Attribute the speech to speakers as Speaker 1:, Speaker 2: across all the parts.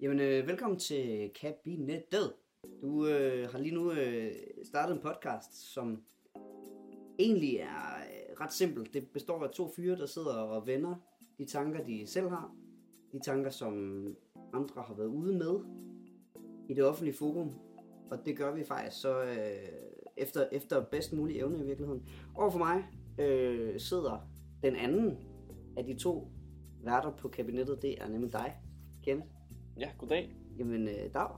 Speaker 1: Jamen, øh, velkommen til Kabinettet. Du øh, har lige nu øh, startet en podcast, som egentlig er øh, ret simpel. Det består af to fyre, der sidder og vender de tanker, de selv har. De tanker, som andre har været ude med i det offentlige forum. Og det gør vi faktisk så øh, efter, efter bedst mulig evne i virkeligheden. Over for mig øh, sidder den anden af de to værter på kabinettet. Det er nemlig dig, Kenneth.
Speaker 2: Ja, goddag.
Speaker 1: Jamen, øh, Dag,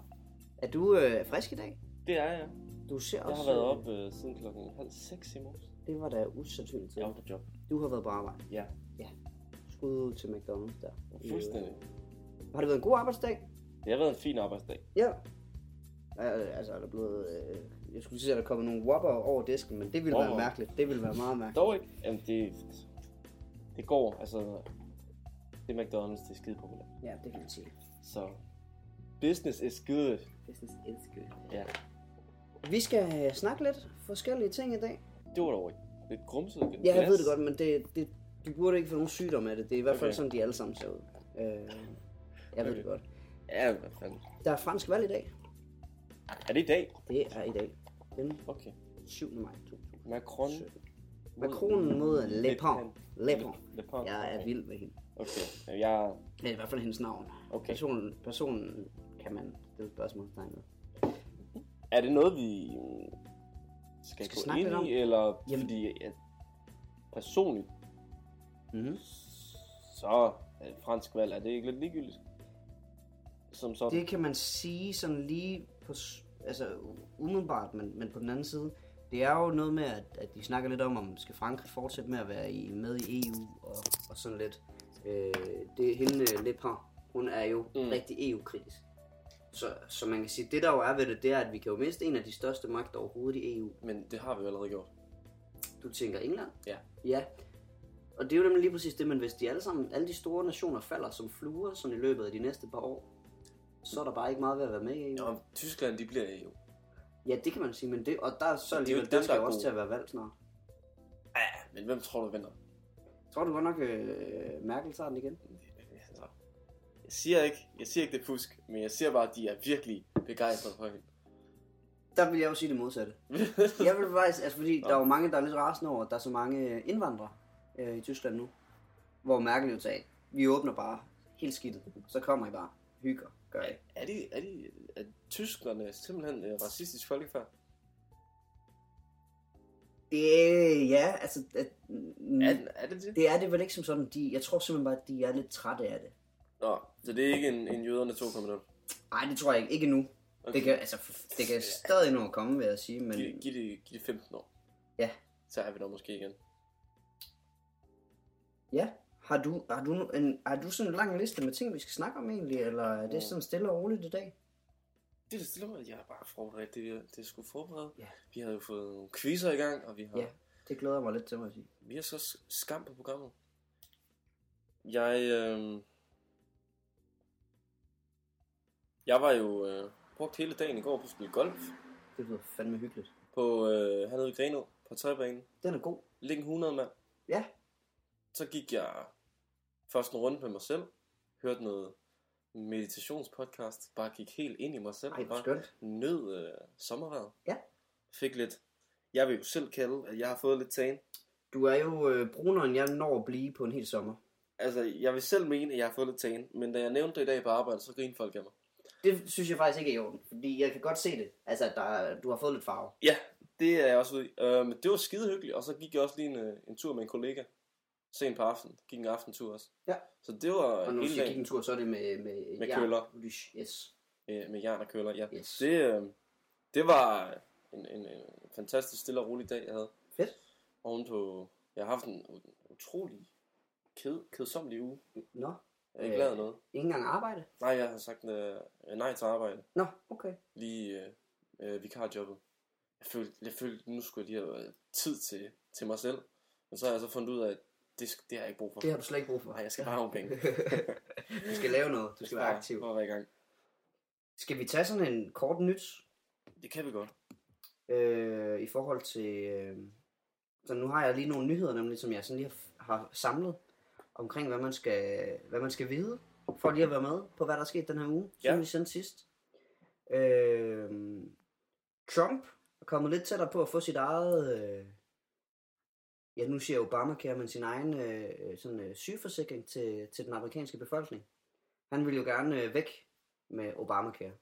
Speaker 1: er du øh, frisk i dag?
Speaker 2: Det er jeg.
Speaker 1: Du ser
Speaker 2: Jeg
Speaker 1: også...
Speaker 2: har været
Speaker 1: øh,
Speaker 2: op øh, siden klokken halv seks i morges.
Speaker 1: Det var da usandsynligt. til.
Speaker 2: Jeg var på job.
Speaker 1: Du har været på arbejde.
Speaker 2: Ja,
Speaker 1: Skud ud til McDonald's der.
Speaker 2: fuldstændig.
Speaker 1: Øh, Har det været en god arbejdsdag?
Speaker 2: Det har været en fin arbejdsdag.
Speaker 1: Ja. Øh, Altså, er der blevet... Øh, jeg skulle sige, at der er kommet nogle whopper over disken, men det ville
Speaker 2: Whopper.
Speaker 1: være mærkeligt. Det ville være meget mærkeligt.
Speaker 2: Dog ikke. Jamen, det, det går. Altså, det er McDonald's, det er skide populært.
Speaker 1: Ja, det kan man sige.
Speaker 2: Så business is good.
Speaker 1: Business is good.
Speaker 2: Ja,
Speaker 1: Vi skal øh, snakke lidt forskellige ting i dag.
Speaker 2: det var dog ikke. Lidt grumset.
Speaker 1: Ja, jeg ved det godt, men det, det, du burde ikke få nogen sygdom af det. Det er i hvert fald
Speaker 2: Okay.
Speaker 1: sådan, de alle sammen ser ud. Øh, jeg ved det
Speaker 2: Okay.
Speaker 1: godt.
Speaker 2: Ja, hvad fanden.
Speaker 1: Der er fransk valg i dag.
Speaker 2: Er det i dag?
Speaker 1: Det er i dag. Den
Speaker 2: Okay.
Speaker 1: 7. maj 2017.
Speaker 2: Macron.
Speaker 1: Macron mod Le Pen. Le Pen.
Speaker 2: Le Pen.
Speaker 1: Jeg er
Speaker 2: okay.
Speaker 1: vild med hende.
Speaker 2: Okay. Jamen, Jeg er...
Speaker 1: Det er i hvert fald hendes navn.
Speaker 2: Okay.
Speaker 1: Personen, personen kan man stille spørgsmålstegn ved.
Speaker 2: Er det noget, vi mm, skal,
Speaker 1: Skal
Speaker 2: skal gå
Speaker 1: snakke
Speaker 2: ind
Speaker 1: lidt om?
Speaker 2: i, eller
Speaker 1: Jamen.
Speaker 2: Jamen. fordi at personligt, Mhm.
Speaker 1: Mm-hmm.
Speaker 2: så er et fransk valg, er det ikke lidt ligegyldigt? Som sådan.
Speaker 1: Det kan man sige sådan lige på, s- altså umiddelbart, men, men på den anden side, det er jo noget med, at, at de snakker lidt om, om skal Frankrig fortsætte med at være i, med i EU og, og sådan lidt. Øh, det er hende øh, Le Pen, hun er jo mm.
Speaker 2: Mm.
Speaker 1: rigtig EU-kritisk. Så, så man kan sige, det der jo er ved det, det er, at vi kan jo miste en af de største magter overhovedet i EU.
Speaker 2: Men det har vi jo allerede gjort.
Speaker 1: Du tænker England?
Speaker 2: Ja.
Speaker 1: Ja. Og det er jo nemlig lige præcis det, men hvis de alle sammen, alle de store nationer falder som fluer sådan i løbet af de næste par år, så er der bare ikke meget ved at være med i E EU.
Speaker 2: Nå, Tyskland, de bliver jo.
Speaker 1: Ja, det kan man sige, men det, og der er så
Speaker 2: jo
Speaker 1: alligevel,
Speaker 2: ikke
Speaker 1: dem,
Speaker 2: dem,
Speaker 1: der
Speaker 2: der er
Speaker 1: også
Speaker 2: gode.
Speaker 1: til at være valgt snart.
Speaker 2: Ja, men hvem tror du vinder?
Speaker 1: Tror du godt nok, øh, Merkel tager den igen?
Speaker 2: Altså, Jeg siger ikke, jeg siger ikke det er fusk, men jeg siger bare, at de er virkelig begejstrede for hende.
Speaker 1: Der vil jeg jo sige det modsatte. Jeg vil faktisk, altså fordi der er jo mange, der er lidt rasende over, at der er så mange øh, indvandrere øh, i Tyskland nu. Hvor Merkel jo sagde, vi åbner bare helt skidtet, så kommer I bare, hygger, gør I.
Speaker 2: er, de, er, de, er tyskerne simpelthen øh, racistisk folkefærd?
Speaker 1: Det, ja, altså, at, mm,
Speaker 2: Er, er det det?
Speaker 1: det er det vel ikke som sådan, de, jeg tror simpelthen bare, at de er lidt trætte af det.
Speaker 2: Nå, så det er ikke en, en jøderne 2.0.
Speaker 1: Nej, det tror jeg ikke, ikke nu. Okay. Det, kan, altså, det kan stadig nå at komme, vil jeg sige, men...
Speaker 2: Giv, giv, det, giv det 15 år.
Speaker 1: Øh. Ja.
Speaker 2: Så er vi der måske igen.
Speaker 1: Ja. Har du, har, du en, har du sådan en lang liste med ting, vi skal snakke om egentlig, eller er det sådan stille og roligt i dag?
Speaker 2: Det er det stille med, jeg er bare forberedt det, det skulle forberede.
Speaker 1: Ja.
Speaker 2: Vi har jo fået nogle quizzer i gang, og vi har,
Speaker 1: Ja. Det glæder jeg mig lidt til, må jeg sige.
Speaker 2: vi har så s- skam på programmet. Jeg, øh... jeg var jo øh, brugt hele dagen i går på at spille golf
Speaker 1: Det lyder fandme hyggeligt.
Speaker 2: på øh, hernede i Grenå på tøjbanen.
Speaker 1: Den er god.
Speaker 2: Ligge 100 mand.
Speaker 1: Ja.
Speaker 2: Så gik jeg først en runde med mig selv, hørte noget meditationspodcast, bare gik helt ind i mig selv.
Speaker 1: Ej, hvor
Speaker 2: bare
Speaker 1: skønt.
Speaker 2: nød øh, sommervejret.
Speaker 1: Ja.
Speaker 2: Fik lidt, jeg vil jo selv kalde, at jeg har fået lidt tan.
Speaker 1: Du er jo øh, brunere, end jeg når at blive på en hel sommer.
Speaker 2: Altså, jeg vil selv mene, at jeg har fået lidt tan, men da jeg nævnte det i dag på arbejde, så grinede folk af mig.
Speaker 1: Det synes jeg faktisk ikke er i orden, fordi jeg kan godt se det. Altså, at der, er- du har fået lidt farve.
Speaker 2: Ja, det er jeg også ude i. Øh, men det var skide hyggeligt, og så gik jeg også lige en, øh, en tur med en kollega sent på aftenen. Gik en aftentur også.
Speaker 1: Ja.
Speaker 2: Så det var
Speaker 1: Og når du
Speaker 2: hele
Speaker 1: skal gik
Speaker 2: dagen
Speaker 1: en tur, så er det med... Med,
Speaker 2: Med køller.
Speaker 1: Lysh. Yes.
Speaker 2: med, med jern og køller. Ja.
Speaker 1: Yes.
Speaker 2: Det, øh, det var en, en, en fantastisk stille og rolig dag, jeg havde.
Speaker 1: Fedt.
Speaker 2: Ovenpå, jeg har haft en, en utrolig ked, kedsomlig uge.
Speaker 1: Nå.
Speaker 2: Jeg er ikke lavet noget.
Speaker 1: Ikke engang arbejde?
Speaker 2: Nej, jeg har sagt øh, nej til arbejde.
Speaker 1: Nå, okay.
Speaker 2: Lige øh, øh, vikarjobbet. Jeg følte, jeg følte, nu skulle jeg lige have øh, tid til, til mig selv. Men så har jeg så fundet ud af, at det, sk- det har jeg ikke brug for.
Speaker 1: Det har du slet ikke brug for.
Speaker 2: Nej, jeg skal bare have penge.
Speaker 1: du skal lave noget. Du skal være
Speaker 2: Bare-
Speaker 1: aktiv.
Speaker 2: For at være i gang.
Speaker 1: Skal vi tage sådan en kort nyt?
Speaker 2: Det kan vi godt.
Speaker 1: øh, i forhold til... Øh, så nu har jeg lige nogle nyheder, nemlig, som jeg sådan lige har, har samlet omkring, hvad man skal, hvad man skal vide for lige at være med på, hvad der er sket den her uge, ja.
Speaker 2: Ja.
Speaker 1: siden vi sendte sidst. Øh, Trump er kommet lidt tættere på at få sit eget, øh, ja nu siger Obamacare, men sin egen øh, sådan, øh, sygeforsikring til, til den amerikanske befolkning. Han vil jo gerne øh, væk med Obamacare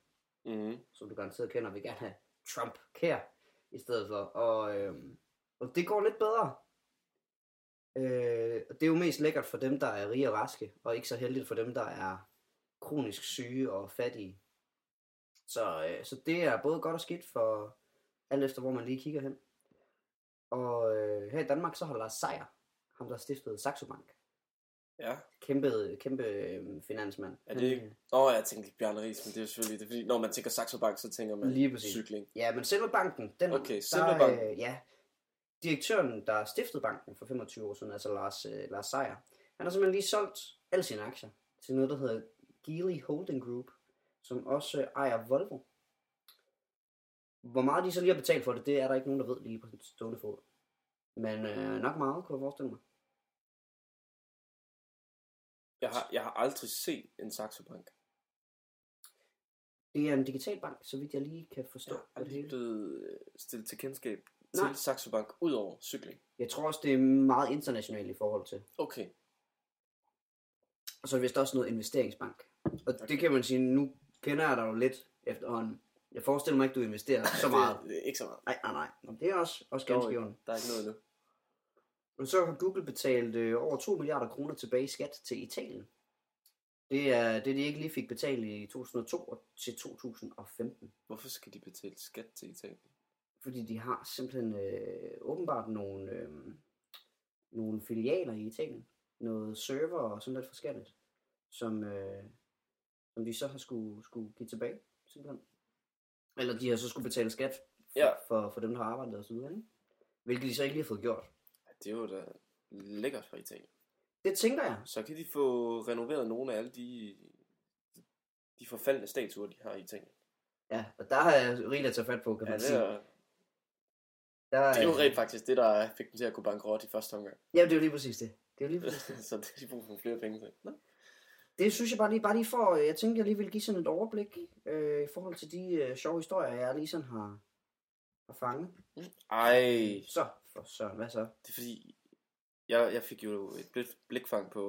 Speaker 2: Mm-hmm.
Speaker 1: som du garanteret kender, vil gerne have Trump Care i stedet for. Og, øh, og det går lidt bedre. Øh, og det er jo mest lækkert for dem, der er rige og raske, og ikke så heldigt for dem, der er kronisk syge og fattige. Så, øh, så det er både godt og skidt for alt efter, hvor man lige kigger hen. Og øh, her i Danmark, så har Lars Seier, ham der stiftede Saxo Bank,
Speaker 2: Ja.
Speaker 1: kæmpe, kæmpe øh, finansmand.
Speaker 2: Er det ikke- Nå, jeg tænkte lige Bjarne Ries, men det er jo selvfølgelig, det er fordi, når man tænker Saxo Bank, så tænker man
Speaker 1: Lige præcis.
Speaker 2: cykling.
Speaker 1: Ja, men selve banken, den
Speaker 2: Okay, selve
Speaker 1: der,
Speaker 2: banken.
Speaker 1: Øh, ja, direktøren, der stiftede banken for 25 år siden, altså Lars, øh, Lars Seier, han har simpelthen lige solgt alle sine aktier til noget, der hedder Geely Holding Group, som også øh, ejer Volvo. Hvor meget de så lige har betalt for det, det er der ikke nogen, der ved lige på stående fod. Men øh, nok meget, kunne jeg forestille mig.
Speaker 2: Jeg har, jeg har aldrig set en Saxo Bank.
Speaker 1: Det er en digital bank, så vidt jeg lige kan forstå.
Speaker 2: Jeg har
Speaker 1: Ja, det
Speaker 2: aldrig
Speaker 1: hele.
Speaker 2: blevet øh, stillet til kendskab
Speaker 1: Nej.
Speaker 2: til Saxo Bank, ud over cykling.
Speaker 1: Jeg tror også, det er meget internationalt i forhold til.
Speaker 2: Okay,
Speaker 1: Og så er der vist også noget investeringsbank. Og
Speaker 2: Okay.
Speaker 1: det kan man sige, nu kender jeg dig jo lidt efterhånden. Jeg forestiller mig ikke, du investerer så meget.
Speaker 2: Det, er ikke så meget.
Speaker 1: Nej, nej, nej. Nå, Det er også, også
Speaker 2: Der er,
Speaker 1: ganske
Speaker 2: jo
Speaker 1: jævnt.
Speaker 2: ikke- der er ikke noget nu.
Speaker 1: Og så har Google betalt øh, over 2 milliarder kroner tilbage i skat til Italien. Det er det, de ikke lige fik betalt i 2002 og til 2015.
Speaker 2: Hvorfor skal de betale skat til Italien?
Speaker 1: Fordi de har simpelthen øh, åbenbart nogle, øh, nogle filialer i Italien. Noget server og sådan lidt forskelligt. Som, øh, som de så har skulle, skulle give tilbage, simpelthen. Eller de har så skulle betale skat for,
Speaker 2: Ja.
Speaker 1: for, for dem, der har arbejdet og så videre. Ikke? Hvilket de så ikke lige har fået gjort.
Speaker 2: Ja, Det er jo da lækkert for Italien.
Speaker 1: Det tænker jeg.
Speaker 2: Så kan de få renoveret nogle af alle de, de forfaldne statuer, de har i Italien.
Speaker 1: Ja, og der har jeg rigeligt at tage fat på, kan
Speaker 2: Ja,
Speaker 1: man
Speaker 2: det,
Speaker 1: sige.
Speaker 2: er,
Speaker 1: Der,
Speaker 2: det er jo rent faktisk det, der fik dem til at gå bankerot i første omgang.
Speaker 1: Ja, det er jo lige præcis det. Det er jo lige præcis det.
Speaker 2: så det har de brug for nogle flere penge til. Nå.
Speaker 1: Det synes jeg bare lige, bare lige for, øh, jeg tænkte, jeg lige ville give sådan et overblik øh, i forhold til de øh, sjove historier, jeg lige sådan har, har fanget.
Speaker 2: Ej,
Speaker 1: Så, for søren, hvad så?
Speaker 2: det er fordi, jeg, jeg fik jo et blik, blikfang på,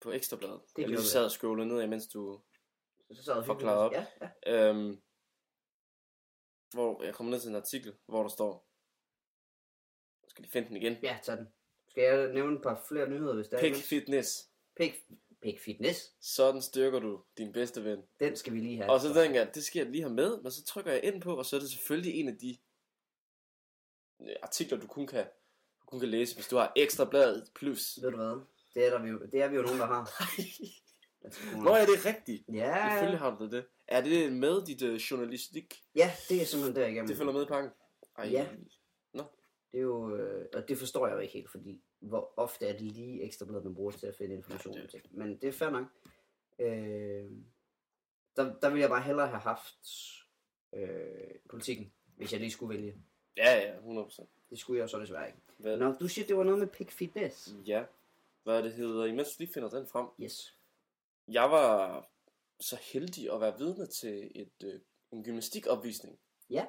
Speaker 2: på Ekstrabladet.
Speaker 1: Det
Speaker 2: jeg lige
Speaker 1: gjorde
Speaker 2: sad og scrollede ned, imens du...
Speaker 1: Så sad jeg
Speaker 2: Forklare op.
Speaker 1: Ja, ja.
Speaker 2: Øhm, hvor jeg kom ned til en artikel, hvor der står... Nu skal de finde den igen.
Speaker 1: ja, tag den. Skal jeg nævne et par flere nyheder, hvis der er?
Speaker 2: Pick
Speaker 1: imens?
Speaker 2: Fitness.
Speaker 1: Pik, pik fitness.
Speaker 2: Sådan styrker du din bedste ven.
Speaker 1: Den skal vi lige have.
Speaker 2: Og så tænker jeg, det skal jeg lige have med, men så trykker jeg ind på, og så er det selvfølgelig en af de øh, artikler, du kun kan, du kun kan læse, hvis du har ekstra bladet plus.
Speaker 1: Ved du hvad? Det er, der vi, jo- det er vi jo nogen, der har.
Speaker 2: Nå ja, det er rigtigt.
Speaker 1: Ja,
Speaker 2: Selvfølgelig har du da det. Er det med dit øh, journalistik?
Speaker 1: ja, det er simpelthen der igennem.
Speaker 2: Det følger med i pakken? Ej,
Speaker 1: Ja. Det er jo, øh, og det forstår jeg jo ikke helt, fordi hvor ofte er det lige ekstra blad, man bruger til at finde information
Speaker 2: Ja,
Speaker 1: om
Speaker 2: det-
Speaker 1: ting. Men det er fair nok. Øh, der, der ville jeg bare hellere have haft øh, politikken, hvis jeg lige skulle vælge.
Speaker 2: Ja, ja, 100%.
Speaker 1: Det skulle jeg jo så desværre ikke.
Speaker 2: Hvad,
Speaker 1: Nå, du siger, det var noget med pick fitness.
Speaker 2: Ja, hvad det hedder, imens du lige finder den frem.
Speaker 1: Yes.
Speaker 2: Jeg var så heldig at være vidne til et, øh, en gymnastikopvisning.
Speaker 1: Ja.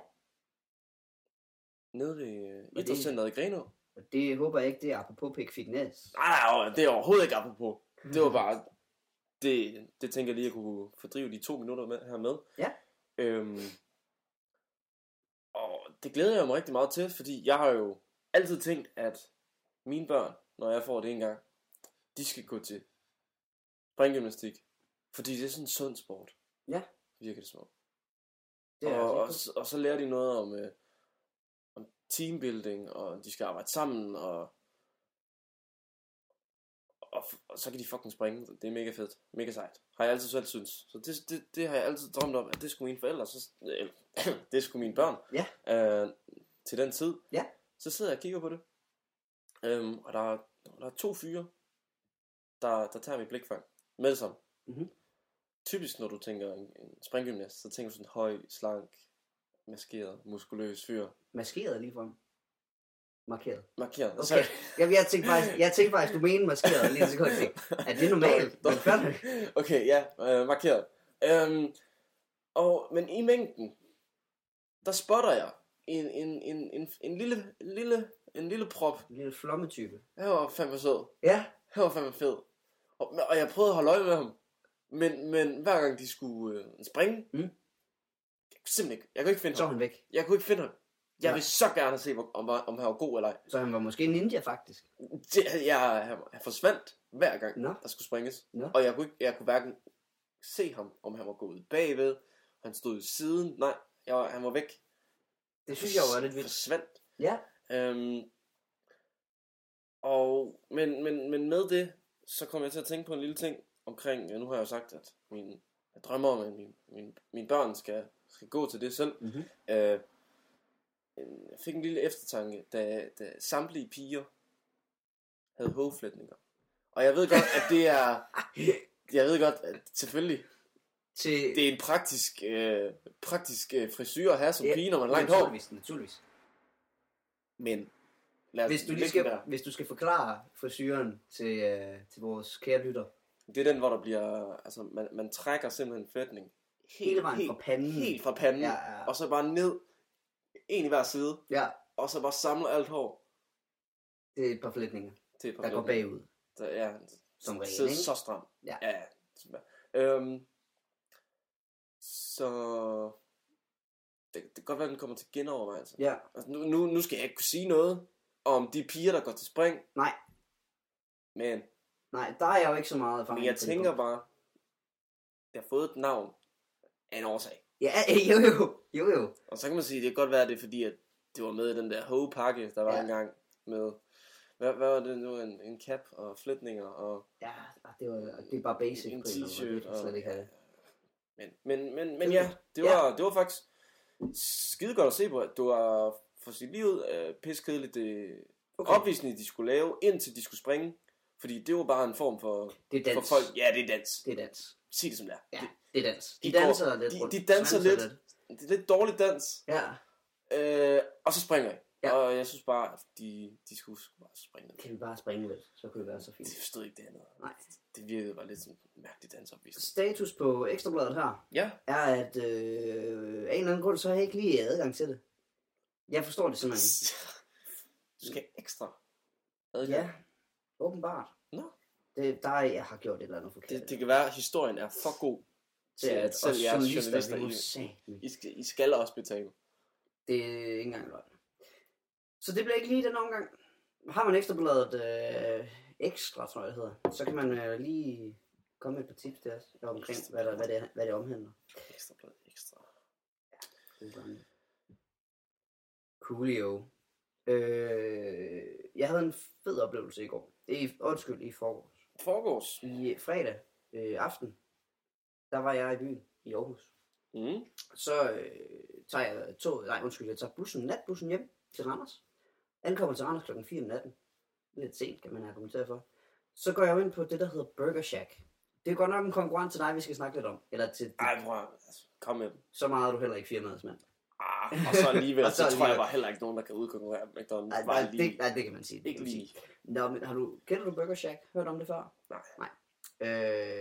Speaker 2: Nede ved øh,
Speaker 1: det-
Speaker 2: idrætscenteret i Grenaa.
Speaker 1: Og det håber jeg ikke, det er apropos pick fitness.
Speaker 2: Nej, nej, det er overhovedet ikke apropos. Det var bare... Det, det tænker jeg lige, at jeg kunne fordrive de to minutter med, her med.
Speaker 1: Ja.
Speaker 2: Øhm, og det glæder jeg mig rigtig meget til, fordi jeg har jo altid tænkt, at mine børn, når jeg får det en gang, de skal gå til bringgymnastik. Fordi det er sådan en sund sport.
Speaker 1: Ja.
Speaker 2: Virker det som om.
Speaker 1: Det er
Speaker 2: og,
Speaker 1: og,
Speaker 2: og, s- og så lærer de noget om, øh, om teambuilding, og de skal arbejde sammen, og, og, f- og så kan de fucking springe. Det er mega fedt. Mega sejt. Har jeg altid selv synes. Så det, det, det har jeg altid drømt om, at det skulle mine forældre, så, eller, det skulle mine børn.
Speaker 1: Ja.
Speaker 2: Øh, til den tid.
Speaker 1: Ja.
Speaker 2: Så sidder jeg og kigger på det. Øhm, og der er, der er to fyre, der, der tager mit blikfang. Med det samme
Speaker 1: Mhm.
Speaker 2: typisk, når du tænker en, en springgymnast, så tænker du sådan en høj, slank, maskeret, muskuløs fyr.
Speaker 1: maskeret ligefrem. Markeret.
Speaker 2: Markeret.
Speaker 1: Okay.
Speaker 2: Sorry.
Speaker 1: Jamen, jeg tænkte faktisk, jeg tænkte faktisk du mener maskeret lige et sekund. Jeg tænkte, Er det normalt? Men gør det.
Speaker 2: Okay, ja, øh, markeret. Øhm, og, men i mængden, der spotter jeg en, en, en, en, en lille, en lille, en lille prop.
Speaker 1: En lille flommetype.
Speaker 2: Han var fandme sød.
Speaker 1: Ja,
Speaker 2: Han var fandme fed. Og, og jeg prøvede at holde øje med ham. Men, men hver gang de skulle øh, springe,
Speaker 1: Mm.
Speaker 2: jeg kunne simpelthen ikke. Jeg kunne ikke finde
Speaker 1: så er
Speaker 2: ham.
Speaker 1: han væk.
Speaker 2: Jeg kunne ikke finde ham. Jeg
Speaker 1: Nej.
Speaker 2: vil så gerne se, hvor- om, om han var god eller ej.
Speaker 1: Så han var måske ninja, faktisk.
Speaker 2: Det, jeg, han, han forsvandt hver gang,
Speaker 1: Nå.
Speaker 2: der skulle springes.
Speaker 1: Nå.
Speaker 2: Og jeg kunne, ikke, jeg kunne hverken se ham, om han var gået bagved, han stod i siden. Nej, jeg, var- han var væk.
Speaker 1: Det synes jeg jo er lidt vildt.
Speaker 2: Forsvandt.
Speaker 1: Ja,
Speaker 2: Øhm, og, men, men, men med det, så kom jeg til at tænke på en lille ting omkring, ja, nu har jeg jo sagt, at min, jeg drømmer om, at mine min, min børn skal, skal gå til det selv.
Speaker 1: Mhm.
Speaker 2: Øh, en- jeg fik en lille eftertanke, da, da samtlige piger havde hovflætninger. Og jeg ved godt, at det er... Jeg ved godt, at selvfølgelig,
Speaker 1: til...
Speaker 2: det er en praktisk, øh, praktisk øh, frisyr at have som
Speaker 1: Ja,
Speaker 2: pige, når man har langt hår.
Speaker 1: naturligvis, naturligvis.
Speaker 2: Men lad os
Speaker 1: Hvis du, lige
Speaker 2: lægge
Speaker 1: skal,
Speaker 2: den der.
Speaker 1: hvis du skal forklare frisyren til, øh, til vores kære lytter,
Speaker 2: Det er den, hvor der bliver, altså man, man trækker simpelthen flætning.
Speaker 1: hele vejen fra panden.
Speaker 2: Helt fra panden,
Speaker 1: Ja,
Speaker 2: ja,
Speaker 1: ja.
Speaker 2: ja. og så bare ned, en i hver side,
Speaker 1: Ja,
Speaker 2: og så bare samler alt hår
Speaker 1: det er et par flætninger,
Speaker 2: til et par
Speaker 1: der går
Speaker 2: flætninger.
Speaker 1: bagud.
Speaker 2: Så, ja,
Speaker 1: Som regel,
Speaker 2: sidder
Speaker 1: ikke?
Speaker 2: så stram.
Speaker 1: Ja.
Speaker 2: ja. Øhm, så det, det kan godt være, at den kommer til genovervejelse.
Speaker 1: Ja,
Speaker 2: Altså, nu, nu, nu skal jeg ikke kunne sige noget om de piger, der går til spring.
Speaker 1: Nej.
Speaker 2: Men,
Speaker 1: nej, der er jeg jo ikke så meget erfaring.
Speaker 2: men jeg
Speaker 1: på det
Speaker 2: tænker
Speaker 1: punkt.
Speaker 2: bare, det har fået et navn af en årsag.
Speaker 1: Ja, jo jo, jo jo.
Speaker 2: Og så kan man sige, det kan godt være, at det er fordi, at det var med i den der hovedpakke, der var
Speaker 1: Ja.
Speaker 2: ja. engang med... Hvad, hvad var det nu? En, en cap og flætninger og
Speaker 1: Ja, det, var, det er bare basic
Speaker 2: en
Speaker 1: på en eller anden måde. Det
Speaker 2: t-shirt.
Speaker 1: kan jeg slet
Speaker 2: Og,
Speaker 1: ikke have.
Speaker 2: ja. men, men, men, men
Speaker 1: Det-
Speaker 2: ja, det
Speaker 1: ja.
Speaker 2: var, det var faktisk skide godt at se på. at Det var for sit liv øh, pissekedeligt det
Speaker 1: Okay.
Speaker 2: okay. opvisning, de skulle lave, indtil de skulle springe. Fordi det var bare en form for,
Speaker 1: Det er dans.
Speaker 2: for folk. Ja, det er dans.
Speaker 1: Det er dans.
Speaker 2: Sig det som det er.
Speaker 1: Ja,
Speaker 2: Det,
Speaker 1: det er dans. De,
Speaker 2: de
Speaker 1: de
Speaker 2: går-
Speaker 1: danser lidt.
Speaker 2: de-
Speaker 1: rundt.
Speaker 2: de danser
Speaker 1: Svanser
Speaker 2: lidt. det er lidt dårlig dans.
Speaker 1: Ja,
Speaker 2: Øh, og så springer jeg.
Speaker 1: Ja.
Speaker 2: Ja. Og jeg synes bare, at de, de skulle sgu bare springe.
Speaker 1: kan vi bare springe lidt, så kunne det være så
Speaker 2: De
Speaker 1: fint.
Speaker 2: forstod ikke det andet.
Speaker 1: Nej.
Speaker 2: Det virkede bare lidt som en mærkelig dansopvisning.
Speaker 1: Status på Ekstrabladet her
Speaker 2: Ja.
Speaker 1: er, at øh, af en eller anden grund, så har jeg ikke lige adgang til det. Jeg forstår det simpelthen ikke.
Speaker 2: Du skal have ekstra.
Speaker 1: Ja, åbenbart.
Speaker 2: Nå.
Speaker 1: Det, der er, jeg har gjort et eller andet forkert.
Speaker 2: Det, det kan være, at historien er for god til, at
Speaker 1: og
Speaker 2: selv jeres journalister,
Speaker 1: vi må
Speaker 2: I,
Speaker 1: satme-
Speaker 2: I, skal, I skal også betale.
Speaker 1: Det er ikke engang løgn. Så det bliver ikke lige den omgang. Har man ekstrabladet øh, ekstra, tror jeg det hedder, så kan man øh, lige komme med et par tips til os omkring, hvad, der, hvad, det, hvad det omhandler.
Speaker 2: Ekstra blad, ekstra.
Speaker 1: Coolio. Øh, jeg havde en fed oplevelse i går. I, undskyld, i forgårs.
Speaker 2: Forgårs.
Speaker 1: I øh, fredag øh, aften, der var jeg i byen i Aarhus.
Speaker 2: Mm.
Speaker 1: Så øh, tager jeg toget, nej undskyld, jeg tager bussen, natbussen hjem til Randers. Ankommer til Randers klokken 4 om natten. Lidt sent, kan man have kommenteret for. Så går jeg jo ind på det, der hedder Burger Shack. Det er godt nok en konkurrent til dig, vi skal snakke lidt om. Eller til
Speaker 2: Ej, prøv at- altså, kom med dem.
Speaker 1: så meget er du heller ikke firmaets mand.
Speaker 2: Ah, og så alligevel,
Speaker 1: Og
Speaker 2: og
Speaker 1: så
Speaker 2: så, så tror jeg
Speaker 1: alligevel.
Speaker 2: bare heller ikke nogen, der kan udkonkurrere McDonald's.
Speaker 1: Nej,
Speaker 2: Bare
Speaker 1: nej,
Speaker 2: lige.
Speaker 1: det, nej, det kan man sige. Det kan
Speaker 2: Ikke
Speaker 1: man sige.
Speaker 2: lige.
Speaker 1: Nå, men har du, kender du Burger Shack? Hørt om det før?
Speaker 2: Nej.
Speaker 1: Nej.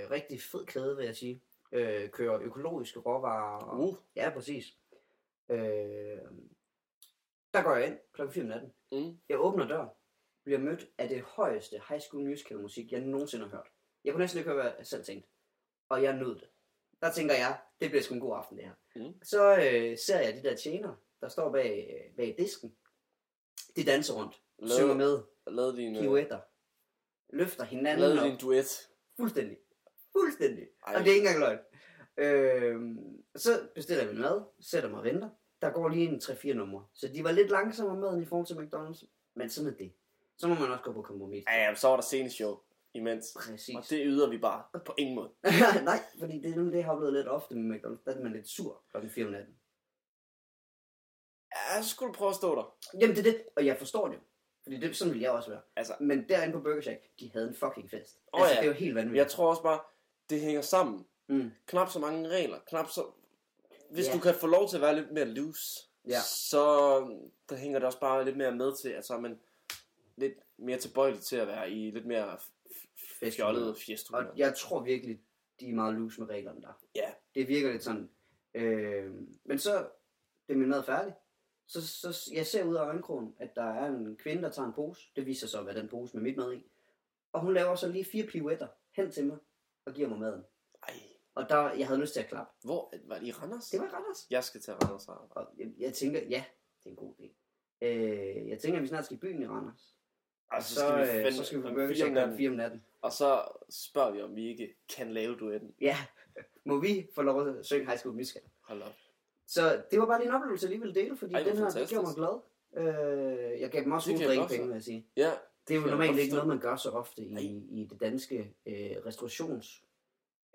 Speaker 1: Øh, rigtig fed kæde, vil jeg sige. Øh, kører økologiske råvarer. og-
Speaker 2: Uh,
Speaker 1: Ja, præcis. Øh, der går jeg ind klokken 4 om natten.
Speaker 2: mm.
Speaker 1: Jeg åbner døren, bliver mødt af det højeste High School Musical musik, jeg nogensinde har hørt. Jeg kunne næsten ikke høre, hvad jeg selv tænkte. Og jeg nød det. Der tænker jeg, det bliver sgu en god aften, det her.
Speaker 2: Mm.
Speaker 1: Så øh, ser jeg de der tjenere, der står bag, øh, bag disken. De danser rundt,
Speaker 2: Lavede-
Speaker 1: synger med,
Speaker 2: Lavede din, øh,
Speaker 1: pirouetter, løfter hinanden
Speaker 2: lavede
Speaker 1: op.
Speaker 2: din duet.
Speaker 1: Fuldstændig. Fuldstændig. Ej.
Speaker 2: Ej.
Speaker 1: Og det er ikke engang løgn. Øhm, så bestiller jeg min mad, sætter mig og venter. Der går lige en 3-4 numre. Så de var lidt langsommere maden i forhold til McDonald's. Men sådan er det. Så må man også gå på kompromis.
Speaker 2: Ja, ja, så var der sceneshow imens.
Speaker 1: Præcis.
Speaker 2: Og det yder vi bare på ingen måde.
Speaker 1: Nej, fordi det er nemlig det, jeg har oplevet lidt ofte med McDonald's. Der er man lidt sur klokken 4 om natten.
Speaker 2: Ja, så skulle du prøve at stå der.
Speaker 1: Jamen det er det, og jeg forstår det jo. Fordi det, sådan ville jeg også være.
Speaker 2: Altså,
Speaker 1: Men derinde på Burger Shack, de havde en fucking fest.
Speaker 2: Åh,
Speaker 1: altså,
Speaker 2: ja.
Speaker 1: det er jo helt vanvittigt.
Speaker 2: jeg tror også bare, det hænger sammen.
Speaker 1: Mm.
Speaker 2: Knap så mange regler, knap så... Hvis
Speaker 1: Ja.
Speaker 2: du kan få lov til at være lidt mere loose.
Speaker 1: Ja.
Speaker 2: så der hænger det også bare lidt mere med til, at så er man lidt mere tilbøjelig til at være i lidt mere f- f- fjollede
Speaker 1: Og
Speaker 2: fjestrunder.
Speaker 1: jeg tror virkelig, de er meget loose med reglerne der.
Speaker 2: Ja.
Speaker 1: Det virker lidt sådan. Øh, men så bliver min mad færdig. Så, så jeg ser ud af øjenkrogen, at der er en kvinde, der tager en pose. Det viser sig at være den pose med mit mad i. Og hun laver så lige fire pirouetter hen til mig og giver mig maden.
Speaker 2: Ej,
Speaker 1: Og der, jeg havde lyst til at klappe.
Speaker 2: hvor var det i Randers?
Speaker 1: Det var ret også.
Speaker 2: Jeg skal til Randers og arbejde.
Speaker 1: Og jeg, jeg tænker, ja, det er en god idé. Øh, jeg tænker, at vi snart skal i byen i Randers. Og
Speaker 2: Altså,
Speaker 1: så, så, skal, vi øh, så skal vi på Burger King klokken 4 om natten.
Speaker 2: Og så spørger vi, om vi ikke kan lave duetten.
Speaker 1: Ja, må vi få lov at synge High School Musical?
Speaker 2: Hold op.
Speaker 1: Så det var bare lige en oplevelse, jeg lige ville dele, fordi
Speaker 2: Ej,
Speaker 1: Ej,
Speaker 2: hvor
Speaker 1: den her, det
Speaker 2: fantastisk.
Speaker 1: gjorde mig glad. Øh, jeg gav dem også
Speaker 2: Det
Speaker 1: gode
Speaker 2: kan jeg godt
Speaker 1: drikkepenge,
Speaker 2: forstå.
Speaker 1: vil jeg sige.
Speaker 2: Ja,
Speaker 1: Det er jo
Speaker 2: kan jeg
Speaker 1: normalt
Speaker 2: godt
Speaker 1: ikke
Speaker 2: forstå.
Speaker 1: noget, man gør så ofte i,
Speaker 2: Nej.
Speaker 1: i det danske øh, restaurationsliv.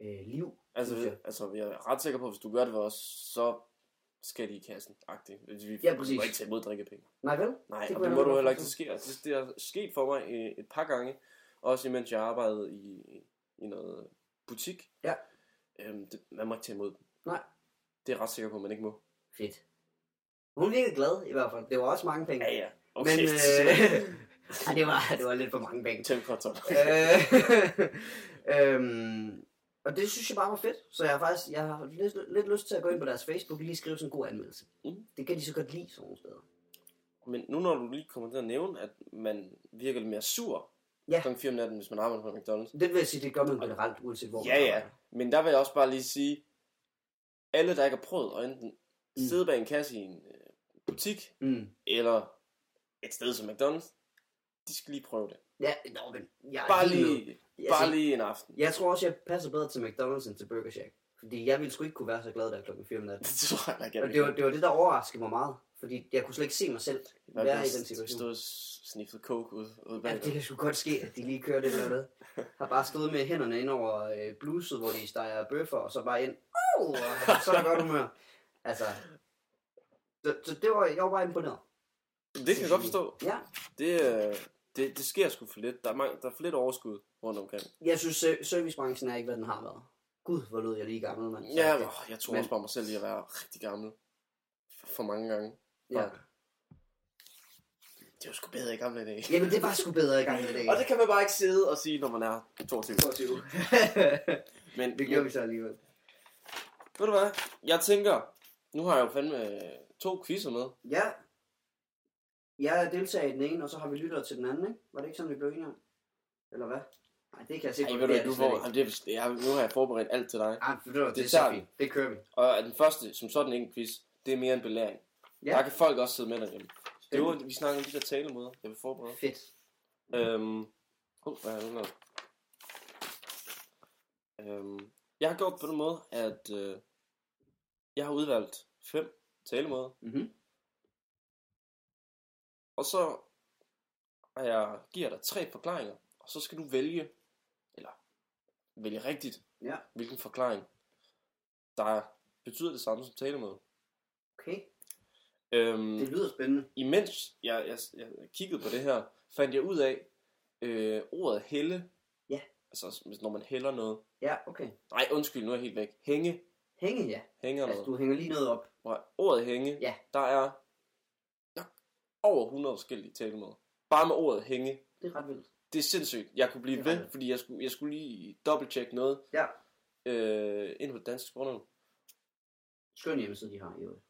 Speaker 1: Øh, liv.
Speaker 2: altså,
Speaker 1: synes jeg.
Speaker 2: altså jeg er ret sikker på, at hvis du gør det for os, så skal de i kassen. -agtigt. Vi
Speaker 1: Ja,
Speaker 2: vi
Speaker 1: præcis.
Speaker 2: må ikke tage imod drikkepenge.
Speaker 1: Nej vel?
Speaker 2: Nej,
Speaker 1: Det
Speaker 2: det og
Speaker 1: kunne
Speaker 2: det
Speaker 1: jeg
Speaker 2: må
Speaker 1: da
Speaker 2: du
Speaker 1: godt
Speaker 2: heller ikke, det
Speaker 1: forstå.
Speaker 2: sker. Det, det er sket for mig øh, et par gange, også imens jeg arbejdede i, i noget butik.
Speaker 1: Ja.
Speaker 2: Øhm, det, man må ikke tage imod dem.
Speaker 1: Nej.
Speaker 2: Det er jeg ret sikker på, at man ikke må.
Speaker 1: Fedt. Hun virkede glad i hvert fald. Det var også mange penge.
Speaker 2: Ja, ja.
Speaker 1: Men
Speaker 2: Okay.
Speaker 1: øh, ej, det, var, det var lidt for mange penge.
Speaker 2: Tæm kontrol.
Speaker 1: Øh, øhm, og det synes jeg bare var fedt. Så jeg har faktisk jeg har lidt, lidt lyst til at gå ind på deres Facebook og lige skrive sådan en god anmeldelse.
Speaker 2: Mm.
Speaker 1: Det kan de så godt lide sådan nogle steder.
Speaker 2: Men nu når du lige kommer til at nævne, at man virker lidt mere sur
Speaker 1: Ja.
Speaker 2: kl. 4 om natten, hvis man arbejder på McDonald's.
Speaker 1: Det vil jeg sige, det gør man generelt, uanset hvor
Speaker 2: Ja,
Speaker 1: man
Speaker 2: ja.
Speaker 1: arbejder.
Speaker 2: Men der vil jeg også bare lige sige, alle der ikke har prøvet at enten
Speaker 1: Mm.
Speaker 2: sidde bag en kasse i en øh, butik,
Speaker 1: Mm.
Speaker 2: eller et sted som McDonald's, de skal lige prøve det.
Speaker 1: Ja, nå, men jeg er
Speaker 2: Bare
Speaker 1: helt med.
Speaker 2: lige,
Speaker 1: Altså,
Speaker 2: bare lige en aften.
Speaker 1: Jeg tror også, jeg passer bedre til McDonald's end til Burger Shack. Fordi jeg ville sgu ikke kunne være så glad der klokken 4 om natten.
Speaker 2: Det tror jeg, der
Speaker 1: Og
Speaker 2: gerne
Speaker 1: det var, det var det, der overraskede mig meget. Fordi jeg kunne slet ikke se mig selv være i den situation.
Speaker 2: Stod og sniffet coke ud, ud
Speaker 1: Ja,
Speaker 2: bag
Speaker 1: det kan sgu godt ske, at de lige kører det eller noget. Har bare stået med hænderne ind over øh, bluset, hvor de steger bøffer, og så bare ind. Oh, og så er der godt humør. Altså, så, så det var, jeg var bare imponeret.
Speaker 2: det kan jeg godt forstå.
Speaker 1: Ja,
Speaker 2: Det, øh, det, det sker sgu for lidt. Der er, mange, der er for lidt overskud rundt omkring.
Speaker 1: jeg synes, øh, servicebranchen er ikke, hvad den har været. Gud, hvor lød jeg lige gammel, mand.
Speaker 2: Ja, men, åh, jeg tror
Speaker 1: Men-
Speaker 2: også bare mig selv i at være rigtig gammel. For, for mange gange.
Speaker 1: ja.
Speaker 2: Det var sgu bedre i gamle dage.
Speaker 1: Jamen, det var sgu bedre i gang i dag.
Speaker 2: Og det kan man bare ikke sidde og sige, når man er 22.
Speaker 1: 22.
Speaker 2: Men,
Speaker 1: det gjorde vi så alligevel.
Speaker 2: ved du hvad? Jeg tænker, nu har jeg jo fandme øh, to quizzer med.
Speaker 1: Ja. Jeg deltager i den ene, og så har vi lyttet til den anden, ikke? Var det ikke sådan, vi blev enige om? Eller hvad? Nej, det kan jeg se.
Speaker 2: Ej,
Speaker 1: på,
Speaker 2: ved du,
Speaker 1: det er
Speaker 2: hvad, nu,
Speaker 1: det slet
Speaker 2: får,
Speaker 1: ikke.
Speaker 2: jamen, det, er- jeg, nu har jeg forberedt alt til dig.
Speaker 1: Ah, det, det, det er
Speaker 2: Det
Speaker 1: så
Speaker 2: tager vi.
Speaker 1: fint. Det kører vi.
Speaker 2: Og øh, den første, som sådan ikke en quiz, det er mere en belæring.
Speaker 1: Ja.
Speaker 2: Ja. Der kan folk også sidde med derhjemme. Det var,
Speaker 1: Spændende.
Speaker 2: vi snakker om de der talemåder, jeg vil forberede.
Speaker 1: Fedt.
Speaker 2: Øhm, oh, hvad er det noget? Øhm, jeg har gjort på den måde, at øh, jeg har udvalgt fem talemåder.
Speaker 1: Mhm.
Speaker 2: Og så og jeg giver dig tre forklaringer, og så skal du vælge, eller vælge rigtigt,
Speaker 1: Ja.
Speaker 2: hvilken forklaring, der betyder det samme som talemåde.
Speaker 1: Okay.
Speaker 2: Øhm,
Speaker 1: Det lyder spændende.
Speaker 2: imens jeg, jeg, jeg kiggede på det her, fandt jeg ud af øh, ordet hælde.
Speaker 1: Ja.
Speaker 2: Altså, hvis- når man hælder noget.
Speaker 1: Ja, okay.
Speaker 2: Nej, undskyld, nu er jeg helt væk. Hænge.
Speaker 1: Hænge, ja.
Speaker 2: Hænger
Speaker 1: Altså,
Speaker 2: noget.
Speaker 1: du hænger lige noget op.
Speaker 2: Og ordet hænge,
Speaker 1: Ja.
Speaker 2: der er nok over 100 forskellige talemåder. Bare med ordet hænge.
Speaker 1: Det er ret vildt.
Speaker 2: Det er sindssygt. Jeg kunne blive
Speaker 1: Det er ret
Speaker 2: ved, fordi jeg skulle, jeg skulle lige dobbelttjekke noget
Speaker 1: Ja.
Speaker 2: øh, ind på dansk sprog.
Speaker 1: Skøn hjemmeside, de har i øvrigt.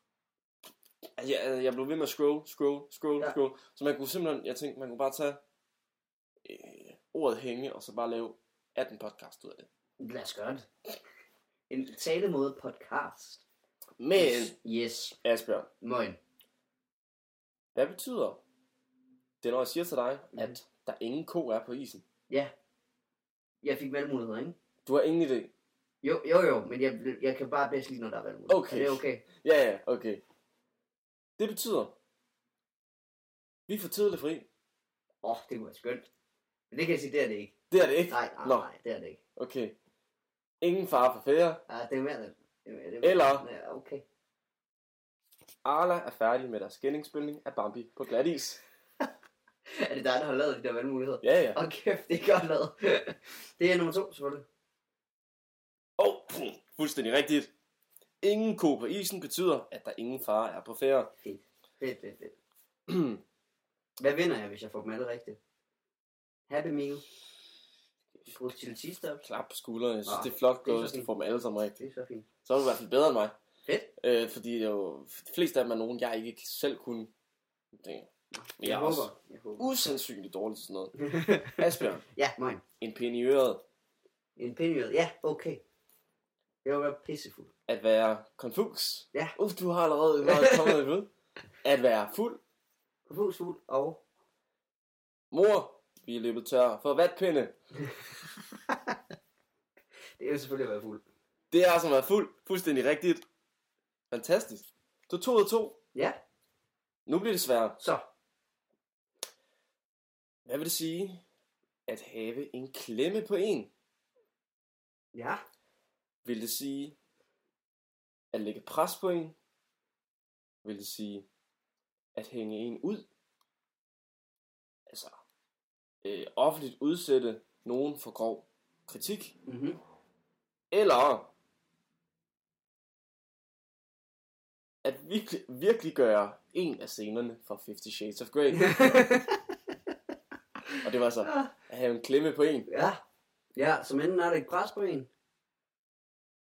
Speaker 2: Altså, jeg, jeg blev ved med at scroll, scroll, scroll,
Speaker 1: Ja.
Speaker 2: ja. scroll. Så man kunne simpelthen, jeg tænkte, man kunne bare tage øh, ordet hænge, og så bare lave 18 podcast ud af det.
Speaker 1: Lad os gøre det. En talemåde podcast.
Speaker 2: Men,
Speaker 1: Yes.
Speaker 2: Asbjørn,
Speaker 1: Møgen.
Speaker 2: hvad betyder det, når jeg siger til dig,
Speaker 1: Mhm.
Speaker 2: at der ingen ko er på isen?
Speaker 1: Ja. Jeg fik valgmuligheder, ikke?
Speaker 2: Du har ingen idé.
Speaker 1: Jo, jo, jo, men jeg, jeg kan bare bedst lide, når der er valgmuligheder.
Speaker 2: Okay.
Speaker 1: Er det okay?
Speaker 2: Ja, ja, okay. Det betyder, vi får tidligt fri.
Speaker 1: Åh, oh, det kunne være skønt. Men det kan jeg sige, det er det ikke.
Speaker 2: Det er det ikke.
Speaker 1: Nej, nej,
Speaker 2: Nå.
Speaker 1: nej, det er det ikke.
Speaker 2: Okay. Ingen far for færre.
Speaker 1: Ja, det er mere det. er mere- det er mere-
Speaker 2: Eller-
Speaker 1: Ja, okay.
Speaker 2: Arla er færdig med deres genindspilning af Bambi på glat is.
Speaker 1: Er det dig, der har lavet de der valgmuligheder?
Speaker 2: Ja, ja.
Speaker 1: Og kæft, det er godt lavet. det er nummer to, selvfølgelig.
Speaker 2: Åh, oh, fuldstændig rigtigt. Ingen ko på isen betyder, at der ingen fare er på færre.
Speaker 1: Fedt, fedt, fedt. Hvad vinder jeg, hvis jeg får dem alle rigtigt? Happy meal. Positivitistop.
Speaker 2: Klap på skuldrene. Jeg synes,
Speaker 1: Ah,
Speaker 2: det er flot
Speaker 1: det er
Speaker 2: gået,
Speaker 1: så
Speaker 2: hvis du
Speaker 1: fint.
Speaker 2: får dem alle sammen rigtigt.
Speaker 1: Det er så fint.
Speaker 2: Så er du i hvert fald bedre end mig.
Speaker 1: Fedt.
Speaker 2: Øh, fordi det er jo, de fleste af dem er nogen, jeg ikke selv kunne. Det, men
Speaker 1: Jeg,
Speaker 2: jeg er
Speaker 1: håber.
Speaker 2: også
Speaker 1: Jeg håber.
Speaker 2: usandsynligt dårlig til sådan noget. Asbjørn,
Speaker 1: ja, mine.
Speaker 2: en pind i øret.
Speaker 1: En pindhjul. Ja, okay. Det var være pissefuld.
Speaker 2: At være konfus.
Speaker 1: Ja.
Speaker 2: Uff, du har allerede du har kommet et bud. At være fuld.
Speaker 1: Husfuld og...
Speaker 2: Mor, vi er løbet tør for vatpinde.
Speaker 1: Det er jo selvfølgelig at være fuld.
Speaker 2: Det er som at være fuld. Fuldstændig rigtigt. Fantastisk. Du tog og to.
Speaker 1: Ja,
Speaker 2: Nu bliver det sværere.
Speaker 1: så.
Speaker 2: Hvad vil det sige at have en klemme på en?
Speaker 1: Ja.
Speaker 2: Vil det sige at lægge pres på en? Vil det sige at hænge en ud? Altså, øh, offentligt udsætte nogen for grov kritik?
Speaker 1: Mm-hmm.
Speaker 2: Eller at virkelig, virkelig gøre en af scenerne fra 50 Shades of Grey. Og det var så at have en klemme på en.
Speaker 1: ja. Ja, så enten er der ikke pres på en.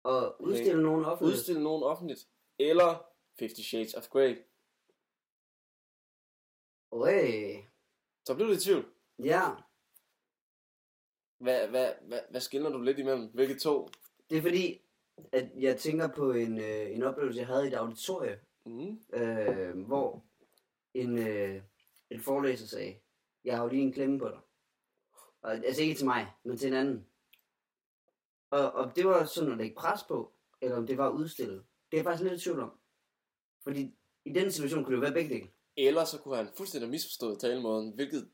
Speaker 1: Og udstille nogen offentligt.
Speaker 2: Udstille nogen offentligt. Eller 50 Shades of Grey.
Speaker 1: Øj.
Speaker 2: Så blev du i tvivl.
Speaker 1: Ja,
Speaker 2: Hvad, hvad, hvad, hvad skiller du lidt imellem? Hvilke to?
Speaker 1: det er fordi, at jeg tænker på en, øh, en oplevelse, jeg havde i et auditorium,
Speaker 2: Mm.
Speaker 1: øh, hvor en, øh, en forelæser sagde, jeg har jo lige en klemme på dig. Og, altså ikke til mig, men til en anden. Og, og det var sådan at lægge pres på, eller om det var udstillet. Det er jeg faktisk lidt i tvivl om. Fordi i den situation kunne det jo være begge dele.
Speaker 2: Eller så kunne han fuldstændig misforstået talemåden, hvilket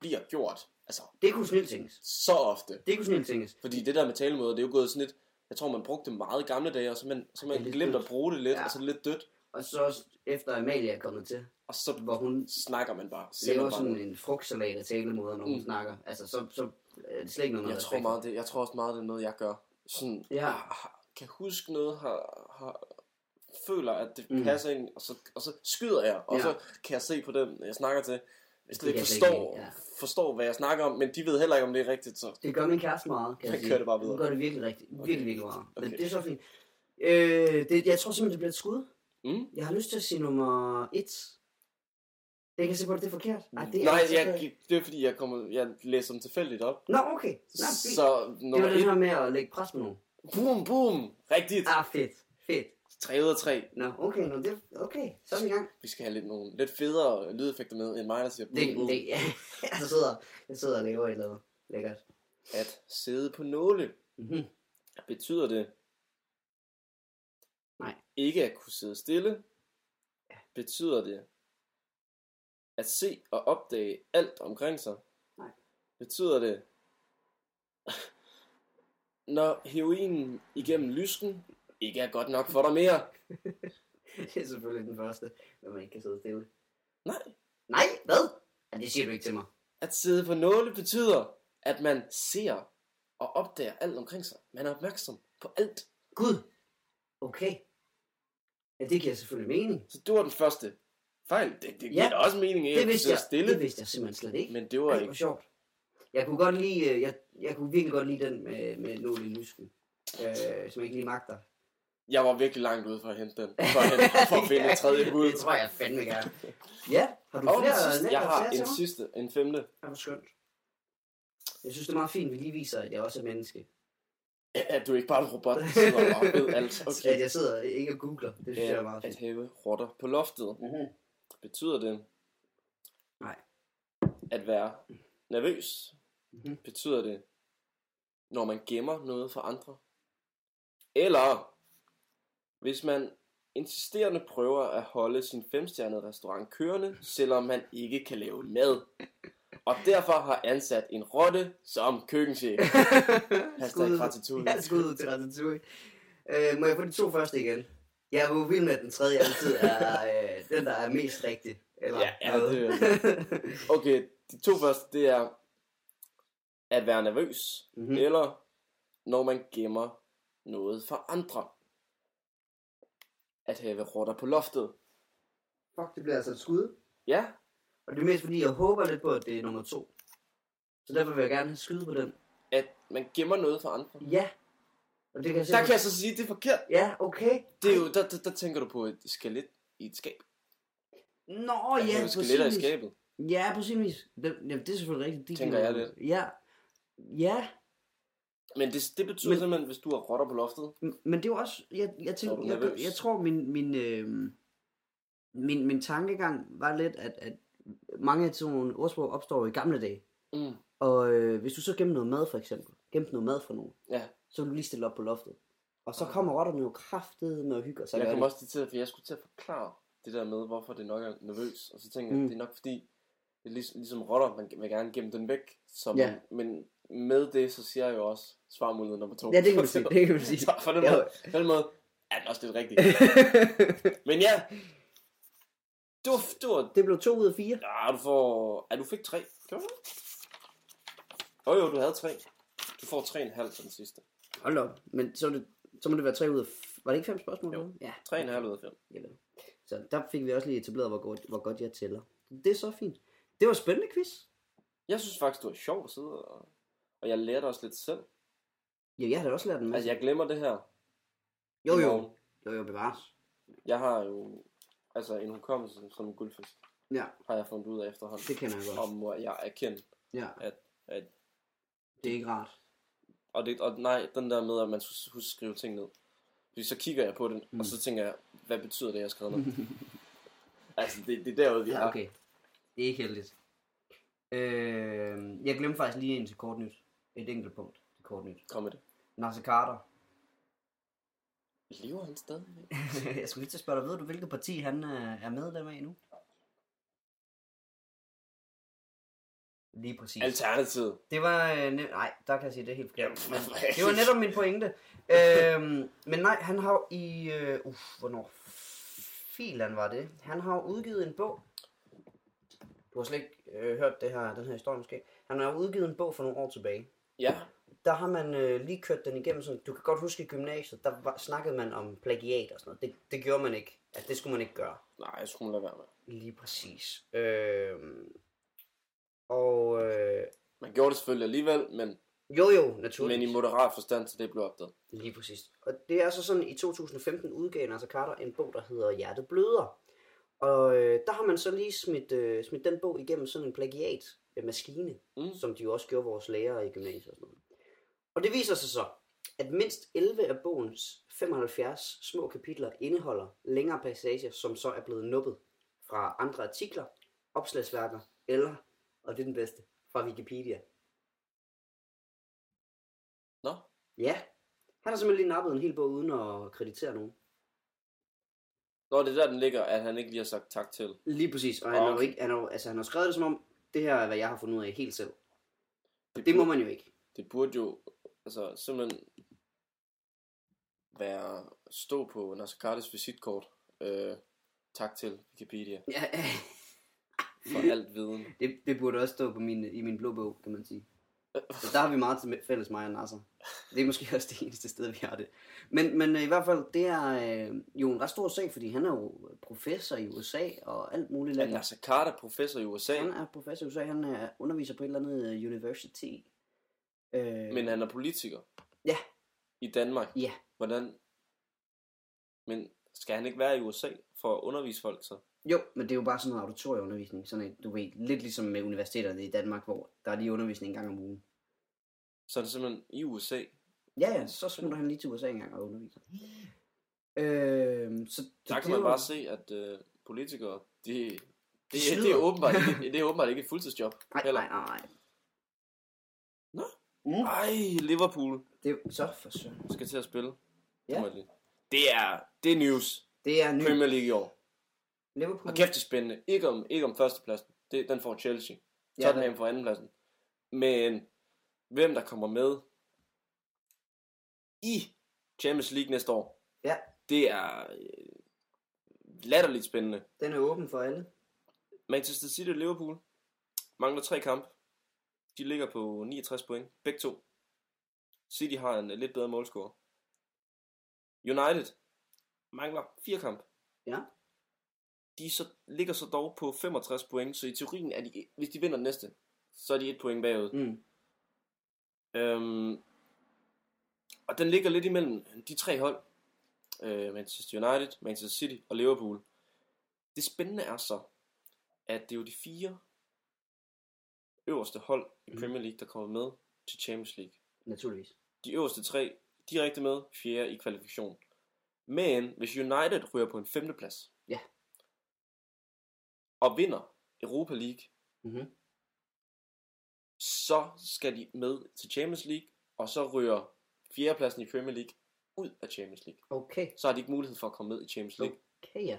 Speaker 2: bliver gjort. Altså,
Speaker 1: Det kunne snilt tænkes.
Speaker 2: så ofte.
Speaker 1: Det kunne snilt tænkes.
Speaker 2: Fordi det der med talemåder, det er jo gået sådan lidt... Jeg tror, man brugte det meget i gamle dage, og så man, så man
Speaker 1: Det er lidt
Speaker 2: glemt at
Speaker 1: dødt.
Speaker 2: bruge det lidt, ja.
Speaker 1: Ja.
Speaker 2: og så er det lidt dødt.
Speaker 1: Og så også efter Amalie er kommet til,
Speaker 2: Og så
Speaker 1: hvor hun
Speaker 2: snakker man bare. Siger
Speaker 1: laver
Speaker 2: man bare
Speaker 1: sådan
Speaker 2: noget.
Speaker 1: en frugtsalat af talemåder, når hun
Speaker 2: Mm.
Speaker 1: mm. snakker. Altså, så, så er det slet ikke noget
Speaker 2: jeg, tror meget, det, jeg tror også meget, det er noget, jeg gør. Sådan,
Speaker 1: Ja.
Speaker 2: har- kan huske noget, har, har, føler, at det mm.
Speaker 1: Mm.
Speaker 2: passer ind, og så, og så skyder jeg, og ja.
Speaker 1: Ja.
Speaker 2: så kan jeg se på dem, jeg snakker til, hvis de
Speaker 1: Det
Speaker 2: ikke
Speaker 1: kan jeg slet ikke
Speaker 2: forstår,
Speaker 1: lide, ja.
Speaker 2: forstår, hvad jeg snakker om, men de ved heller ikke, om det er rigtigt, så
Speaker 1: Det gør min kæreste meget, kan
Speaker 2: Jeg
Speaker 1: jeg sige.
Speaker 2: kører det bare videre.
Speaker 1: Hun gør det virkelig rigtigt.
Speaker 2: Okay.
Speaker 1: Virkelig, virkelig meget. Men
Speaker 2: Okay.
Speaker 1: det er så fint. Øh, det, jeg tror simpelthen, det bliver et skud.
Speaker 2: Mm.
Speaker 1: Jeg har lyst til at sige nummer et. Jeg kan se på, at det er forkert. Nej, det er
Speaker 2: Nej,
Speaker 1: altså forkert.
Speaker 2: jeg, det er fordi, jeg, kommer, jeg læser dem tilfældigt op.
Speaker 1: Nå, okay. Nå, fint.
Speaker 2: så
Speaker 1: det
Speaker 2: nummer
Speaker 1: var det
Speaker 2: et,
Speaker 1: her med at lægge pres på nogen.
Speaker 2: boom, boom, rigtigt,
Speaker 1: Ah, fedt. Fedt.
Speaker 2: 3 ud af 3.
Speaker 1: Nå, okay. Nå, det, okay. Så er vi i gang.
Speaker 2: Vi skal have lidt, nogle lidt federe lydeffekter med, end mig, der siger
Speaker 1: Det,
Speaker 2: boom, boom.
Speaker 1: det, ja. jeg, sidder, jeg sidder og laver et eller andet. Lækkert.
Speaker 2: At sidde på nåle.
Speaker 1: Mhm.
Speaker 2: Betyder det?
Speaker 1: Nej.
Speaker 2: Ikke at kunne sidde stille? Ja. Betyder det? At se og opdage alt omkring sig?
Speaker 1: Nej.
Speaker 2: Betyder det? Når heroinen igennem lysken ikke er godt nok for dig mere?
Speaker 1: Det er selvfølgelig den første, når man ikke kan sidde stille.
Speaker 2: Nej.
Speaker 1: Nej, hvad? Ja, det siger du ikke til mig.
Speaker 2: At sidde på nåle betyder, at man ser og opdager alt omkring sig. Man er opmærksom på alt.
Speaker 1: Gud. Okay. Ja, det giver selvfølgelig mening.
Speaker 2: Så det var den første fejl. Det, det giver
Speaker 1: Ja,
Speaker 2: da også mening, at
Speaker 1: Det
Speaker 2: jeg kunne
Speaker 1: vidste
Speaker 2: sidde
Speaker 1: jeg,
Speaker 2: stille.
Speaker 1: det vidste jeg simpelthen slet ikke.
Speaker 2: Men det var
Speaker 1: Ej, hvor
Speaker 2: ikke.
Speaker 1: sjovt. Jeg kunne godt lide, øh, jeg, jeg kunne virkelig godt lide den med, med nål i lysken. Øh, som jeg ikke lige magter.
Speaker 2: Jeg var virkelig langt ude for at hente den. For at, hente, for at finde et tredje bud.
Speaker 1: Det tror jeg fandme gerne. Ja, har du
Speaker 2: Og den
Speaker 1: flere?
Speaker 2: sidste, jeg har en sidste, en femte.
Speaker 1: Det var skønt. Jeg synes, det er meget fint, at vi lige viser, at jeg også er menneske.
Speaker 2: At du ikke bare er en robot, der sidder og ved alt.
Speaker 1: Okay. At
Speaker 2: Okay.
Speaker 1: jeg sidder ikke og googler. Det synes jeg er meget
Speaker 2: At
Speaker 1: fint.
Speaker 2: have rotter på loftet.
Speaker 1: Mhm.
Speaker 2: Betyder det?
Speaker 1: Nej.
Speaker 2: At være nervøs?
Speaker 1: Mhm.
Speaker 2: Betyder det, når man gemmer noget for andre? Eller hvis man insisterende prøver at holde sin femstjernede restaurant kørende, selvom man ikke kan lave mad. Og derfor har ansat en rotte som køkkenchef. Hashtag
Speaker 1: Skud.
Speaker 2: gratitude.
Speaker 1: Ja, skud ud til Ratatouille. Øh, må jeg få de to første igen? Jeg er jo vild med, at den tredje altid er øh, den, der er mest rigtig. Eller
Speaker 2: Ja, ja,
Speaker 1: noget.
Speaker 2: det er Okay, de to første, det er at være nervøs,
Speaker 1: Mhm.
Speaker 2: eller når man gemmer noget for andre. at have rotter på loftet.
Speaker 1: Fuck, det bliver altså et skud.
Speaker 2: Ja,
Speaker 1: Og det er mest fordi, jeg håber lidt på, at det er nummer to. Så derfor vil jeg gerne skyde på den.
Speaker 2: at man gemmer noget for andre.
Speaker 1: Ja. Og det kan jeg
Speaker 2: Der kan
Speaker 1: simpelthen-
Speaker 2: jeg så sige, at det er forkert.
Speaker 1: Ja, okay.
Speaker 2: Det er jo, der, der, der tænker du på et skelet i et skab.
Speaker 1: Nå,
Speaker 2: Altså,
Speaker 1: ja,
Speaker 2: nogle skeletter i
Speaker 1: præcis.
Speaker 2: skabet.
Speaker 1: Ja, præcis. Det, jamen, det er selvfølgelig rigtigt. De
Speaker 2: Tænker
Speaker 1: kan-
Speaker 2: jeg lidt.
Speaker 1: Ja. Ja,
Speaker 2: Men det, det betyder
Speaker 1: Men-
Speaker 2: Men... simpelthen, hvis du har rotter på loftet,
Speaker 1: M- Men det er jo også, jeg, jeg,
Speaker 2: Så er
Speaker 1: tænker,
Speaker 2: du
Speaker 1: jeg, jeg,
Speaker 2: nervøs.
Speaker 1: tror min, min, øh, min, min tankegang var lidt, at, at mange af sådan nogle ordsprog opstår jo i gamle dage.
Speaker 2: mm.
Speaker 1: Og øh, hvis du så gemmer noget mad for eksempel, gemmer noget mad for nogen,
Speaker 2: Ja.
Speaker 1: så vil du lige stille op på loftet. Og så
Speaker 2: Ah.
Speaker 1: kommer rotterne jo kraftet med at hygge og så
Speaker 2: jeg
Speaker 1: gør
Speaker 2: kom
Speaker 1: det.
Speaker 2: også lige til, at- for jeg skulle til at forklare det der med, hvorfor det nok er nervøs. Og så tænker jeg,
Speaker 1: Mm.
Speaker 2: mm. det er nok fordi, det er ligesom, ligesom rotter, man vil gerne gemme den væk. Så
Speaker 1: Ja.
Speaker 2: man, men med det, så siger jeg jo også svarmulighed nummer to.
Speaker 1: Ja, det kan man sige. Det kan man sige.
Speaker 2: Så på den
Speaker 1: Ja.
Speaker 2: måde, på den måde er den også lidt rigtig. Men ja, det var, det var
Speaker 1: det blev to ud af fire.
Speaker 2: Ja, ah, du får... Ja, du fik tre. Gjorde du det? Jo, jo, du havde tre. Du får tre og en halv på den sidste.
Speaker 1: Hold op. Men så, er det, så må det være tre ud af... f- Var det ikke fem spørgsmål?
Speaker 2: Jo.
Speaker 1: eller hvad? Ja.
Speaker 2: Tre og en halv ud af fem.
Speaker 1: Jeg ved. Så der fik vi også lige etableret, hvor godt, hvor godt jeg tæller. Det er så fint. Det var spændende quiz.
Speaker 2: Jeg synes faktisk, du er sjov at sidde og... Og jeg lærte også lidt selv.
Speaker 1: Ja, jeg har da også lært en masse.
Speaker 2: Altså, jeg glemmer det her.
Speaker 1: Jo,
Speaker 2: i
Speaker 1: jo.
Speaker 2: morgen.
Speaker 1: Jo, jo, bevares.
Speaker 2: Jeg har jo... Altså, en hukommelse som- som en guldfisk,
Speaker 1: Ja,
Speaker 2: har jeg fundet ud af efterhånden.
Speaker 1: det kender jeg godt.
Speaker 2: Om hvor jeg er kendt.
Speaker 1: Ja.
Speaker 2: At- at-
Speaker 1: Det er ikke rart.
Speaker 2: Og, det, og nej, den der med, at man skulle huske at skrive ting ned. Fordi så kigger jeg på den,
Speaker 1: Mm.
Speaker 2: og så tænker jeg, hvad betyder det, jeg har skrevet ned? altså, det, det er derude, vi
Speaker 1: Ja,
Speaker 2: er.
Speaker 1: okay. Det er ikke heldigt. Øh, jeg glemte faktisk lige en til kort nyt. Et enkelt punkt til kort nyt.
Speaker 2: Kom med det.
Speaker 1: Nasser Carter.
Speaker 2: Lever han stadig?
Speaker 1: jeg skulle lige til at spørge dig, ved du, hvilket parti han øh, er medlem af nu? Lige præcis.
Speaker 2: Altså- Alternativet.
Speaker 1: Det var... Øh, ne- nej, der kan jeg sige, det er helt forkert.
Speaker 2: Jamen,
Speaker 1: Men
Speaker 2: hvad-
Speaker 1: det var netop min pointe. øhm, men nej, han har jo i... Øh, uff, hvornår filan var det? Han har jo udgivet en bog. Du har slet ikke øh, hørt det her, den her historie måske. Han har jo udgivet en bog for nogle år tilbage.
Speaker 2: Ja,
Speaker 1: Der har man øh, lige kørt den igennem sådan, du kan godt huske i gymnasiet, der var, snakkede man om plagiat og sådan noget. Det, det gjorde man ikke. Altså, det skulle man ikke gøre.
Speaker 2: nej, jeg skulle lade være med.
Speaker 1: Lige præcis. Øh, og øh,
Speaker 2: Man gjorde det selvfølgelig alligevel, men,
Speaker 1: jo jo, naturligvis.
Speaker 2: men i moderat forstand, så det blev opdaget.
Speaker 1: Lige præcis. Og det er så sådan, i 2015 udgav Nasser Carter en bog, der hedder Hjertet bløder. Og øh, der har man så lige smidt, øh, smidt den bog igennem sådan en plagiat-maskine,
Speaker 2: Mm.
Speaker 1: som de jo også gjorde vores lærere i gymnasiet og sådan noget. Og det viser sig så, at mindst 11 af bogens 75 små kapitler indeholder længere passager, som så er blevet nuppet fra andre artikler, opslagsværker eller, og det er den bedste, fra Wikipedia.
Speaker 2: Nå,
Speaker 1: Ja, han har simpelthen lige nappet en hel bog uden at kreditere nogen.
Speaker 2: Nå det er der, den ligger, at han ikke lige har sagt tak til.
Speaker 1: Lige præcis, og han har jo
Speaker 2: Okay.
Speaker 1: ikke, han har, jo- altså han har skrevet det som om, det her er, hvad jeg har fundet ud af helt selv. Det må
Speaker 2: burde,
Speaker 1: man jo ikke.
Speaker 2: det burde jo altså, simpelthen være stå på Nasser Cartes visitkort. Øh, tak til Wikipedia
Speaker 1: Ja,
Speaker 2: for alt viden.
Speaker 1: det, det burde også stå på min, i min blå bog, kan man sige. Så der har vi meget til fælles, mig og Nasser. Det er måske også det eneste sted, vi har det. Men, men øh, i hvert fald, det er øh, jo en ret stor sag, fordi han er jo professor i USA og alt muligt.
Speaker 2: At
Speaker 1: land.
Speaker 2: Nasser Carter er professor i USA,
Speaker 1: Han er professor i USA, han er underviser på et eller andet øh, university. Øh,
Speaker 2: men han er politiker.
Speaker 1: Ja.
Speaker 2: I Danmark.
Speaker 1: Ja.
Speaker 2: Hvordan? Men skal han ikke være i USA for at undervise folk så?
Speaker 1: Jo, men det er jo bare sådan noget auditorieundervisning. Sådan et, du ved, lidt ligesom med universiteterne i Danmark, hvor der er lige undervisning en gang om ugen.
Speaker 2: Så er det simpelthen i USA.
Speaker 1: Ja, ja, så smutter han lige til USA en gang og underviser. Øh, så
Speaker 2: Der kan man bare se, at øh, politikere, de, det, det,
Speaker 1: snyder.
Speaker 2: det, er åbenbart ikke, det er åbenbart ikke et fuldtidsjob.
Speaker 1: Nej,
Speaker 2: heller.
Speaker 1: nej, nej, nej.
Speaker 2: Ej, Liverpool
Speaker 1: Det er jo- så for søren.
Speaker 2: skal til at spille.
Speaker 1: Ja.
Speaker 2: Ja. Det er, det er news.
Speaker 1: Det er ny
Speaker 2: Premier League i år.
Speaker 1: Liverpool.
Speaker 2: Og kæft, det er spændende. Ikke om, ikke om førstepladsen. Det, den får Chelsea.
Speaker 1: Ja,
Speaker 2: Tottenham får andenpladsen. Men hvem der kommer med i Champions League næste år,
Speaker 1: Ja,
Speaker 2: det er øh, latterligt spændende.
Speaker 1: den er åben for alle.
Speaker 2: Manchester City og Liverpool mangler tre kampe. De ligger på 69 point, begge to. City har en øh, lidt bedre målscore. United mangler fire kamp.
Speaker 1: Ja.
Speaker 2: De så, ligger så dog på 65 point, så i teorien er de, hvis de vinder den næste, så er de et point bagud.
Speaker 1: Mm.
Speaker 2: Øhm, og den ligger lidt imellem de tre hold. Øh, Manchester United, Manchester City og Liverpool. Det spændende er så, at det er jo de fire øverste hold i
Speaker 1: Mhm.
Speaker 2: Premier League, der kommer med til Champions League.
Speaker 1: Naturligvis.
Speaker 2: De øverste tre direkte med, fjerde i kvalifikation. Men hvis United ryger på en femteplads,
Speaker 1: Ja.
Speaker 2: og vinder Europa League,
Speaker 1: Mhm.
Speaker 2: så skal de med til Champions League, og så ryger fjerdepladsen i Premier League ud af Champions League.
Speaker 1: Okay.
Speaker 2: Så har de ikke mulighed for at komme med i Champions League.
Speaker 1: Okay, ja.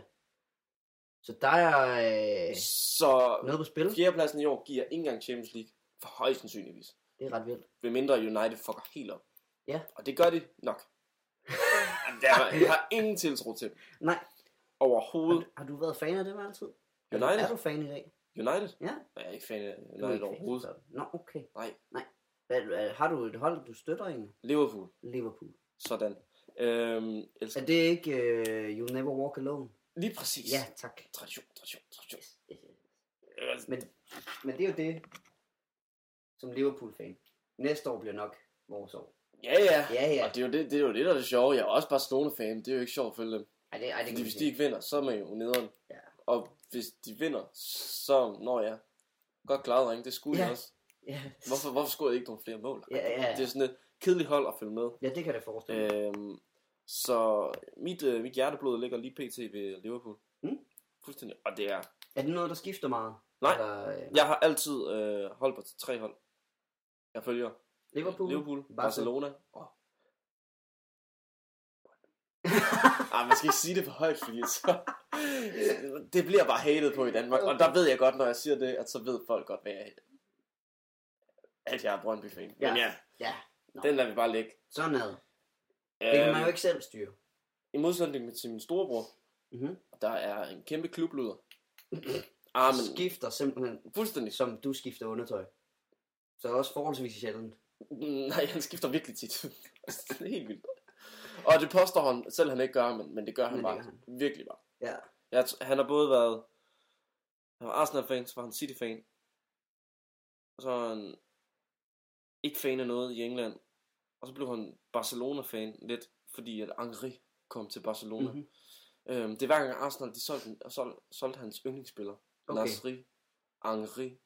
Speaker 1: Så der er øh,
Speaker 2: Så
Speaker 1: noget på spil.
Speaker 2: fjerdepladsen i år giver ikke engang Champions League, for højst sandsynligvis.
Speaker 1: Det er ret vildt.
Speaker 2: Ved mindre United fucker helt op.
Speaker 1: Ja.
Speaker 2: Og det gør de nok. Jeg har- jeg har ingen tiltro til dem.
Speaker 1: Nej, har,
Speaker 2: Overhovedet.
Speaker 1: du- har du været fan af dem altid? Er du-
Speaker 2: United?
Speaker 1: Er du fan i dag?
Speaker 2: United?
Speaker 1: Ja.
Speaker 2: Nej, jeg er ikke fan af
Speaker 1: Du er
Speaker 2: United
Speaker 1: ikke fan,
Speaker 2: overhovedet.
Speaker 1: så- Nå, okay.
Speaker 2: Nej.
Speaker 1: Nej. Hvad, hvad- har du et hold, du støtter egentlig?
Speaker 2: Liverpool.
Speaker 1: Liverpool.
Speaker 2: Sådan. Øhm, elsker.
Speaker 1: Er det ikke uh, You'll Never Walk Alone?
Speaker 2: Lige præcis.
Speaker 1: Ja, tak.
Speaker 2: Tradition, tradition, tradition.
Speaker 1: Yes, yes, yes.
Speaker 2: Øh,
Speaker 1: Men, men det er jo det, som Liverpool-fan. Næste år bliver nok vores år.
Speaker 2: Ja, ja.
Speaker 1: Ja, ja.
Speaker 2: Og det er, jo det, det er jo det, der er det sjove. Jeg er også Barcelona-fan. Det er jo ikke sjovt at følge dem.
Speaker 1: Ej, det, ej, det
Speaker 2: Fordi
Speaker 1: kan
Speaker 2: hvis
Speaker 1: vi
Speaker 2: de
Speaker 1: ikke.
Speaker 2: ikke vinder, så er man jo nederen.
Speaker 1: Ja.
Speaker 2: Og hvis de vinder, så når jeg. Godt klaret, drenge. Det skulle jeg
Speaker 1: Ja.
Speaker 2: også.
Speaker 1: Ja.
Speaker 2: Hvorfor, hvorfor skulle jeg ikke nogle flere mål?
Speaker 1: Ja, ja,
Speaker 2: Det er sådan et kedeligt hold at følge med.
Speaker 1: ja, det kan jeg da forestille mig.
Speaker 2: Øhm, så mit, øh, mit hjerteblod ligger lige pt. ved Liverpool.
Speaker 1: Mm.
Speaker 2: Fuldstændig. Og det er...
Speaker 1: Er det noget, der skifter meget?
Speaker 2: Nej.
Speaker 1: Eller, øh,
Speaker 2: Jeg har altid øh, holdt på tre hold. Jeg følger
Speaker 1: Liverpool?
Speaker 2: Liverpool,
Speaker 1: Barcelona.
Speaker 2: Barcelona og... Ej, Ah, man skal ikke sige det for højt, fordi så... Det bliver bare hatet på i Danmark, og der ved jeg godt, når jeg siger det, at så ved folk godt, hvad jeg at jeg er Brøndby-fan. Men ja,
Speaker 1: Ja,
Speaker 2: den lader vi bare ligge.
Speaker 1: sådan er det. Det kan man jo
Speaker 2: Øhm,
Speaker 1: ikke selv styre.
Speaker 2: I modsætning til min storebror,
Speaker 1: Mhm.
Speaker 2: der er en kæmpe klubluder. Ah, men
Speaker 1: Skifter simpelthen
Speaker 2: fuldstændig.
Speaker 1: som du skifter undertøj. Så også forholdsvis sjældent.
Speaker 2: Nej, han skifter virkelig tit. det er helt vildt. Og det påstår han, selv han ikke gør, men, men det gør han
Speaker 1: Men det
Speaker 2: bare.
Speaker 1: gør
Speaker 2: Virkelig bare.
Speaker 1: Ja.
Speaker 2: Jeg, t- han har både været... Han var Arsenal-fan, så var han City-fan. Og så var han ikke fan af noget i England. Og så blev han Barcelona-fan lidt, fordi at Angri kom til Barcelona.
Speaker 1: Mhm.
Speaker 2: Mm-hmm. Øhm, det er hver gang Arsenal, de solgte, den- og sol, solgte hans yndlingsspiller.
Speaker 1: Okay.
Speaker 2: Okay. Nasri, Angri.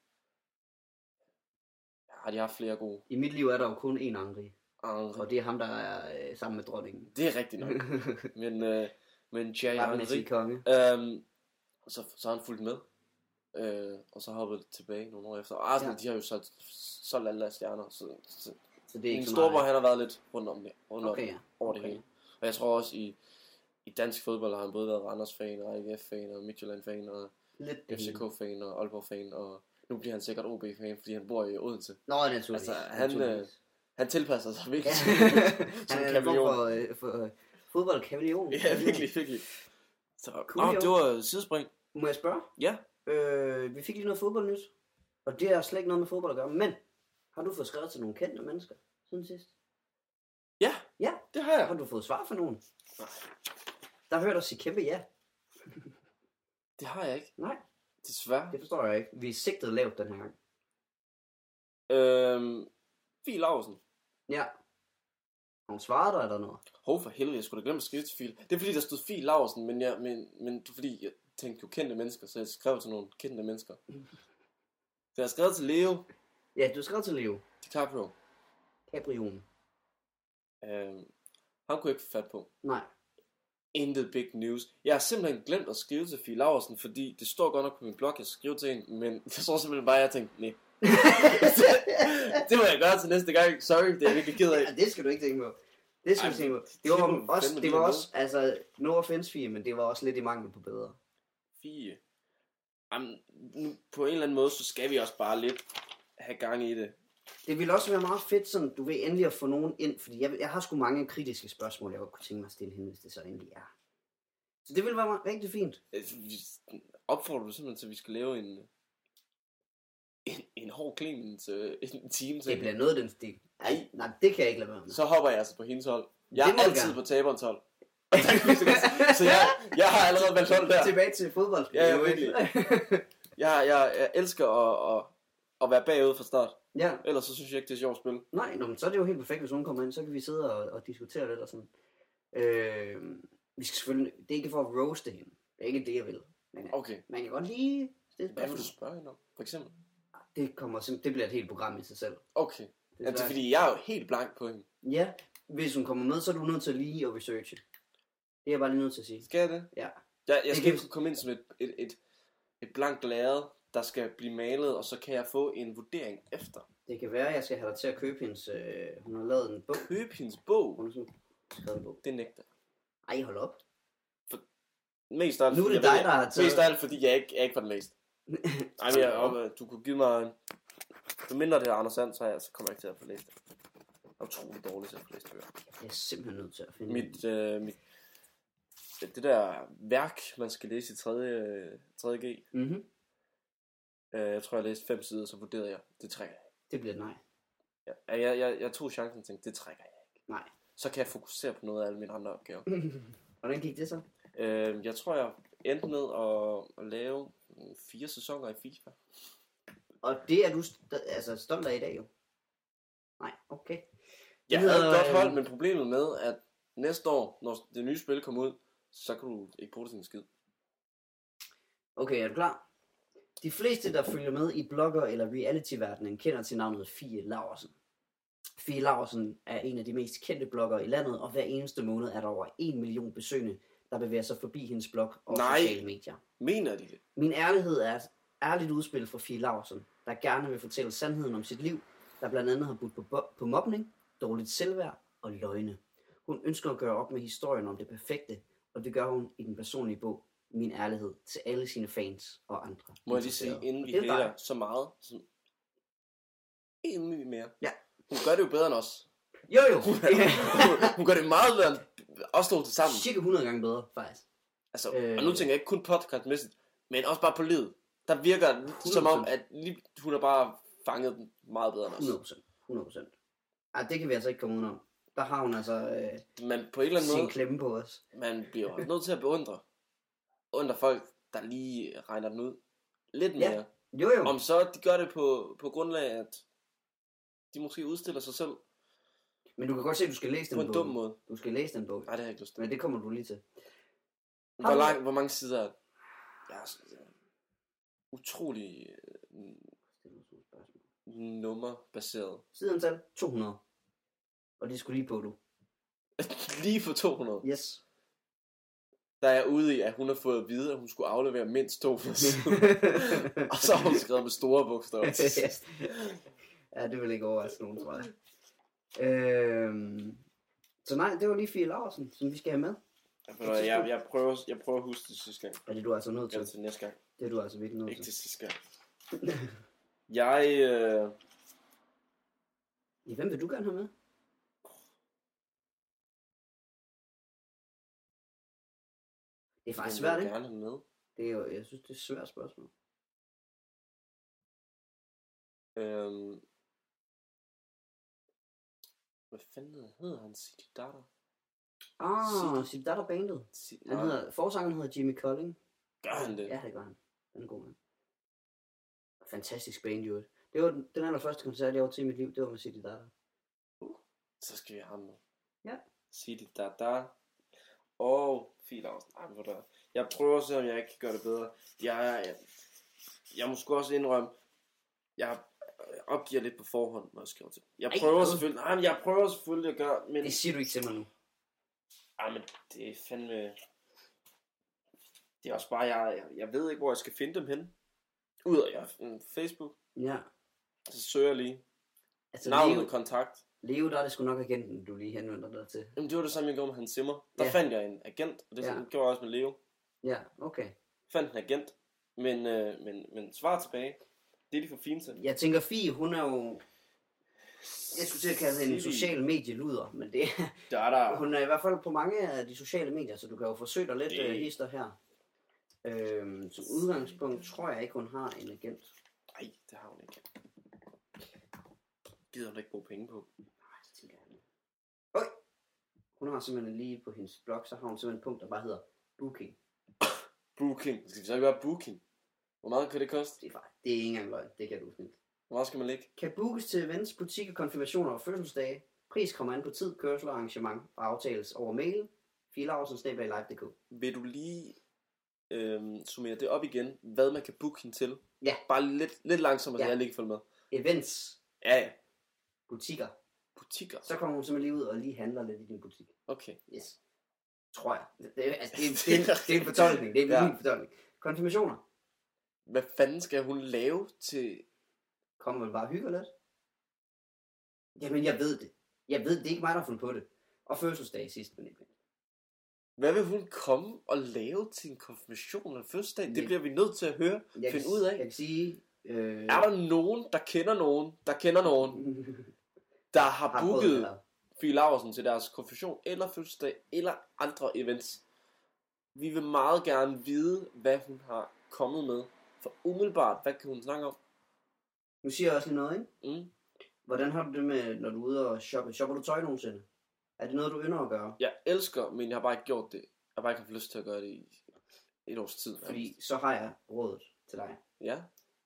Speaker 2: Ja, de har flere gode.
Speaker 1: I mit liv er der jo kun én Angri,
Speaker 2: Angri.
Speaker 1: og det er ham, der er øh, sammen med dronningen.
Speaker 2: Det er rigtigt nok. Men, øh, men Thierry Henry,
Speaker 1: Retmæssig konge.
Speaker 2: øhm, så, så har han fulgt med. Øh, og så hoppet tilbage nogle år efter. Og Arsenal,
Speaker 1: Ja.
Speaker 2: ja. de har jo solgt, solgt alle deres stjerner. Så, så
Speaker 1: Så det er
Speaker 2: min
Speaker 1: ikke så
Speaker 2: storbror,
Speaker 1: meget.
Speaker 2: han har været lidt rundt om det. Rundt
Speaker 1: Okay,
Speaker 2: okay.
Speaker 1: ja.
Speaker 2: om, over det
Speaker 1: Okay.
Speaker 2: hele. Og jeg tror også, i, i dansk fodbold har han både været Randers-fan, og IGF-fan, og Midtjylland-fan, og
Speaker 1: Lidt det hele.
Speaker 2: FCK-fan, og Aalborg-fan, og nu bliver han sikkert OB-fan, fordi han bor i Odense.
Speaker 1: Nå, naturligvis.
Speaker 2: Altså, han,
Speaker 1: naturligvis.
Speaker 2: Han tilpasser sig
Speaker 1: Ja.
Speaker 2: virkelig.
Speaker 1: han
Speaker 2: som
Speaker 1: er en form for,
Speaker 2: kameleon.
Speaker 1: øh, for øh, fodboldkameleon.
Speaker 2: ja, virkelig, virkelig. Så,
Speaker 1: Cool,
Speaker 2: cool,
Speaker 1: jo.
Speaker 2: det var sidespring.
Speaker 1: Må jeg spørge?
Speaker 2: Ja.
Speaker 1: Øh, vi fik lige noget fodboldnyt, og det har slet ikke noget med fodbold at gøre, men har du fået skrevet til nogle kendte mennesker siden sidst?
Speaker 2: Ja,
Speaker 1: Ja.
Speaker 2: det har jeg.
Speaker 1: Har du fået svar fra nogen?
Speaker 2: Nej.
Speaker 1: Der hørte os sige kæmpe ja.
Speaker 2: Det har jeg ikke,
Speaker 1: Nej,
Speaker 2: desværre.
Speaker 1: det forstår jeg ikke. Vi er sigtet lavt den her gang.
Speaker 2: Øhm, Fie Lausen.
Speaker 1: Ja. Har hun svaret dig eller noget?
Speaker 2: Hov for helvede, jeg skulle da glemme at skrive til Fie. Det er fordi, der stod Fie Lausen, men, jeg, men, men det er fordi, jeg tænkte jo kendte mennesker, så jeg skrev til nogle kendte mennesker.
Speaker 1: Mm.
Speaker 2: Så jeg har skrevet til Leo
Speaker 1: Ja, du skrev til Leo.
Speaker 2: DiCaprio.
Speaker 1: Cabriolen.
Speaker 2: Øhm, ham kunne jeg ikke få fat på.
Speaker 1: Nej.
Speaker 2: Intet big news. Jeg har simpelthen glemt at skrive til Fie Laursen, fordi det står godt nok på min blog, jeg skriver til hende, men jeg tror simpelthen bare, at jeg tænkte, nej. det må jeg gøre til næste gang. Sorry, det er jeg virkelig ked af.
Speaker 1: ja, det skal du ikke tænke på. Det skal
Speaker 2: Ej,
Speaker 1: du tænke på. Det
Speaker 2: det må
Speaker 1: var
Speaker 2: du
Speaker 1: også,
Speaker 2: fandme
Speaker 1: det
Speaker 2: lige
Speaker 1: var
Speaker 2: have
Speaker 1: også, altså, no offense fie, men det var også lidt i mangel på bedre.
Speaker 2: Fie. Jamen, nu, på en eller anden måde, så skal vi også bare lidt have gang i det.
Speaker 1: Det ville også være meget fedt, sådan, du ved, endelig at få nogen ind, fordi jeg, jeg har sgu mange kritiske spørgsmål, jeg godt kunne tænke mig at stille hende, hvis det så endelig er. Så det ville være meget- rigtig fint.
Speaker 2: Altså, vi- Opfordrer du simpelthen til, at vi skal lave en, en, en hård Clemens øh, en time til?
Speaker 1: Det bliver noget af den stil.
Speaker 2: Ej.
Speaker 1: Nej, det kan jeg ikke lade være med.
Speaker 2: Så hopper jeg altså på hendes hold. Jeg
Speaker 1: Det må
Speaker 2: er
Speaker 1: du
Speaker 2: altid
Speaker 1: gerne.
Speaker 2: på taberens hold. Og der kan vi så, altså, jeg, jeg har allerede valgt hold der.
Speaker 1: Tilbage til fodbold.
Speaker 2: Ja, ja, virkelig. Jeg, jeg, jeg elsker at, at, at være bagud fra start.
Speaker 1: ja,
Speaker 2: Ellers så synes jeg ikke, det er sjovt spil.
Speaker 1: nej, nå, men så er det jo helt perfekt, hvis nogen kommer ind, så kan vi sidde og, og diskutere lidt og sådan. Øh, vi skal selvfølgelig, det er ikke for at roaste hende. Det er ikke det, jeg vil. Men øh,
Speaker 2: Okay.
Speaker 1: man kan godt lige stille
Speaker 2: Hvad vil du
Speaker 1: spørgsmål.
Speaker 2: spørge hende om, for eksempel?
Speaker 1: Det, kommer, simp- det bliver et helt program i sig selv.
Speaker 2: Okay. Ja, det er
Speaker 1: Desværre.
Speaker 2: fordi, jeg er jo helt blank på hende.
Speaker 1: Ja, hvis hun kommer med, så er du nødt til lige at researche. Det er jeg bare lige nødt til at sige.
Speaker 2: Skal jeg det?
Speaker 1: Ja.
Speaker 2: Jeg, jeg
Speaker 1: Det
Speaker 2: skal
Speaker 1: kan
Speaker 2: ikke komme ind som et, et, et, et blankt lærred, der skal blive malet, og så kan jeg få en vurdering efter.
Speaker 1: Det kan være, at jeg skal have dig til at købe hendes... Øh, hun har lavet en bog.
Speaker 2: Køb hendes bog.
Speaker 1: Hun har sådan skrevet en bog.
Speaker 2: Det nægter jeg.
Speaker 1: Ej, hold op.
Speaker 2: Mest af alt,
Speaker 1: Nu er
Speaker 2: fordi
Speaker 1: det
Speaker 2: jeg
Speaker 1: dig,
Speaker 2: ved-
Speaker 1: der har
Speaker 2: Mest af
Speaker 1: taget...
Speaker 2: alt, fordi jeg ikke, jeg ikke var den læst. Ej, men jeg, og, øh, du kunne give mig... en- For mindre det er Anders Sand, så, er jeg, så kommer jeg ikke til at få læst det. Jeg er utrolig dårlig til at få læst bøger.
Speaker 1: Jeg er simpelthen nødt til at finde...
Speaker 2: Mit, øh, mit, det der værk, man skal læse i 3. 3.G,
Speaker 1: Mm-hmm.
Speaker 2: øh, jeg tror, jeg læste fem sider, så vurderede jeg, det trækker jeg.
Speaker 1: Det bliver et nej.
Speaker 2: ikke. Jeg, jeg, jeg, jeg tog chancen og tænkte, det trækker jeg ikke.
Speaker 1: Nej.
Speaker 2: Så kan jeg fokusere på noget af alle mine andre opgaver.
Speaker 1: Hvordan gik det så?
Speaker 2: Øh, jeg tror, jeg endte med at, at lave mm, fire sæsoner i FIFA.
Speaker 1: Og det er du st- altså, stolt af i dag, jo. Nej, okay.
Speaker 2: Jeg
Speaker 1: Det
Speaker 2: havde et
Speaker 1: hedder,
Speaker 2: godt hold,
Speaker 1: øh,
Speaker 2: men problemet med, at næste år, når det nye spil kommer ud, så kan du ikke bruge det til en skid.
Speaker 1: Okay, er du klar? De fleste, der følger med i blogger eller reality-verdenen, kender til navnet Fie Laursen. Fie Laursen er en af de mest kendte blogger i landet, og hver eneste måned er der over 1 million besøgende, der bevæger sig forbi hendes blog og
Speaker 2: Nej.
Speaker 1: sociale medier.
Speaker 2: Mener de det?
Speaker 1: Min ærlighed er et ærligt udspil fra Fie Laursen, der gerne vil fortælle sandheden om sit liv, der blandt andet har budt på, bo- på mobning, dårligt selvværd og løgne. Hun ønsker at gøre op med historien om det perfekte, og det gør hun i den personlige bog Min Ærlighed til alle sine fans og andre.
Speaker 2: Må jeg lige sige,
Speaker 1: interesserede.
Speaker 2: inden
Speaker 1: Og
Speaker 2: vi
Speaker 1: det er jo
Speaker 2: hater
Speaker 1: dig.
Speaker 2: så meget, som en my mere.
Speaker 1: Ja.
Speaker 2: Hun gør det jo bedre end os.
Speaker 1: Jo jo!
Speaker 2: Hun- hun gør det meget bedre end os to til sammen.
Speaker 1: Cirka 100 gange bedre, faktisk.
Speaker 2: Altså,
Speaker 1: Øh.
Speaker 2: og nu tænker jeg ikke kun podcastmæssigt, men også bare på livet. Der virker det som om,
Speaker 1: 100%.
Speaker 2: at lige, hun har bare fanget den meget bedre end os.
Speaker 1: 100%. 100%. Ej, det kan vi altså ikke komme udenom. Der har hun altså øh,
Speaker 2: Men på en eller anden
Speaker 1: sin
Speaker 2: måde,
Speaker 1: klemme på os.
Speaker 2: man bliver jo nødt til at beundre. Under folk, der lige regner den ud lidt
Speaker 1: Ja.
Speaker 2: mere. Ja.
Speaker 1: Jo jo!
Speaker 2: Om så de gør det på, på grundlag af, at de måske udstiller sig selv
Speaker 1: Men du kan godt se, at du skal læse
Speaker 2: på
Speaker 1: den
Speaker 2: en dum
Speaker 1: bog.
Speaker 2: måde.
Speaker 1: Du skal læse den bog.
Speaker 2: Nej, det har jeg ikke lyst til.
Speaker 1: Men det kommer du lige til.
Speaker 2: Hvor, lang, hvor mange sider er det? Jeg er sådan, øh, utrolig øh, nummerbaseret.
Speaker 1: Sideantal 200. Og det skulle lige på du.
Speaker 2: Lige for 200,
Speaker 1: Yes.
Speaker 2: der er jeg ude i, at hun har fået at vide, at hun skulle aflevere mindst 200 sider. Og så har hun skrevet med store bogstaver. til sidst.
Speaker 1: ja, det vil ikke overraske nogen, tror jeg. Øhm, så nej, det var lige Fie Larsen, som vi skal have med.
Speaker 2: Jeg, jeg, jeg, prøver, jeg prøver at huske det sidste gang.
Speaker 1: Og det er du altså nødt til.
Speaker 2: Eller til næste gang.
Speaker 1: Det er du altså virkelig nødt
Speaker 2: Ikke
Speaker 1: til.
Speaker 2: til sidste gang. Jeg, øh,
Speaker 1: Ja, hvem vil du gerne have med? Det er faktisk svært,
Speaker 2: vil
Speaker 1: ikke?
Speaker 2: gerne have med.
Speaker 1: Det er jo, jeg synes, det er et svært spørgsmål.
Speaker 2: Øhm, hvad fanden hedder han? Siggy Dada?
Speaker 1: Ah,
Speaker 2: Sig-
Speaker 1: sit datter bandet.
Speaker 2: Sig-
Speaker 1: Han
Speaker 2: Nej,
Speaker 1: hedder, forsangeren hedder Jimmy Collins.
Speaker 2: Gør han det?
Speaker 1: Ja, det gør han. Han er en god mand. Fantastisk band, jo. Det var den, den allerførste koncert, jeg var til i mit liv, det var med City Dada.
Speaker 2: Så skal vi have ham med.
Speaker 1: Ja.
Speaker 2: Sig det da da. Og fil afsnit. Ej, hvor der. Jeg prøver at se, om jeg ikke kan gøre det bedre. Jeg, jeg, jeg må sgu også indrømme, jeg opgiver lidt på forhånd, når jeg skriver til. Jeg
Speaker 1: Ej,
Speaker 2: prøver
Speaker 1: hvad?
Speaker 2: selvfølgelig, nej, men jeg prøver selvfølgelig at gøre, men,
Speaker 1: Det siger du ikke til mig nu.
Speaker 2: ej, Ah, men det er fandme, det er også bare, jeg, jeg, jeg ved ikke, hvor jeg skal finde dem hen. Ud af jeg, mm, Facebook,
Speaker 1: Ja.
Speaker 2: så søger jeg lige.
Speaker 1: Altså, Leo,
Speaker 2: Navnet, kontakt.
Speaker 1: Leo, der er det sgu nok agenten, du lige henvender dig til.
Speaker 2: Jamen, det var det samme, jeg gjorde med Hans Zimmer. Der
Speaker 1: Ja.
Speaker 2: fandt jeg en agent, og det
Speaker 1: Ja.
Speaker 2: ja. gjorde jeg også med Leo.
Speaker 1: Ja, okay.
Speaker 2: fandt en agent, men, øh, men, men svar tilbage, det er de for fine til.
Speaker 1: Jeg tænker, Fie, hun er jo... Jeg skulle til at kalde hende en
Speaker 2: Silly.
Speaker 1: social medieluder, men det,
Speaker 2: Der er der.
Speaker 1: hun er i hvert fald på mange af de sociale medier, så du kan jo forsøge dig lidt
Speaker 2: Det-
Speaker 1: øh, hister her. Øhm, som udgangspunkt tror jeg ikke, hun har en agent.
Speaker 2: Nej, det har hun ikke. Gider hun ikke bruge penge på.
Speaker 1: Nej, det tænker jeg ikke. Øj! Hun har simpelthen lige på hendes blog, så har hun simpelthen et punkt, der bare hedder Booking.
Speaker 2: Booking. Skal vi så gøre booking? Hvor meget kan det koste?
Speaker 1: Det er, faktisk, det er ikke engang løgn. Det kan du finde.
Speaker 2: Hvor meget skal man lægge?
Speaker 1: Kan bookes til events, butikker, konfirmationer og fødselsdage. Pris kommer an på tid, kørsel og arrangement og aftales over mail. Filausen-live.dk
Speaker 2: Vil du lige øhm, summere det op igen, hvad man kan booke hende til?
Speaker 1: Ja.
Speaker 2: Bare lidt, lidt langsommere, så
Speaker 1: Ja.
Speaker 2: jeg lige kan følge med.
Speaker 1: Events.
Speaker 2: Ja, ja.
Speaker 1: Butikker.
Speaker 2: Butikker.
Speaker 1: Så kommer hun simpelthen lige ud og lige handler lidt i din butik.
Speaker 2: Okay.
Speaker 1: Yes. Tror jeg. Det, det, altså, det, er, det, er, en- det er en fortolkning. Det er en
Speaker 2: Ja.
Speaker 1: ja. fortolkning. Konfirmationer.
Speaker 2: Hvad fanden skal hun lave til...
Speaker 1: Kommer man bare og hygger lidt? Jamen, jeg ved det. Jeg ved det. Det er ikke mig, der har fundet på det. Og fødselsdag sidst, men ikke mindst.
Speaker 2: Hvad vil hun komme og lave til en konfirmation eller fødselsdag? Det
Speaker 1: Ja.
Speaker 2: bliver vi nødt til at høre.
Speaker 1: Jeg
Speaker 2: Finde
Speaker 1: kan-
Speaker 2: ud af.
Speaker 1: Jeg kan sige... Øh,
Speaker 2: Er der nogen, der kender nogen, der kender nogen, der har,
Speaker 1: har prøvet det
Speaker 2: booket
Speaker 1: her.
Speaker 2: Fie Laversen til deres konfirmation eller fødselsdag eller andre events? Vi vil meget gerne vide, hvad hun har kommet med. For umiddelbart, hvad kan hun snakke om?
Speaker 1: Nu siger jeg også lige noget, ikke?
Speaker 2: Mm.
Speaker 1: Hvordan har du det med, når du er ude og shoppe? Shopper du tøj nogensinde? Er det noget, du ynder at gøre?
Speaker 2: Jeg elsker, men jeg har bare ikke gjort det. Jeg har bare ikke haft lyst til at gøre det i et års tid. nærmest.
Speaker 1: Fordi så har jeg rådet til dig.
Speaker 2: Ja.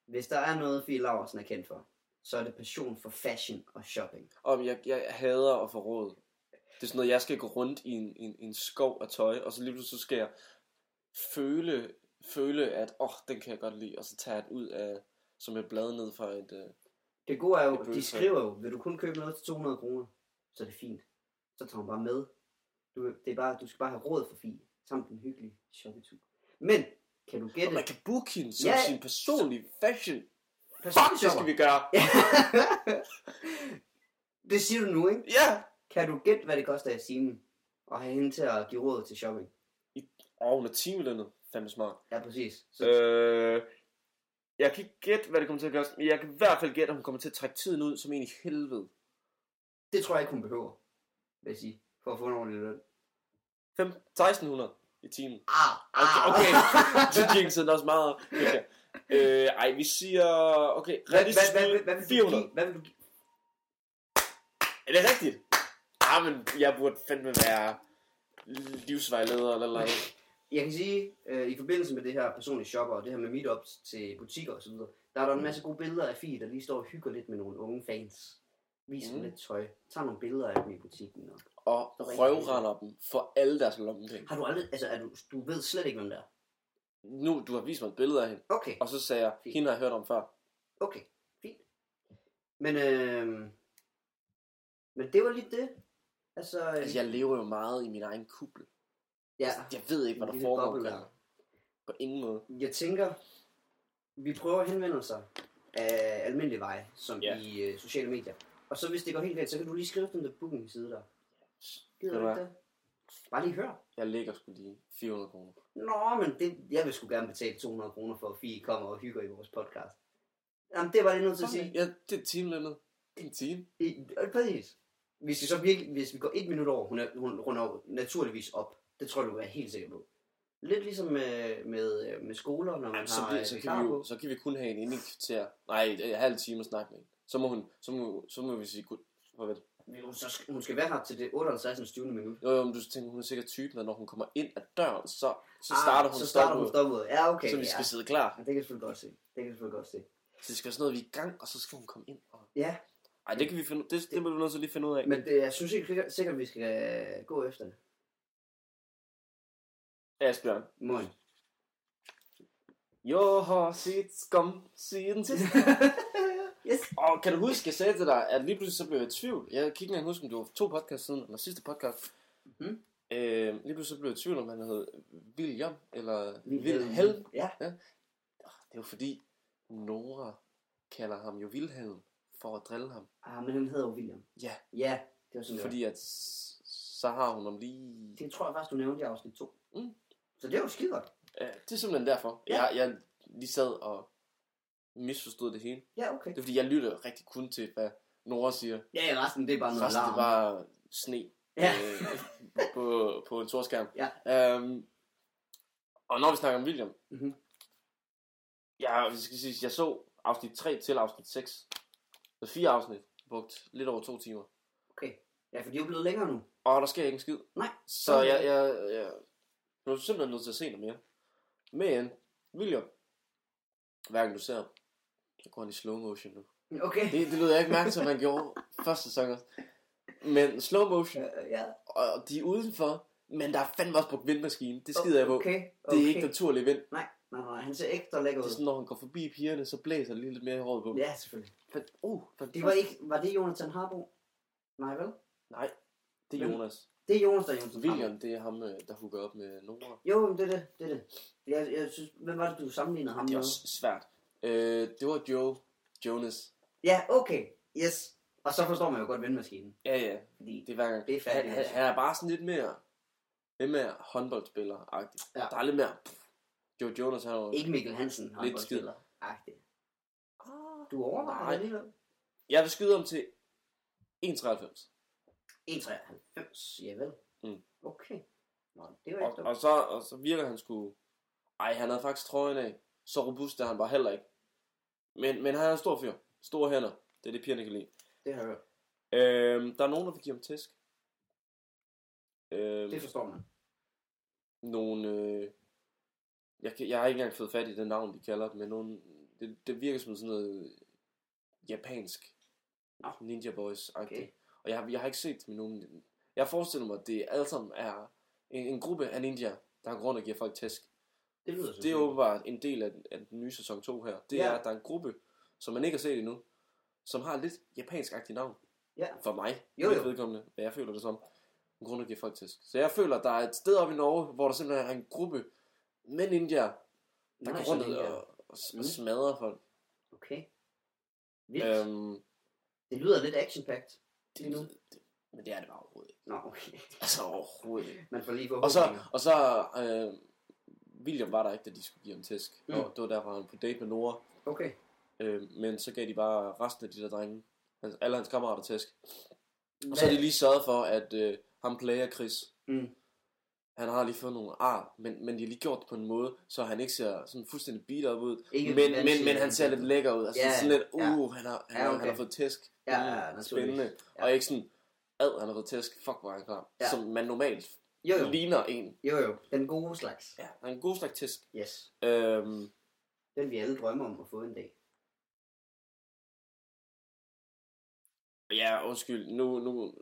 Speaker 1: Hvis der er noget, Fie Laversen er kendt for, så er det passion for fashion og shopping.
Speaker 2: Om jeg, jeg hader at få råd. Det er sådan noget, jeg skal gå rundt i en, en, en skov af tøj, og så lige pludselig så skal jeg føle, føle at åh, oh, den kan jeg godt lide, og så tager jeg den ud af, som et blad ned fra et... Øh...
Speaker 1: Det gode er jo,
Speaker 2: Det er
Speaker 1: de
Speaker 2: bøgetøj.
Speaker 1: skriver jo, vil du kun købe noget til 200 kroner, så er det fint. Så tager hun bare med. Du, det er bare, du skal bare have råd for Fie, samt en hyggelig shoppetur. Men, kan du
Speaker 2: Og
Speaker 1: gætte?
Speaker 2: man kan booke hende som
Speaker 1: Ja.
Speaker 2: sin personlige fashion.
Speaker 1: Personlig
Speaker 2: Fuck, det skal
Speaker 1: shopper.
Speaker 2: vi gøre!
Speaker 1: det siger du nu, ikke?
Speaker 2: Ja!
Speaker 1: Kan du gætte, hvad det koster i timen? Og have hende til at give råd til shopping.
Speaker 2: Og hun er timelønnet. Fandme smart.
Speaker 1: Ja, præcis. Så,
Speaker 2: Øh, jeg kan ikke gætte, hvad det kommer til at gøre, men jeg kan i hvert fald gætte, at hun kommer til at trække tiden ud som en i helvede.
Speaker 1: Det tror jeg ikke, hun behøver, vil jeg sige, for at få en ordentlig løn.
Speaker 2: 5, 1600 i timen.
Speaker 1: Ah,
Speaker 2: Okay, okay. så jinxede den også meget. op. Okay. Øh, ej, vi siger... Okay,
Speaker 1: Hvad,
Speaker 2: rigtig
Speaker 1: hvad, hvad, hvad, vil du
Speaker 2: 400.
Speaker 1: give? Hvad vil du give?
Speaker 2: Er det rigtigt? Ah, men jeg burde fandme være livsvejleder eller noget.
Speaker 1: Jeg kan sige, øh, i forbindelse med det her personlige shopper og det her med meetups til butikker osv., der
Speaker 2: Mm.
Speaker 1: er der en masse gode billeder af Fie, der lige står og hygger lidt med nogle unge fans. Viser dem
Speaker 2: Mm.
Speaker 1: lidt tøj. Tager nogle billeder af dem i butikken. Og...
Speaker 2: Og røvrender dem for alle deres lommepenge.
Speaker 1: Har du aldrig... Altså, er du, du ved slet ikke, hvem der er.
Speaker 2: Nu, du har vist mig et billede af hende.
Speaker 1: Okay,
Speaker 2: Og så sagde jeg, hende har jeg hørt om før.
Speaker 1: okay. Fint. Men, øh, men det var lige det. Altså, øh,
Speaker 2: Altså, jeg lever jo meget i min egen kubbel.
Speaker 1: ja,
Speaker 2: Altså, Jeg ved ikke, hvad der
Speaker 1: Lille
Speaker 2: foregår.
Speaker 1: boble der.
Speaker 2: omkring mig. På ingen måde.
Speaker 1: jeg tænker, vi prøver at henvende sig af almindelig vej, som
Speaker 2: Ja.
Speaker 1: yeah. i øh, sociale medier. Og så hvis det går helt galt, så kan du lige skrive den der booking side der.
Speaker 2: Ved
Speaker 1: Gider
Speaker 2: du
Speaker 1: du ikke det? Bare lige hør.
Speaker 2: Jeg lægger sgu lige 400 kroner.
Speaker 1: Nå, men det, jeg vil sgu gerne betale 200 kroner for, at Fie kommer og hygger i vores podcast. Jamen, det var det nødt til at
Speaker 2: Okay.
Speaker 1: sige.
Speaker 2: Ja, det er timelønnet. Det er en time.
Speaker 1: I, øh, præcis. Hvis vi så virkelig, hvis vi går et minut over, hun, er, hun runder jo naturligvis op. Det tror jeg, du er helt sikker på. Lidt ligesom med, med, øh, med skoler, når man
Speaker 2: Jamen, så,
Speaker 1: har
Speaker 2: bliver,
Speaker 1: øh,
Speaker 2: så, kan
Speaker 1: vikarer
Speaker 2: vi
Speaker 1: på.
Speaker 2: jo, så kan vi kun have en inde i et kvarter. Nej, en halv time at snakke med hende. Så må, hun, så må, så må vi sige gud. Farvel.
Speaker 1: Men hun, så skal, hun skal være her til det 58. 20. minut.
Speaker 2: Jo, jo, men du tænker, hun er sikkert typen, at når hun kommer ind ad døren, så, så starter hun
Speaker 1: Ah, så starter hun
Speaker 2: stoppet,
Speaker 1: stoppet. Ja, okay.
Speaker 2: så vi skal
Speaker 1: ja.
Speaker 2: sidde klar.
Speaker 1: ja. det kan jeg selvfølgelig godt se. Det kan jeg selvfølgelig godt se.
Speaker 2: Så det skal være sådan noget, vi er i gang, og så skal hun komme ind. Og...
Speaker 1: Ja,
Speaker 2: Ej, det kan vi finde, det, det må vi nødt til lige finde ud af.
Speaker 1: men det, jeg synes ikke sikkert- sikkert, vi skal øh, gå efter det.
Speaker 2: Asbjørn.
Speaker 1: Morgen.
Speaker 2: Jo, har set skum siden sidst.
Speaker 1: yes.
Speaker 2: Og kan du huske, jeg sagde til dig, at lige pludselig så blev jeg i tvivl. Jeg kan ikke engang huske, om det var to podcast siden, eller sidste podcast.
Speaker 1: Mhm.
Speaker 2: Øh, lige pludselig så blev jeg i tvivl, om han hed William, eller
Speaker 1: Vilhelm.
Speaker 2: Wilhelm.
Speaker 1: Ja,
Speaker 2: Det er jo fordi, Nora kalder ham jo Wilhelm, for at drille ham.
Speaker 1: ah, men han hedder jo William.
Speaker 2: Ja,
Speaker 1: Ja, det var sådan, fordi...
Speaker 2: fordi at, s- så har hun ham lige...
Speaker 1: det tror jeg faktisk, du nævnte i afsnit 2.
Speaker 2: Mm.
Speaker 1: Så det er jo skide godt.
Speaker 2: Øh, det er simpelthen derfor.
Speaker 1: Ja.
Speaker 2: Jeg, jeg lige sad og misforstod det hele.
Speaker 1: Ja, okay.
Speaker 2: Det er fordi, jeg lytter rigtig kun til, hvad Nora siger.
Speaker 1: Ja, ja, resten det er bare noget
Speaker 2: Resten
Speaker 1: larm.
Speaker 2: det var sne
Speaker 1: Ja.
Speaker 2: øh, på, på en torskærm.
Speaker 1: Ja.
Speaker 2: Øhm, og når vi snakker om William,
Speaker 1: Mhm.
Speaker 2: jeg, jeg, skal sige, jeg så afsnit 3 til afsnit 6. Så fire afsnit, brugt lidt over to timer.
Speaker 1: Okay. Ja, for de er jo blevet længere nu.
Speaker 2: Og der sker ikke en skid.
Speaker 1: Nej,
Speaker 2: Så
Speaker 1: Okay.
Speaker 2: jeg, jeg, jeg, Du er simpelthen nødt til at se noget mere. Men, William, hverken du ser, så går han i slow motion nu.
Speaker 1: Okay.
Speaker 2: Det, det lød jeg ikke mærke til, at man gjorde første sæson også. Men slow motion,
Speaker 1: Øh, ja.
Speaker 2: og de er udenfor, men der er fandme også brugt vindmaskine. Det skider jeg på.
Speaker 1: Okay, okay.
Speaker 2: Det er ikke naturlig vind.
Speaker 1: Nej, nej, nej, han ser ekstra lækker
Speaker 2: Det er
Speaker 1: ud.
Speaker 2: sådan, når han går forbi pigerne, så blæser det lige lidt mere i håret på. dem.
Speaker 1: Ja, selvfølgelig.
Speaker 2: Men, uh,
Speaker 1: Det var, ikke, var det Jonathan Harbo? Nej, vel?
Speaker 2: Nej, det er
Speaker 1: Hvem?
Speaker 2: Jonas. Altså,
Speaker 1: Det er Jonas, der er Jonathan Harbo.
Speaker 2: William, det er ham, øh, der hooker op med Nora.
Speaker 1: Jo, men det er det. det, er det. Jeg, jeg synes, hvem var det, du sammenlignede ham
Speaker 2: Det er
Speaker 1: med?
Speaker 2: også svært. Øh, det var Joe. Jonas.
Speaker 1: Ja, okay. Yes. Og så forstår man jo godt vendmaskinen.
Speaker 2: Ja, ja.
Speaker 1: Fordi
Speaker 2: Det er hver gang.
Speaker 1: det er
Speaker 2: Han,
Speaker 1: fandme
Speaker 2: han,
Speaker 1: altså.
Speaker 2: han er bare sådan lidt mere, lidt mere håndboldspiller-agtig.
Speaker 1: Ja.
Speaker 2: Der er lidt mere... Pff. Joe Jonas, han er jo...
Speaker 1: ikke Mikkel Hansen, håndboldspiller. Agtigt. Du overvejer
Speaker 2: Nej.
Speaker 1: det alligevel.
Speaker 2: Jeg vil skyde om til 1,93.
Speaker 1: 1,93, ja vel.
Speaker 2: Mm.
Speaker 1: Okay. Nå, det var
Speaker 2: Og,
Speaker 1: ikke dumt.
Speaker 2: og, så, og så virker han sgu... Ej, han havde faktisk trøjen af. Så robust er han bare heller ikke. Men, men han er en stor fyr. Store hænder. Det er det, pigerne kan lide.
Speaker 1: Det har jeg hørt.
Speaker 2: Øhm, der er nogen, der vil give ham tæsk. Øhm,
Speaker 1: Det forstår man.
Speaker 2: nogle... Øh, jeg, kan, jeg har ikke engang fået fat i det navn, de kalder det, men nogle, det, det virker som sådan noget øh, japansk
Speaker 1: Nå.
Speaker 2: Ninja boys -agtigt.
Speaker 1: Okay.
Speaker 2: Okay. Og jeg, har- jeg har ikke set dem i nogen... Jeg forestiller mig, at det alle sammen er en, en gruppe af ninja, der har grund og giver folk tæsk.
Speaker 1: Det lyder
Speaker 2: Det er
Speaker 1: selvfølgelig.
Speaker 2: åbenbart en del af, den- af den nye sæson 2 her. Det
Speaker 1: Ja.
Speaker 2: er, at der er en gruppe, som man ikke har set endnu, som har lidt japansk-agtigt navn.
Speaker 1: Ja.
Speaker 2: For mig,
Speaker 1: Jo,
Speaker 2: jo, jo.
Speaker 1: jo.
Speaker 2: vedkommende, hvad jeg føler det som. En grund at give folk tæsk. Så jeg føler, at der er et sted oppe i Norge, hvor der simpelthen er en gruppe med ninjaer, der går
Speaker 1: Nice
Speaker 2: rundt
Speaker 1: ninja.
Speaker 2: og, og,
Speaker 1: Mm.
Speaker 2: og smadrer folk.
Speaker 1: Okay. Vildt. Øhm.
Speaker 2: Øhm,
Speaker 1: Det lyder lidt action-packed. Lige nu.
Speaker 2: det, det, men det er det bare overhovedet ikke.
Speaker 1: Nå, okay.
Speaker 2: Altså overhovedet ikke.
Speaker 1: Man får lige
Speaker 2: Og så,
Speaker 1: forhåbninger.
Speaker 2: og så øh, William var der ikke, da de skulle give ham tæsk.
Speaker 1: Mm.
Speaker 2: Mm. Og det var derfor, han var på date med Nora.
Speaker 1: Okay.
Speaker 2: Øh, men så gav de bare resten af de der drenge, hans, alle hans kammerater tæsk. Og
Speaker 1: Hvad-
Speaker 2: så har de lige sørget for, at øh, ham player Chris,
Speaker 1: Mm.
Speaker 2: han har lige fået nogle ar, men, men de har lige gjort det på en måde, så han ikke ser sådan fuldstændig beat up ud.
Speaker 1: Ikke
Speaker 2: men,
Speaker 1: den
Speaker 2: men,
Speaker 1: danske-
Speaker 2: men han ser lidt lækker ud. Altså
Speaker 1: Ja,
Speaker 2: ja, sådan lidt, uh,
Speaker 1: ja.
Speaker 2: han, har, han,
Speaker 1: Ja,
Speaker 2: ja,
Speaker 1: okay.
Speaker 2: okay. han har fået tæsk.
Speaker 1: Ja,
Speaker 2: Mm,
Speaker 1: ja, naturligvis.
Speaker 2: Spændende.
Speaker 1: Ja.
Speaker 2: Og ikke sådan, ad, han har fået tæsk. Fuck, hvor er han klar.
Speaker 1: Ja.
Speaker 2: Ja. Som man normalt
Speaker 1: Jo, jo.
Speaker 2: ligner en.
Speaker 1: Jo, jo. Den gode slags.
Speaker 2: Ja, han er en god slags tæsk.
Speaker 1: Yes.
Speaker 2: Øhm,
Speaker 1: Den vi alle drømmer om at få en dag.
Speaker 2: ja, undskyld, nu, nu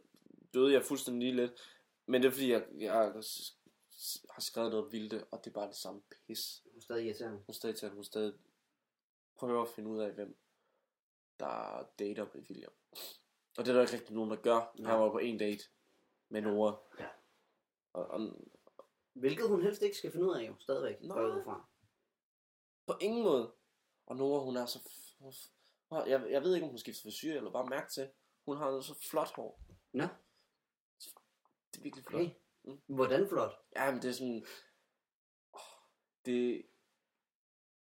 Speaker 2: døde jeg fuldstændig lige lidt. Men det er fordi, jeg, jeg s- s- har skrevet noget vildt, og det er bare det samme pis.
Speaker 1: Hun er stadig irriterende.
Speaker 2: Hun er stadig til, at hun stadig prøver at finde ud af, hvem der dater med William. Og det er der ikke rigtig nogen, der gør. Ja.
Speaker 1: Nej.
Speaker 2: Han var på en date med Nora.
Speaker 1: Ja.
Speaker 2: Og, og,
Speaker 1: Hvilket hun helst ikke skal finde ud af jo, stadigvæk.
Speaker 2: Nå.
Speaker 1: går jeg ud fra.
Speaker 2: på ingen måde. Og Nora, hun er så... f- hun er f- hun har- Jeg, jeg ved ikke, om hun skifter frisyr, eller bare mærke til. Hun har noget så flot hår.
Speaker 1: Nå.
Speaker 2: Det er virkelig flot.
Speaker 1: Okay.
Speaker 2: Okay. Mm.
Speaker 1: Hvordan flot?
Speaker 2: Ja, men det er sådan... åh, Det,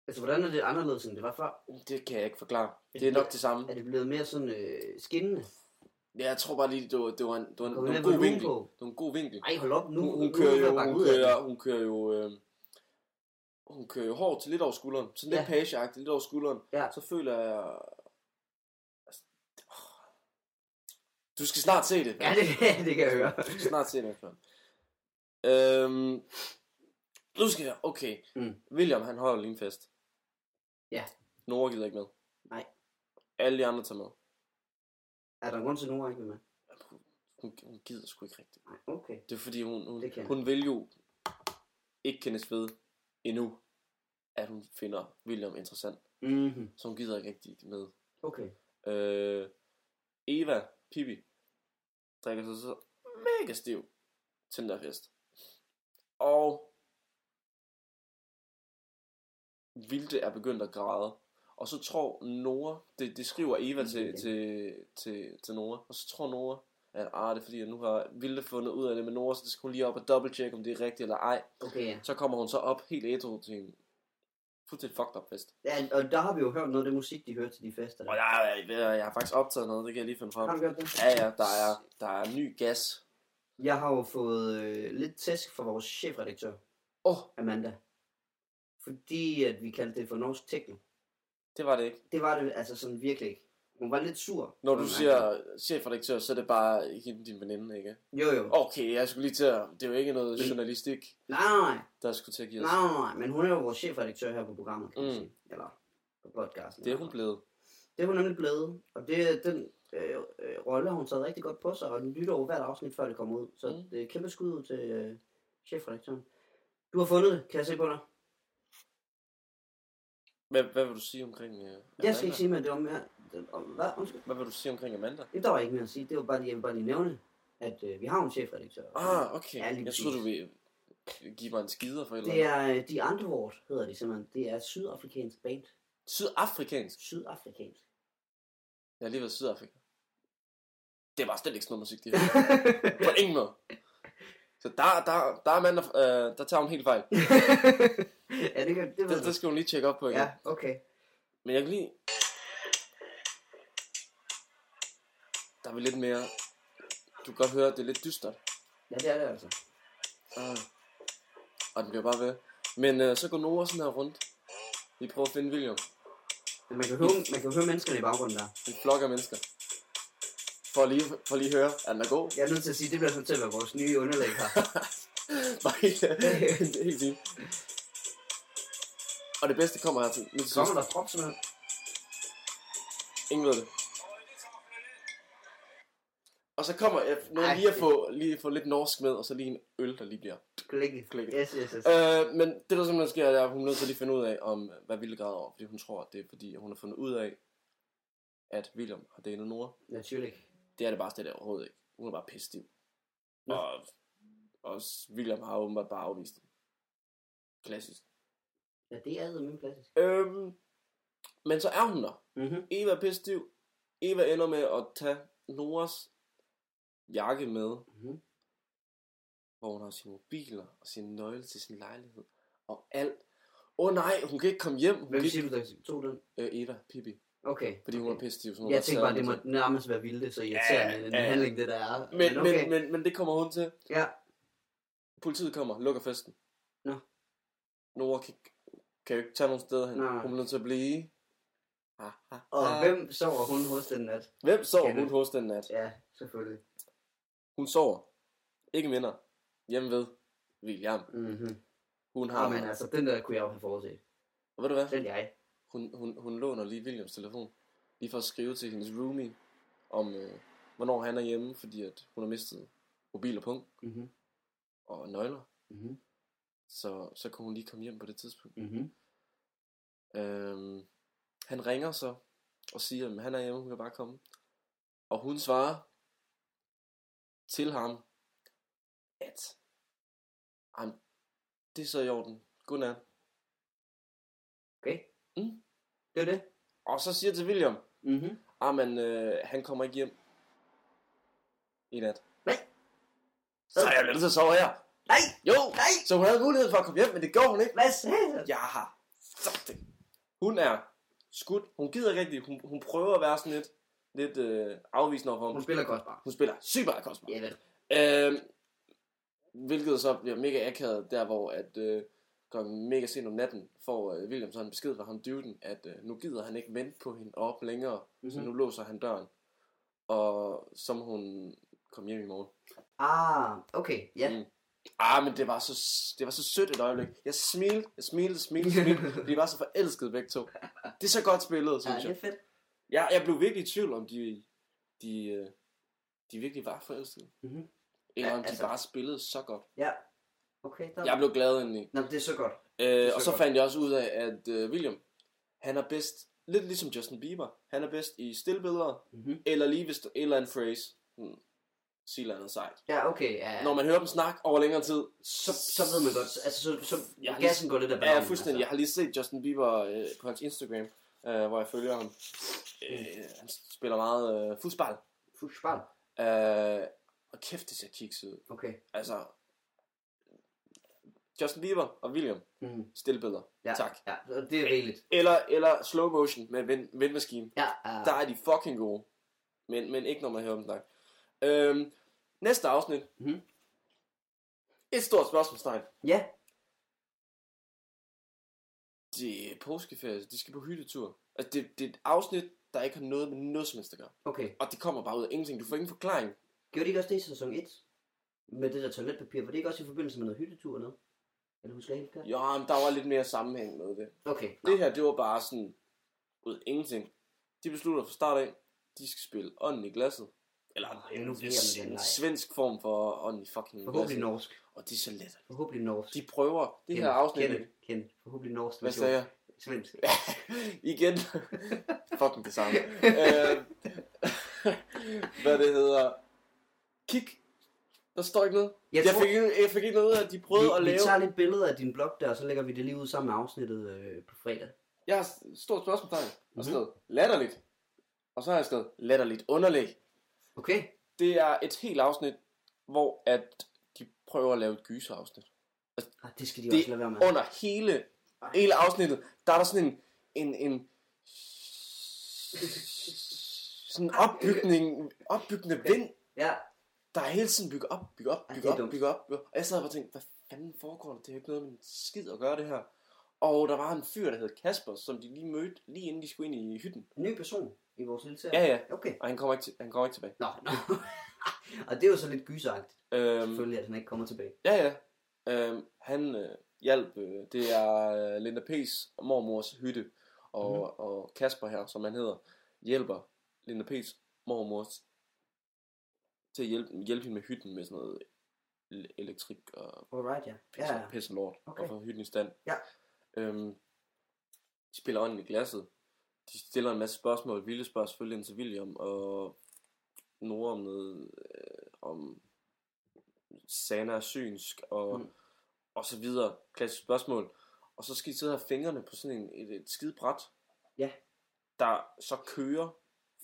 Speaker 1: Altså, hvordan er det anderledes, end det var før?
Speaker 2: det kan jeg ikke forklare. Det er nok det samme.
Speaker 1: Er det blevet mere sådan øh, skinnende?
Speaker 2: Ja, jeg tror bare lige, det var, det var en, det var en, det
Speaker 1: Går
Speaker 2: var
Speaker 1: vi
Speaker 2: en
Speaker 1: ned
Speaker 2: god
Speaker 1: på
Speaker 2: vinkel.
Speaker 1: på?
Speaker 2: Det var en god vinkel.
Speaker 1: Ej, hold op, nu,
Speaker 2: hun,
Speaker 1: nu
Speaker 2: hun
Speaker 1: er jeg
Speaker 2: kører
Speaker 1: ved
Speaker 2: jo,
Speaker 1: at bakke
Speaker 2: hun
Speaker 1: ud af
Speaker 2: kører, hun kører jo, øh, hun kører jo hårdt til lidt over skulderen. Sådan
Speaker 1: Ja.
Speaker 2: lidt pageagtigt, lidt over skulderen.
Speaker 1: Ja.
Speaker 2: Så føler jeg... altså, åh. Du skal snart se det.
Speaker 1: den. Ja, det, det kan jeg høre.
Speaker 2: Du skal snart se det, Asbjørn. Øhm, nu skal jeg, okay.
Speaker 1: Mm.
Speaker 2: William, han holder lige en fest.
Speaker 1: Ja.
Speaker 2: Nora gider ikke med.
Speaker 1: Nej.
Speaker 2: Alle de andre tager med.
Speaker 1: Er der en grund til, at Nora ikke vil med?
Speaker 2: Hun, hun gider sgu ikke rigtigt.
Speaker 1: Nej, okay.
Speaker 2: Det er fordi, hun, hun,
Speaker 1: Det kan jeg.
Speaker 2: hun vil jo ikke kendes ved endnu, at hun finder William interessant.
Speaker 1: Mm-hmm.
Speaker 2: Så hun gider ikke rigtig med.
Speaker 1: Okay.
Speaker 2: Øh, Eva, Pippi, drikker sig så mega stiv til den der fest. Og Vilde er begyndt at græde. Og så tror Nora, det, det skriver Eva til, til, til, til Nora, og så tror Nora, at ah, det er fordi, at nu har Vilde fundet ud af det med Nora, så det skal hun lige op og dobbelttjekke, om det er rigtigt eller ej.
Speaker 1: Okay, ja.
Speaker 2: Så kommer hun så op helt ædru til en fuldstændig fucked up fest.
Speaker 1: ja. Og der har vi jo hørt noget af det musik, de hører til de fester. Der.
Speaker 2: Og jeg, jeg, jeg har faktisk optaget noget, det kan jeg lige finde frem.
Speaker 1: Har du gjort det?
Speaker 2: Ja, ja, der er, der er ny gas.
Speaker 1: Jeg har jo fået øh, lidt tæsk fra vores chefredaktør,
Speaker 2: Åh, oh,
Speaker 1: Amanda. Fordi at vi kaldte det for norsk tekno.
Speaker 2: det var det ikke.
Speaker 1: Det var det altså sådan virkelig ikke. Hun var lidt sur.
Speaker 2: Når du
Speaker 1: Hun var-
Speaker 2: siger chefredaktør, så er det bare hende, din veninde, ikke?
Speaker 1: Jo, jo.
Speaker 2: Okay, jeg skulle lige til at... Det er jo ikke noget
Speaker 1: Men-
Speaker 2: journalistik,
Speaker 1: Nej, nej, nej.
Speaker 2: der skulle til at give os.
Speaker 1: Nej, nej, nej, men hun er jo vores chefredaktør her på programmet, kan man
Speaker 2: Mm.
Speaker 1: sige. Eller på podcasten.
Speaker 2: Det er hun blevet.
Speaker 1: Det er hun nemlig blevet, og det, den øh, øh, rolle har hun taget rigtig godt på sig, og den lytter over hvert afsnit, før det kommer ud. Så
Speaker 2: Mm.
Speaker 1: mm. det er et kæmpe skud ud til øh, chefredaktøren. Du har fundet det, kan jeg se på dig.
Speaker 2: Hvad, hvad vil du sige omkring øh, Amanda?
Speaker 1: Jeg skal ikke sige mere, det var mere... det- Om, hvad? Undskyld.
Speaker 2: Hvad vil du sige omkring Amanda?
Speaker 1: Det der var ikke mere at sige, det var bare lige, jeg vil bare lige nævne, at øh, vi har en chefredaktør.
Speaker 2: Ah, okay.
Speaker 1: Ja, lige
Speaker 2: jeg troede, du
Speaker 1: præcis.
Speaker 2: ville give mig en skider for et eller
Speaker 1: Det
Speaker 2: andet.
Speaker 1: er øh, De Andre Ward, hedder de simpelthen. Det er et sydafrikansk band.
Speaker 2: Sydafrikansk.
Speaker 1: Sydafrikansk.
Speaker 2: Jeg har lige været i Sydafrika. Det var slet ikke sådan noget musik, det her. På ingen måde. Så der, der, der er Amanda, øh, der tager hun helt fejl.
Speaker 1: ja, det kan det ved
Speaker 2: Det, det skal hun lige tjekke op på
Speaker 1: jeg.
Speaker 2: igen.
Speaker 1: Ja, okay.
Speaker 2: Men jeg kan lige... Der er vi lidt mere... Du kan godt høre, at det er lidt dystert.
Speaker 1: Ja, det er det altså.
Speaker 2: Ah. Og den bliver bare ved. Men øh, så går Nora sådan her rundt. Vi prøver at finde William.
Speaker 1: Men man kan høre, man kan høre menneskerne i baggrunden der.
Speaker 2: En flok af mennesker. For lige, for lige at høre, er den er god?
Speaker 1: Jeg er nødt til at sige, at det bliver sådan til at være vores nye underlæg her.
Speaker 2: Bare helt, helt fint. Og det bedste kommer her til. Nu til
Speaker 1: Kommer
Speaker 2: sidst.
Speaker 1: der prop simpelthen?
Speaker 2: Ingen ved det. Og så kommer jeg nogen
Speaker 1: Ej.
Speaker 2: lige at få, lige at få lidt norsk med, og så lige en øl, der lige bliver.
Speaker 1: Klikke.
Speaker 2: Klikke.
Speaker 1: Yes, yes, yes.
Speaker 2: Øh, men det der simpelthen sker, er, at hun er nødt til lige at finde ud af, om hvad Vilde græder over. Fordi hun tror, at det er fordi, hun har fundet ud af, at William har datet Nora.
Speaker 1: Naturligt.
Speaker 2: Det er det bare slet ikke overhovedet ikke. Hun er bare pisstiv.
Speaker 1: Nå.
Speaker 2: Og, og William har åbenbart bare afvist hende. Klassisk.
Speaker 1: Ja, det er min klassisk.
Speaker 2: Øhm, men så er hun der.
Speaker 1: Mhm.
Speaker 2: Eva er pisstiv. Eva ender med at tage Noras jakke med,
Speaker 1: Mhm.
Speaker 2: hvor hun har sine mobiler og sin nøgle til sin lejlighed og alt. Åh oh, nej, hun kan ikke komme hjem. Hun
Speaker 1: Hvem
Speaker 2: kan ikke...
Speaker 1: siger du, der tog den?
Speaker 2: Øh, Eva, Pippi.
Speaker 1: Okay.
Speaker 2: Fordi hun var
Speaker 1: okay.
Speaker 2: pissestiv. så hun
Speaker 1: Jeg
Speaker 2: var
Speaker 1: tænkte bare,
Speaker 2: særlig
Speaker 1: det må
Speaker 2: til.
Speaker 1: nærmest være vildt, så irriterende
Speaker 2: Ja,
Speaker 1: ja, ja,
Speaker 2: ja.
Speaker 1: den handling, det der er.
Speaker 2: Men, men, okay. men, men det kommer hun til.
Speaker 1: Ja,
Speaker 2: Politiet kommer, lukker festen.
Speaker 1: Nå.
Speaker 2: Nora kan, kan jo ikke tage nogen steder hen.
Speaker 1: Nej.
Speaker 2: Hun er nødt til at blive. Ha, ha,
Speaker 1: og
Speaker 2: ha.
Speaker 1: hvem sover hun hos den nat?
Speaker 2: hvem sover
Speaker 1: Kan
Speaker 2: hun
Speaker 1: du-
Speaker 2: hos den nat?
Speaker 1: Ja, selvfølgelig.
Speaker 2: Hun sover. Ikke mindre. Hjemme ved William.
Speaker 1: Mhm.
Speaker 2: Hun har...
Speaker 1: Ah, men altså, den der kunne jeg jo have forudset.
Speaker 2: Og ved du hvad?
Speaker 1: Den jeg.
Speaker 2: Hun, hun, hun låner lige Williams telefon. Lige for at skrive til hendes roomie om, øh, hvornår han er hjemme, fordi at hun har mistet mobil og punkt
Speaker 1: Mhm.
Speaker 2: og nøgler.
Speaker 1: Mhm.
Speaker 2: Så, så kunne hun lige komme hjem på det tidspunkt.
Speaker 1: Mhm.
Speaker 2: Øhm, han ringer så og siger, at han er hjemme, hun kan bare komme. Og hun svarer til ham, at "Jamen, det er så i orden. Godnat.
Speaker 1: Okay.
Speaker 2: Mm.
Speaker 1: Det var det.
Speaker 2: Og så siger til William,
Speaker 1: Mhm.
Speaker 2: Ah, men øh, han kommer ikke hjem i nat.
Speaker 1: Nej.
Speaker 2: Så er jeg nødt til at sove her.
Speaker 1: Nej!
Speaker 2: Jo,
Speaker 1: Nej!
Speaker 2: så hun havde mulighed for at komme hjem, men det går hun ikke.
Speaker 1: Hvad sagde du?
Speaker 2: Jeg har sagt det. Hun er skudt. Hun gider ikke rigtigt. Hun, hun prøver at være sådan lidt, lidt øh, afvisende overfor
Speaker 1: Hun
Speaker 2: ham.
Speaker 1: spiller godt bare.
Speaker 2: Hun spiller super kosmer.
Speaker 1: Ja, vel.
Speaker 2: Yeah. Øhm, hvilket så bliver mega akavet, der hvor at øh, klokken mega sent om natten får øh, William så en besked fra ham dyvden, at øh, nu gider han ikke vente på hende op længere.
Speaker 1: Mhm.
Speaker 2: Så nu låser han døren. Og så må hun komme hjem i morgen.
Speaker 1: Ah, okay. Ja.
Speaker 2: Mm. Ah, men det var så, det var så sødt et øjeblik. Jeg smilte, jeg smilte, smilte, smilte. Vi var så forelskede begge to. Det er så godt spillet,
Speaker 1: Ja,
Speaker 2: synes
Speaker 1: det
Speaker 2: jeg.
Speaker 1: er fedt.
Speaker 2: jeg. Jeg blev virkelig i tvivl om, de, de, øh, de virkelig var forelskede.
Speaker 1: Mhm.
Speaker 2: Eller
Speaker 1: Ja,
Speaker 2: om de
Speaker 1: altså-
Speaker 2: bare spillede så godt.
Speaker 1: Ja. Okay, der...
Speaker 2: Jeg blev glad endelig.
Speaker 1: Nå, men det er så godt.
Speaker 2: Øh,
Speaker 1: så
Speaker 2: og så
Speaker 1: godt.
Speaker 2: fandt jeg også ud af, at øh, William, han er bedst, lidt ligesom Justin Bieber, han er bedst i stillbilleder,
Speaker 1: Mm-hmm.
Speaker 2: eller lige hvis der- en eller anden phrase. Hmm. Sig eller andet sejt.
Speaker 1: Ja, okay. Ja.
Speaker 2: Når man hører dem snakke over længere tid,
Speaker 1: så, så ved man godt, altså så, så
Speaker 2: Jeg
Speaker 1: ja,
Speaker 2: har
Speaker 1: gassen går lidt af altså.
Speaker 2: Ja,
Speaker 1: ballonen,
Speaker 2: ja, fuldstændig. Jeg har lige set Justin Bieber øh, på hans Instagram, øh, hvor jeg følger ham. Øh, han spiller meget øh, fodbold.
Speaker 1: Altså. Fuld spart.
Speaker 2: Øh, og kæft, det ser kiks ud.
Speaker 1: Okay.
Speaker 2: Altså, Justin Bieber og William,
Speaker 1: Mm.
Speaker 2: stillbilleder.
Speaker 1: Ja,
Speaker 2: Mhm, Tak.
Speaker 1: Ja, og det er rigeligt.
Speaker 2: Eller, eller slow motion med vind, vindmaskinen.
Speaker 1: Ja, uh,
Speaker 2: Der er de fucking gode. Men, men ikke når man hører dem snakke. Øhm, næste afsnit.
Speaker 1: Mhm.
Speaker 2: Et stort spørgsmålstegn.
Speaker 1: ja.
Speaker 2: Det påskeferie, så de skal på hyttetur. Altså, det, det er et afsnit, der ikke har noget med noget som helst at gøre.
Speaker 1: Okay.
Speaker 2: Og det kommer bare ud af ingenting. Du får ingen forklaring.
Speaker 1: Gjorde de ikke også det i sæson 1? Med det der toiletpapir? Var det ikke også i forbindelse med noget hyttetur eller noget? Eller husker jeg helt godt?
Speaker 2: Ja, men der var lidt mere sammenhæng med det.
Speaker 1: Okay.
Speaker 2: Det her, det var bare sådan ud af ingenting. De beslutter fra start af, de skal spille ånden i glasset. Eller
Speaker 1: Åh, nu bliver
Speaker 2: s-
Speaker 1: den den
Speaker 2: en
Speaker 1: leg.
Speaker 2: svensk form for ånden i fucking
Speaker 1: Forhåbentlig
Speaker 2: glasset.
Speaker 1: norsk.
Speaker 2: Og det er så let.
Speaker 1: Forhåbentlig norsk.
Speaker 2: De prøver det her afsnit.
Speaker 1: Ken, Ken. Forhåbentlig norsk.
Speaker 2: Hvad sagde jeg?
Speaker 1: Svensk.
Speaker 2: Igen. Fucking det samme. øh, hvad det hedder. Kig. Der står ikke noget.
Speaker 1: Jeg
Speaker 2: Jeg, jeg,
Speaker 1: tror-
Speaker 2: fik, ikke- jeg fik ikke noget ud af, at de prøvede
Speaker 1: vi,
Speaker 2: at
Speaker 1: vi
Speaker 2: lave.
Speaker 1: tager lidt billeder af din blog der, og så lægger vi det lige ud sammen med afsnittet øh, på fredag.
Speaker 2: Jeg har et stort spørgsmålstegn.
Speaker 1: Mhm.
Speaker 2: Jeg har skrevet latterligt. Og så har jeg skrevet latterligt underlæg.
Speaker 1: Okay.
Speaker 2: Det er et helt afsnit, hvor at de prøver at lave et gyserafsnit.
Speaker 1: Ah, det skal de det...
Speaker 2: Det
Speaker 1: også lade være med.
Speaker 2: under hele, hele afsnittet, der er der sådan en, en, en sådan en opbygning, opbyggende vind,
Speaker 1: Ja.
Speaker 2: der er hele tiden bygget op, bygget op,
Speaker 1: Ej,
Speaker 2: bygget
Speaker 1: det er
Speaker 2: op,
Speaker 1: dumt.
Speaker 2: bygget op. Og jeg sad og bare tænkte, hvad fanden foregår der? Det er jo ikke noget med en skid at gøre det her. Og der var en fyr, der hed Kasper, som de lige mødte, lige inden de skulle ind i hytten.
Speaker 1: En ny person i vores lille serie.
Speaker 2: Ja, ja.
Speaker 1: Okay.
Speaker 2: Og han kommer ikke, til, han kommer ikke tilbage.
Speaker 1: Nå, nå. og det er jo så lidt gyseragtigt,
Speaker 2: Øhm,
Speaker 1: selvfølgelig, at han ikke kommer tilbage.
Speaker 2: ja, ja. Øhm, han øh, hjalp, øh, det er øh, Linda P's mormors hytte. Og,
Speaker 1: Mhm.
Speaker 2: mm-hmm. og Kasper her, som han hedder, hjælper Linda P's mormors til at hjælpe, hjælpe hende med hytten med sådan noget el- elektrik og
Speaker 1: Alright, ja. Ja,
Speaker 2: pisse,
Speaker 1: ja.
Speaker 2: ja. pisse lort okay.
Speaker 1: Okay.
Speaker 2: og få hytten i stand.
Speaker 1: Ja.
Speaker 2: Øhm, de spiller ånden i glasset. De stiller en masse spørgsmål. Ville spørger selvfølgelig ind til William og Nora om noget øh, om Sana er synsk og, mm.
Speaker 1: Mm.
Speaker 2: og så videre. Klassisk spørgsmål. Og så skal de sidde og have fingrene på sådan en, et, et skide bræt.
Speaker 1: Ja.
Speaker 2: Der så kører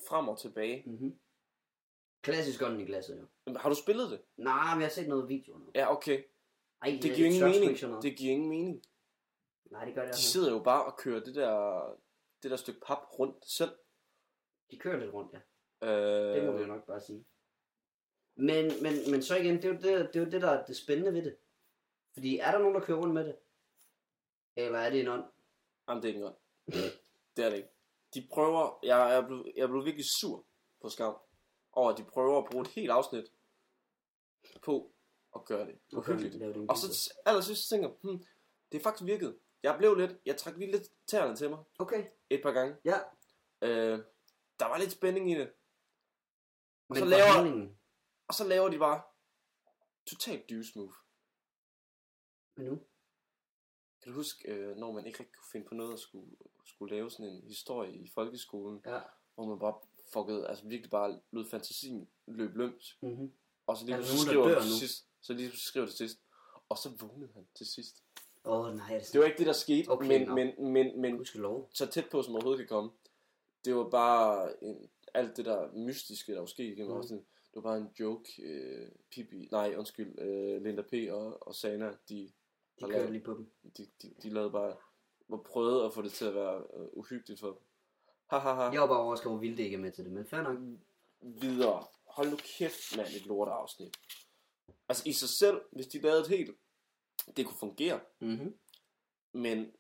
Speaker 2: frem og tilbage.
Speaker 1: Mm-hmm. Klassisk ånden i glasset, jo.
Speaker 2: Jamen, Har du spillet det?
Speaker 1: Nej, men jeg har set noget video nu.
Speaker 2: Ja, okay.
Speaker 1: Ej, øh,
Speaker 2: Det giver ingen mening.
Speaker 1: Det...
Speaker 2: Det giver ingen mening.
Speaker 1: Nej, det gør det
Speaker 2: De
Speaker 1: altså.
Speaker 2: sidder jo bare og kører det der, det der stykke pap rundt selv.
Speaker 1: ikke. De kører lidt rundt, ja.
Speaker 2: Øh,
Speaker 1: Det må vi jo nok bare sige. Men, men, men så igen, det er, jo det, det er jo det, der er det spændende ved det. Fordi er der nogen, der kører rundt med det? Eller er det en ånd?
Speaker 2: Jamen, det er ikke godt. det er det ikke. De prøver, jeg, jeg, blev, jeg blev virkelig sur på skam over, at de prøver at bruge et helt afsnit på at gøre det. Uhyggeligt.
Speaker 1: Lave det en
Speaker 2: Og så
Speaker 1: video.
Speaker 2: t- allersidst tænker jeg, hmm, det er faktisk virket. Jeg blev lidt, jeg trak lige lidt tæerne til mig
Speaker 1: Okay,
Speaker 2: et par gange.
Speaker 1: ja.
Speaker 2: Øh, der var lidt spænding i det.
Speaker 1: Men
Speaker 2: så laver-
Speaker 1: forhandlingen-
Speaker 2: Og så laver de bare totalt douche move.
Speaker 1: Men nu?
Speaker 2: Kan du huske, øh, når man ikke rigtig kunne finde på noget at skulle, skulle lave sådan en historie i folkeskolen,
Speaker 1: Ja.
Speaker 2: hvor man bare fuckede, altså virkelig bare lod fantasien løbe løms,
Speaker 1: Mm-hmm.
Speaker 2: og så lige
Speaker 1: Er der
Speaker 2: pludselig
Speaker 1: nogen, der
Speaker 2: skriver
Speaker 1: dør
Speaker 2: til
Speaker 1: nu?
Speaker 2: sidst, så lige pludselig skriver til sidst, og så vågnede han til sidst.
Speaker 1: Åh, oh, nej.
Speaker 2: Det var ikke det, der skete, okay,
Speaker 1: Okay,
Speaker 2: men,
Speaker 1: nå.
Speaker 2: men, men, men
Speaker 1: Husk lov.
Speaker 2: så tæt på, som overhovedet kan komme. Det var bare en, alt det der mystiske, der var sket igennem
Speaker 1: Mm.
Speaker 2: mm. afsnit. Det var bare en joke. Øh, Pippi, nej, undskyld, øh, Linda P. og, og Sana, de,
Speaker 1: De
Speaker 2: Og
Speaker 1: kører
Speaker 2: lave-
Speaker 1: lige på dem.
Speaker 2: de, de, de lavede bare, og prøvede at få det til at være øh, uhyggeligt for dem. Ha, ha, ha.
Speaker 1: Jeg var bare overrasket over, at Vilde ikke er med til det, men fair
Speaker 2: Mhm.
Speaker 1: nok.
Speaker 2: videre. Hold nu kæft, mand, et lort afsnit. Altså i sig selv, hvis de lavede et helt, det kunne fungere,
Speaker 1: Mm-hmm.
Speaker 2: men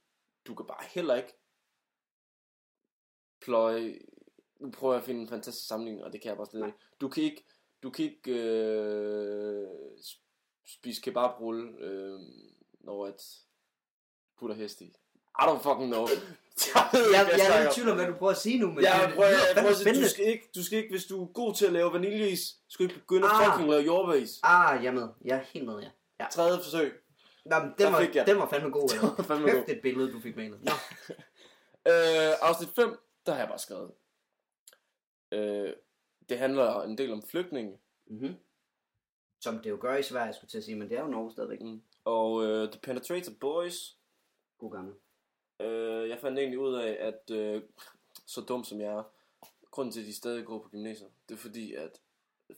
Speaker 2: du kan bare heller ikke pløje, nu prøver jeg at finde en fantastisk samling, og det kan jeg bare slet ikke. Du kan ikke, du kan ikke øh, spise kebabrulle, øh, når et putter hest i. I don't fucking know. jeg, ved
Speaker 1: Jeg,
Speaker 2: ikke, hvad
Speaker 1: jeg er
Speaker 2: snakker
Speaker 1: lidt
Speaker 2: om.
Speaker 1: i tvivl om, hvad du prøver at sige nu, men
Speaker 2: Ja, prøv,
Speaker 1: lyder
Speaker 2: jeg, prøv
Speaker 1: fandme
Speaker 2: at sige, du skal, ikke, du skal ikke, hvis du er god til at lave vaniljeis, skal du ikke begynde at
Speaker 1: Ah.
Speaker 2: fucking lave jordbæris.
Speaker 1: Ah, jeg er med. Jeg er helt med, ja.
Speaker 2: Tredje forsøg.
Speaker 1: Nå, men den,
Speaker 2: Der
Speaker 1: var,
Speaker 2: fik jeg den.
Speaker 1: den var fandme god.
Speaker 2: Det var fandme god.
Speaker 1: Kæft, et billede, du fik med. Nå,
Speaker 2: Øh, afsnit 5, der har jeg bare skrevet. Øh, det handler en del om flygtninge,
Speaker 1: Mm-hmm. Som det jo gør i Sverige, skulle jeg til at sige, men det er jo Norge stadigvæk.
Speaker 2: Mm. og øh, The Penetrator Boys,
Speaker 1: God gammel.
Speaker 2: øh, jeg fandt egentlig ud af, at øh, så dum som jeg er, grunden til, at de stadig går på gymnasiet, det er fordi, at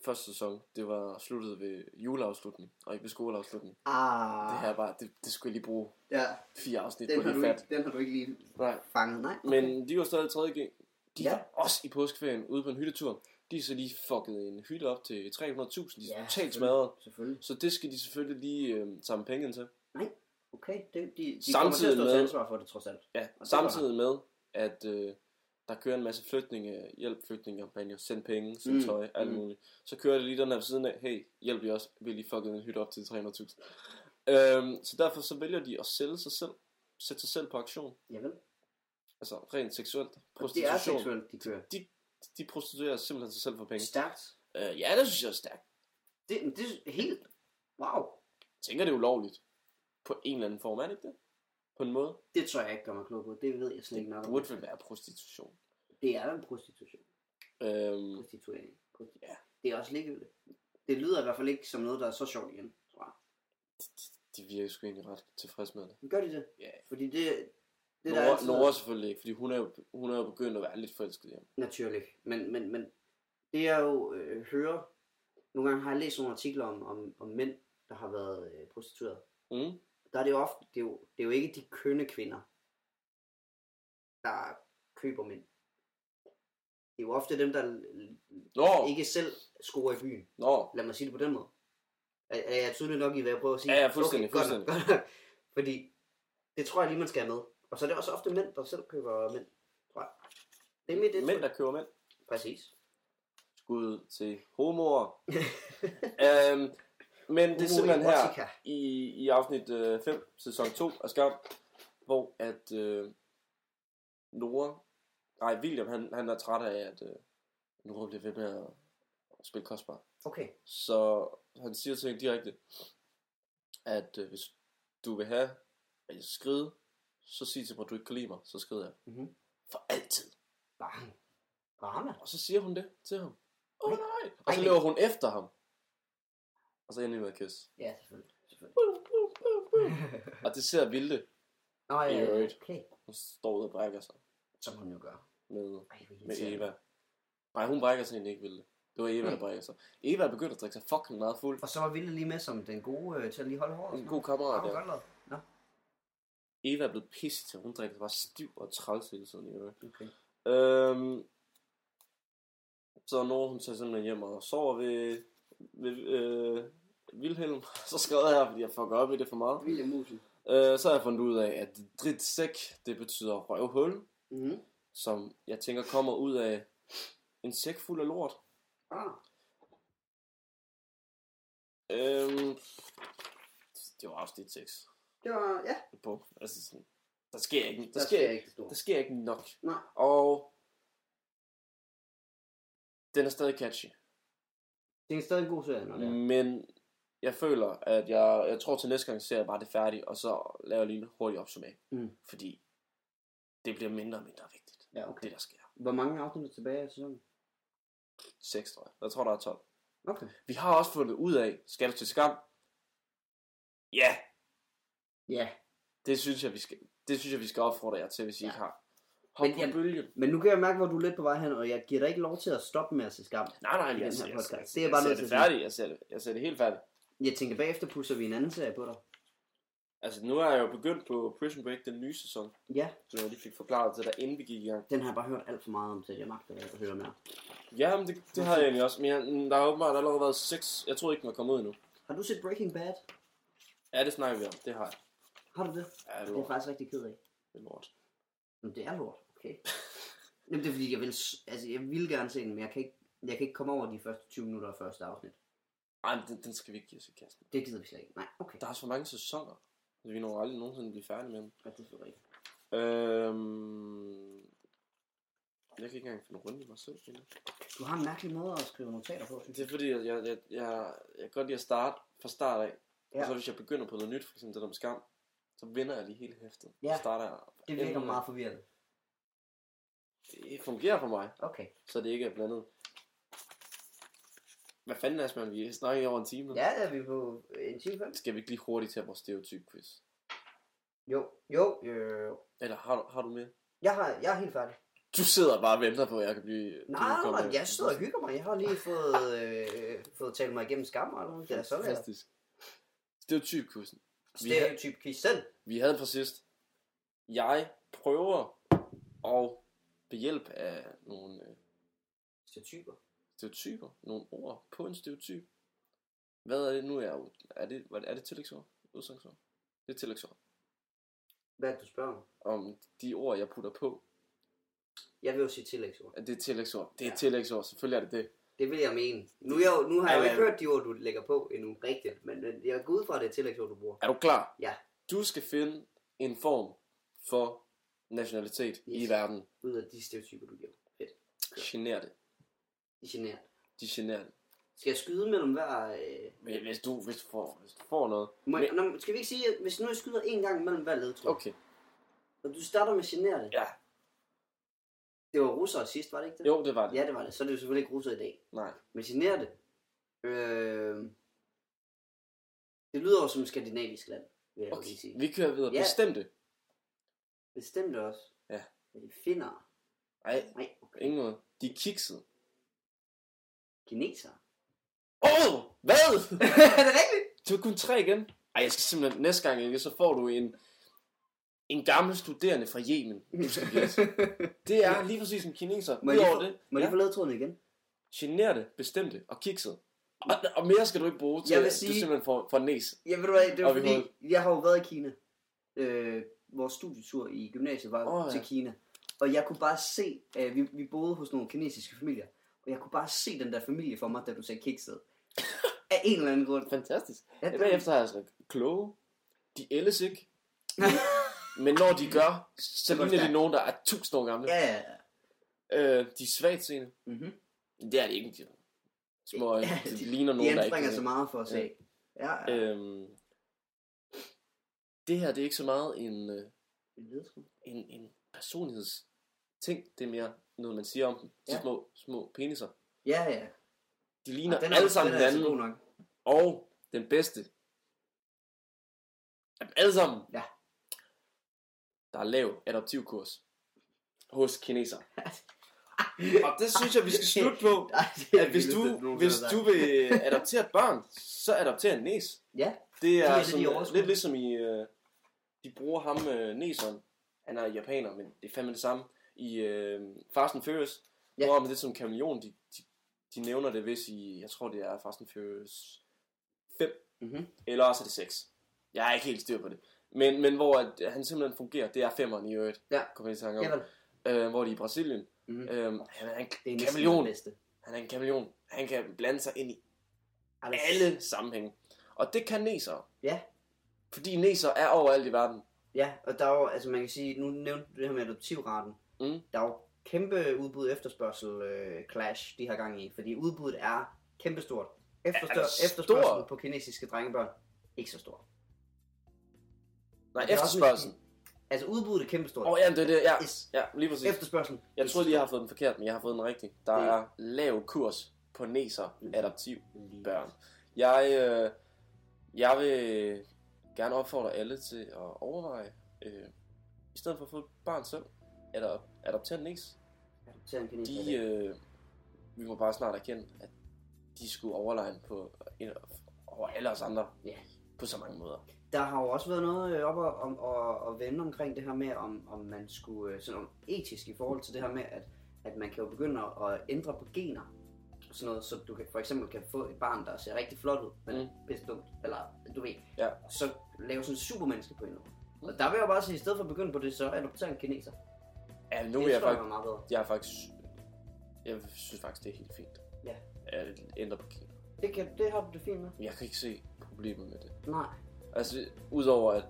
Speaker 2: første sæson, det var sluttet ved juleafslutning, og ikke ved skoleafslutning.
Speaker 1: Ah,
Speaker 2: Det her er bare, det, det skulle jeg lige bruge
Speaker 1: ja,
Speaker 2: fire afsnit
Speaker 1: den
Speaker 2: på
Speaker 1: har,
Speaker 2: det
Speaker 1: du
Speaker 2: fat.
Speaker 1: ikke, den har du ikke lige
Speaker 2: Nej.
Speaker 1: fanget, nej.
Speaker 2: Men de var stadig i 3.G. De ja.
Speaker 1: Ja.
Speaker 2: var også i påskeferien ude på en hyttetur. De er så lige fucket en hytte op til 300.000. De er
Speaker 1: Ja,
Speaker 2: ja, totalt
Speaker 1: selvfølgelig.
Speaker 2: smadret.
Speaker 1: Selvfølgelig.
Speaker 2: Så det skal de selvfølgelig lige øh, samle øhm, penge ind til.
Speaker 1: Nej. Okay, det, de, de
Speaker 2: Samtidig
Speaker 1: kommer til at stå til
Speaker 2: med-
Speaker 1: ansvar for det trods alt.
Speaker 2: Ja,
Speaker 1: var
Speaker 2: samtidig med, at øh, der kører en masse flygtninge, hjælp flygtningekampagner, send penge, send
Speaker 1: Mm,
Speaker 2: tøj, alt
Speaker 1: mm.
Speaker 2: muligt. Så kører det lige den her ved siden af, hey, hjælp vi også, vi har lige fucket en hytte op til 300.000. øhm, så derfor så vælger de at sælge sig selv, sætte sig selv på aktion,
Speaker 1: Jamen,
Speaker 2: altså rent seksuelt,
Speaker 1: det er
Speaker 2: prostitution.
Speaker 1: seksuelt, de kører.
Speaker 2: de prostituerer simpelthen sig selv for penge.
Speaker 1: Stærkt.
Speaker 2: Øh, ja, det synes jeg er stærkt.
Speaker 1: Det, det er helt... Wow.
Speaker 2: Jeg tænker, det er ulovligt. På en eller anden form, er det ikke det? På en måde.
Speaker 1: Det tror jeg ikke gør mig klog på. Det ved jeg slet ikke
Speaker 2: Det
Speaker 1: nok om.
Speaker 2: burde vel være prostitution.
Speaker 1: Det er en prostitution.
Speaker 2: Øhm,
Speaker 1: Prostituering. Prostitu-
Speaker 2: Ja.
Speaker 1: Det er også ligegyldigt. Det lyder i hvert fald ikke som noget, der er så sjovt igen, tror jeg.
Speaker 2: de virker sgu egentlig ret tilfredse med det.
Speaker 1: Men gør de det?
Speaker 2: Ja.
Speaker 1: Fordi det, det der er
Speaker 2: Nora,
Speaker 1: altid
Speaker 2: Nora selvfølgelig ikke, fordi hun er, jo, hun er jo begyndt at være lidt forelsket i ham.
Speaker 1: naturligt. Men, men, men det jeg jo øh, hører, nogle gange har jeg læst nogle artikler om, om, om mænd, der har været øh, prostitueret.
Speaker 2: Mm.
Speaker 1: Der er det jo ofte, det er jo, det er jo ikke de kønne kvinder, der køber mænd. Det er jo ofte dem, der l-
Speaker 2: Nå,
Speaker 1: ikke selv scorer i byen.
Speaker 2: nå,
Speaker 1: Lad mig sige det på den måde. Er, er jeg tydelig nok i, hvad jeg prøver at sige?
Speaker 2: Ja, ja, fuldstændig,
Speaker 1: godt
Speaker 2: fuldstændig.
Speaker 1: nok, godt nok. Fordi det tror jeg lige, man skal have med. Og så er det også ofte mænd, der selv køber mænd, tror jeg. Det er mit indtryk.
Speaker 2: mænd der køber mænd.
Speaker 1: Præcis.
Speaker 2: Skud til homoer. øhm, men det er simpelthen her
Speaker 1: Homoerotica.
Speaker 2: i, i afsnit øh, 5, sæson 2 af Skam, hvor at øh, Nora, nej William, han, han er træt af, at øh, Nora bliver ved med at spille kostbar.
Speaker 1: Okay.
Speaker 2: Så han siger til hende direkte, at øh, hvis du vil have, at jeg skal skride, så sig til mig, at du ikke kan lide mig, så skrider jeg.
Speaker 1: Mhm.
Speaker 2: For altid.
Speaker 1: Bang. Rama.
Speaker 2: Og så siger hun det til ham. Åh oh,
Speaker 1: Ej.
Speaker 2: nej! Og så
Speaker 1: Ej.
Speaker 2: løber hun efter ham. Og så ender de med at kysse.
Speaker 1: Ja, selvfølgelig. selvfølgelig.
Speaker 2: Og det ser Vilde.
Speaker 1: Nå, ja,
Speaker 2: I
Speaker 1: ja,
Speaker 2: øvrigt.
Speaker 1: okay.
Speaker 2: Hun står ud og brækker sig
Speaker 1: Som hun jo gør.
Speaker 2: med,
Speaker 1: Ej, hvor
Speaker 2: med
Speaker 1: irriterende.
Speaker 2: Eva. Nej, hun brækker sig egentlig ikke, Vilde. Det var Eva, der
Speaker 1: Mm.
Speaker 2: brækker sig. Eva er begyndt at drikke sig fucking meget fuld.
Speaker 1: Og så var Ville lige med som den gode øh, til at lige holde håret.
Speaker 2: En god
Speaker 1: kammerat,
Speaker 2: kammerat
Speaker 1: ja.
Speaker 2: der.
Speaker 1: Godt lavet. Nå,
Speaker 2: Eva er blevet pisset til. Hun drikker sig bare stiv og træls hele tiden i øvrigt.
Speaker 1: okay.
Speaker 2: Øhm, så når hun tager simpelthen hjem og sover ved, ved øh, Vilhelm, så skrev jeg her, fordi jeg fucker op i det for meget.
Speaker 1: William Musen.
Speaker 2: Øh, så har jeg fundet ud af, at dritsæk, det betyder røvhul,
Speaker 1: Mhm.
Speaker 2: som jeg tænker kommer ud af en sæk fuld af lort.
Speaker 1: Ah,
Speaker 2: Øhm, det var afsnit 6.
Speaker 1: det var, ja.
Speaker 2: På. Altså, sådan, der sker ikke, der
Speaker 1: Der
Speaker 2: sker,
Speaker 1: sker
Speaker 2: ikke,
Speaker 1: ikke det store.
Speaker 2: der sker ikke nok.
Speaker 1: Nej.
Speaker 2: Og den er stadig catchy.
Speaker 1: Det er stadig en god serie, når det er.
Speaker 2: Men jeg føler, at jeg, jeg tror til næste gang ser jeg bare det færdigt, og så laver jeg lige en hurtig opsummering.
Speaker 1: Mm.
Speaker 2: Fordi det bliver mindre og mindre vigtigt,
Speaker 1: Ja,
Speaker 2: det
Speaker 1: okay.
Speaker 2: der sker.
Speaker 1: Hvor mange afsnit er tilbage af sæsonen?
Speaker 2: 6, tror jeg. Jeg tror, der er 12.
Speaker 1: Okay.
Speaker 2: Vi har også fundet ud af, skal du til skam? Ja,
Speaker 1: Ja,
Speaker 2: det synes jeg, vi skal, det synes jeg, vi skal opfordre jer til, hvis I
Speaker 1: Ja.
Speaker 2: ikke har. Hop
Speaker 1: Men
Speaker 2: på
Speaker 1: jeg-
Speaker 2: bølgen.
Speaker 1: men nu kan jeg mærke, hvor du er lidt på vej hen, og jeg giver dig ikke lov til at stoppe med at se skam.
Speaker 2: Nej, nej,
Speaker 1: den
Speaker 2: jeg,
Speaker 1: her
Speaker 2: jeg, jeg,
Speaker 1: podcast.
Speaker 2: jeg,
Speaker 1: Det er
Speaker 2: jeg,
Speaker 1: bare
Speaker 2: ser
Speaker 1: nødt
Speaker 2: det
Speaker 1: til at sige.
Speaker 2: færdigt. Jeg ser det, jeg ser det helt færdigt.
Speaker 1: Jeg tænker, bagefter pusser vi en anden serie på dig.
Speaker 2: Altså, nu er jeg jo begyndt på Prison Break, den nye sæson,
Speaker 1: Ja,
Speaker 2: som jeg lige fik forklaret til dig, inden vi gik i gang.
Speaker 1: den har jeg bare hørt alt for meget om, så jeg magter ikke at høre mere.
Speaker 2: Ja, men det, det har jeg egentlig også. Men jeg, mm, der har åbenbart allerede været seks. Jeg tror ikke, den var kommet ud endnu.
Speaker 1: Har du set Breaking Bad?
Speaker 2: Ja, det snakker vi om. Det har jeg.
Speaker 1: Har du det?
Speaker 2: Ja, det
Speaker 1: Det er jeg
Speaker 2: lort.
Speaker 1: faktisk rigtig ked af.
Speaker 2: Det er lort.
Speaker 1: Jamen, det er lort, okay. Jamen, det er fordi, jeg vil, s- altså, jeg vil gerne se den, men jeg kan, ikke, jeg kan ikke komme over de første 20 minutter af første afsnit.
Speaker 2: Ej, men den, den skal vi ikke give os i kasten.
Speaker 1: Det gider vi slet ikke. Nej, okay.
Speaker 2: Der er så mange sæsoner. så Vi når aldrig nogensinde at blive færdige med dem.
Speaker 1: Ja, det er selvfølgelig rigtigt.
Speaker 2: Øhm... Jeg kan ikke engang finde rundt i mig selv. egentlig.
Speaker 1: Du har en mærkelig måde at skrive notater på, synes
Speaker 2: Det
Speaker 1: jeg.
Speaker 2: er fordi, at jeg, jeg, jeg, jeg kan godt lide at starte fra start af. Ja.
Speaker 1: Ja.
Speaker 2: Og så hvis jeg begynder på noget nyt, for eksempel det der med skam, så vinder jeg lige hele hæftet.
Speaker 1: Ja.
Speaker 2: Så starter jeg.
Speaker 1: Det virker meget forvirrende.
Speaker 2: Det fungerer for mig.
Speaker 1: Okay.
Speaker 2: så det ikke er blandet. Hvad fanden er man? Vi snakker i over en time nu.
Speaker 1: Ja, er vi på øh, en time fem?
Speaker 2: Skal vi ikke lige hurtigt tage vores stereotyp quiz?
Speaker 1: Jo, jo, øh,
Speaker 2: Eller har du, har du med?
Speaker 1: jeg, har, jeg er helt færdig.
Speaker 2: Du sidder bare og venter på, at jeg kan blive... du
Speaker 1: Nej,
Speaker 2: kan
Speaker 1: nej,
Speaker 2: komme
Speaker 1: nej,
Speaker 2: med.
Speaker 1: jeg sidder og hygger mig. Jeg har lige fået, øh, fået talt mig igennem skam, eller noget. Det er så lidt.
Speaker 2: Fantastisk. Stereotyp quizzen. Vi har-
Speaker 1: Stereotyp quizzen.
Speaker 2: Vi havde den fra sidst. Jeg prøver at ved hjælp af nogle øh,
Speaker 1: Stereotyper.
Speaker 2: stereotyper, nogle ord på en stereotyp. Hvad er det nu? Jeg Er, er det, er det tillægsord? Udsangsord? Det er tillægsord.
Speaker 1: Hvad er det, du spørger om?
Speaker 2: Om de ord, jeg putter på,
Speaker 1: Jeg vil jo sige tillægsord.
Speaker 2: at det er tillægsord. Det er
Speaker 1: Ja.
Speaker 2: ja. tillægsord, selvfølgelig er det det.
Speaker 1: Det vil jeg mene. Nu, er jeg, jo- nu har jeg jo
Speaker 2: Ja,
Speaker 1: ikke
Speaker 2: ja.
Speaker 1: hørt de ord, du lægger på endnu rigtigt, men men jeg går ud fra, at det er tillægsord, du bruger.
Speaker 2: Er du klar?
Speaker 1: Ja.
Speaker 2: Du skal finde en form for nationalitet yes. i
Speaker 1: Yes.
Speaker 2: verden.
Speaker 1: Ud af de stereotyper, du giver. Fedt.
Speaker 2: Gener det.
Speaker 1: De generer.
Speaker 2: De generer det.
Speaker 1: Skal jeg skyde mellem hver... Øh...
Speaker 2: Hvis- Hvis du, hvis du, får, hvis du får noget.
Speaker 1: Må jeg... Nå, men skal vi ikke sige, at hvis nu jeg skyder en gang mellem hver ledtråd,
Speaker 2: Okay.
Speaker 1: og du starter med generer det.
Speaker 2: Ja.
Speaker 1: Det var russere sidst, var det ikke det?
Speaker 2: Jo, det var det.
Speaker 1: Ja, det var det. Så er det jo selvfølgelig ikke russere i dag.
Speaker 2: Nej.
Speaker 1: Men generer det. Øh... Det lyder jo som et skandinavisk land, vil jeg okay.
Speaker 2: Okay.
Speaker 1: lige sige.
Speaker 2: Vi kører videre.
Speaker 1: Ja.
Speaker 2: Bestemte.
Speaker 1: Bestemt også.
Speaker 2: Ja.
Speaker 1: Men de finder...
Speaker 2: Nej,
Speaker 1: Nej, okay.
Speaker 2: ingen noget. De er kiksede.
Speaker 1: Kineser.
Speaker 2: Åh, oh, hvad?
Speaker 1: er det rigtigt?
Speaker 2: Du er kun tre igen. Ej, jeg skal simpelthen næste gang, ikke? Så får du en, en gammel studerende fra Yemen. Du skal gætte. Det er lige præcis en kineser.
Speaker 1: Må jeg lige
Speaker 2: Udover
Speaker 1: få,
Speaker 2: det,
Speaker 1: må jeg
Speaker 2: ja,
Speaker 1: lige få ledtråden igen?
Speaker 2: generede, bestemte og kiksede. Og, og mere skal du ikke bruge til,
Speaker 1: Jeg vil
Speaker 2: at
Speaker 1: sige-
Speaker 2: du simpelthen får, får næs.
Speaker 1: Ja, ved du hvad, det var
Speaker 2: Op i
Speaker 1: fordi, jeg har jo været i Kina. Øh, vores studietur i gymnasiet var
Speaker 2: Åh,
Speaker 1: oh,
Speaker 2: ja.
Speaker 1: til Kina. Og jeg kunne bare se, øh, vi, vi boede hos nogle kinesiske familier, og jeg kunne bare se den der familie for mig, da du sagde kikset. Af en eller anden grund.
Speaker 2: Fantastisk.
Speaker 1: Ja,
Speaker 2: Ja, Bagefter har jeg altså kloge. De ældes ikke. Men når de gør, så
Speaker 1: går
Speaker 2: ligner de
Speaker 1: stærkt.
Speaker 2: nogen, der er tusind år gamle.
Speaker 1: ja, ja, ja.
Speaker 2: Øh, de er svagt seende.
Speaker 1: Mm-hmm.
Speaker 2: Det er de ikke. De er små,
Speaker 1: Ja,
Speaker 2: de,
Speaker 1: de-
Speaker 2: de ligner
Speaker 1: De
Speaker 2: nogen, der ikke
Speaker 1: anstrenger
Speaker 2: kan-
Speaker 1: så meget for at
Speaker 2: Ja.
Speaker 1: se. Ja, ja. Øh.
Speaker 2: Øhm, det her, det er ikke så meget en, øh, en, en personligheds ting. Det er mere noget, man siger om dem. De
Speaker 1: Ja.
Speaker 2: ja. små, små peniser.
Speaker 1: Ja, ja.
Speaker 2: De ligner
Speaker 1: Og den
Speaker 2: ja,
Speaker 1: er,
Speaker 2: alle sammen
Speaker 1: den er altså
Speaker 2: hinanden.
Speaker 1: god nok.
Speaker 2: og den bedste. af dem Alle sammen.
Speaker 1: Ja.
Speaker 2: Der er lav adoptivkurs hos kineser. Og det synes jeg, vi skal slutte på.
Speaker 1: Ej, det er
Speaker 2: At hvis
Speaker 1: det vildeste,
Speaker 2: du,
Speaker 1: nogensinde
Speaker 2: hvis
Speaker 1: har
Speaker 2: du
Speaker 1: sagt.
Speaker 2: vil adoptere et barn, så adopter en næs.
Speaker 1: Ja,
Speaker 2: Det
Speaker 1: er
Speaker 2: er
Speaker 1: det, de
Speaker 2: sådan,
Speaker 1: overskud.
Speaker 2: lidt ligesom i... Øh, de bruger ham, øh, Neson. Han er japaner, men det er fandme det samme. I øh, Fast and Furious
Speaker 1: Ja.
Speaker 2: ja. bruger ham lidt som kameleon. De, de, de nævner det hvis i... Jeg tror, det er Fast and Furious 5.
Speaker 1: Mhm.
Speaker 2: Eller også er det 6. Jeg er ikke helt styr på det. Men, men hvor at, han simpelthen fungerer, det er femmeren i øvrigt.
Speaker 1: Ja.
Speaker 2: Kommer jeg i tanke
Speaker 1: ja,
Speaker 2: om.
Speaker 1: vel.
Speaker 2: Øh, hvor de er i Brasilien.
Speaker 1: Mhm.
Speaker 2: Mm. Øh, han er en
Speaker 1: det er næsten
Speaker 2: kameleon.
Speaker 1: det bedste.
Speaker 2: Han er en kameleon. Han kan blande sig ind i
Speaker 1: Ej, det er
Speaker 2: alle sammenhænge. Og det kan næsere.
Speaker 1: Ja.
Speaker 2: Fordi næser er overalt i verden.
Speaker 1: Ja, og der er jo, altså man kan sige, nu nævnte du det her med adoptivraten.
Speaker 2: Mm.
Speaker 1: Der er jo kæmpe udbud efterspørgsel øh, clash, de har gang i, fordi udbuddet er kæmpestort. Efterstør-
Speaker 2: Er det stor?
Speaker 1: efterspørgselen på kinesiske drengebørn, ikke så stor.
Speaker 2: Nej,
Speaker 1: Det er også
Speaker 2: efterspørgselen.
Speaker 1: Altså udbuddet er kæmpestort.
Speaker 2: Åh, oh, ja, det er det. Ja,
Speaker 1: Yes.
Speaker 2: ja lige præcis.
Speaker 1: Efterspørgselen.
Speaker 2: Jeg troede lige, jeg har fået den forkert, men jeg har fået den rigtig. Der
Speaker 1: Det-
Speaker 2: er lav kurs på næser adoptiv børn. Jeg, øh, jeg vil gerne opfordre alle til at overveje, øh, i stedet for at få et barn selv, eller adoptere en næs.
Speaker 1: Til en kineser.
Speaker 2: De, øh, vi må bare snart erkende, at de skulle overlegen på over alle os andre
Speaker 1: Ja.
Speaker 2: på så mange måder.
Speaker 1: Der har jo også været noget øh, op at, om, at, at vende omkring det her med, om, om man skulle, øh, sådan om etisk i forhold til det her med, at, at man kan jo begynde at- at ændre på gener. og Sådan noget, så du kan, for eksempel kan få et barn, der ser rigtig flot ud, men mm.
Speaker 2: Mm.
Speaker 1: pisse dumt, eller du ved.
Speaker 2: Ja.
Speaker 1: Så lave sådan en supermenneske på en eller anden måde. Og der vil jeg bare sige, i stedet for at begynde på det, så adopter en kineser.
Speaker 2: Ja, nu
Speaker 1: Det
Speaker 2: vil jeg
Speaker 1: tror
Speaker 2: faktisk
Speaker 1: jeg var meget bedre.
Speaker 2: Jeg er faktisk... Jeg synes faktisk, det er helt fint.
Speaker 1: Ja.
Speaker 2: At ændre på gener.
Speaker 1: Det, kan, det har du det fint med.
Speaker 2: Jeg kan ikke se problemet med det.
Speaker 1: Nej.
Speaker 2: Altså, udover at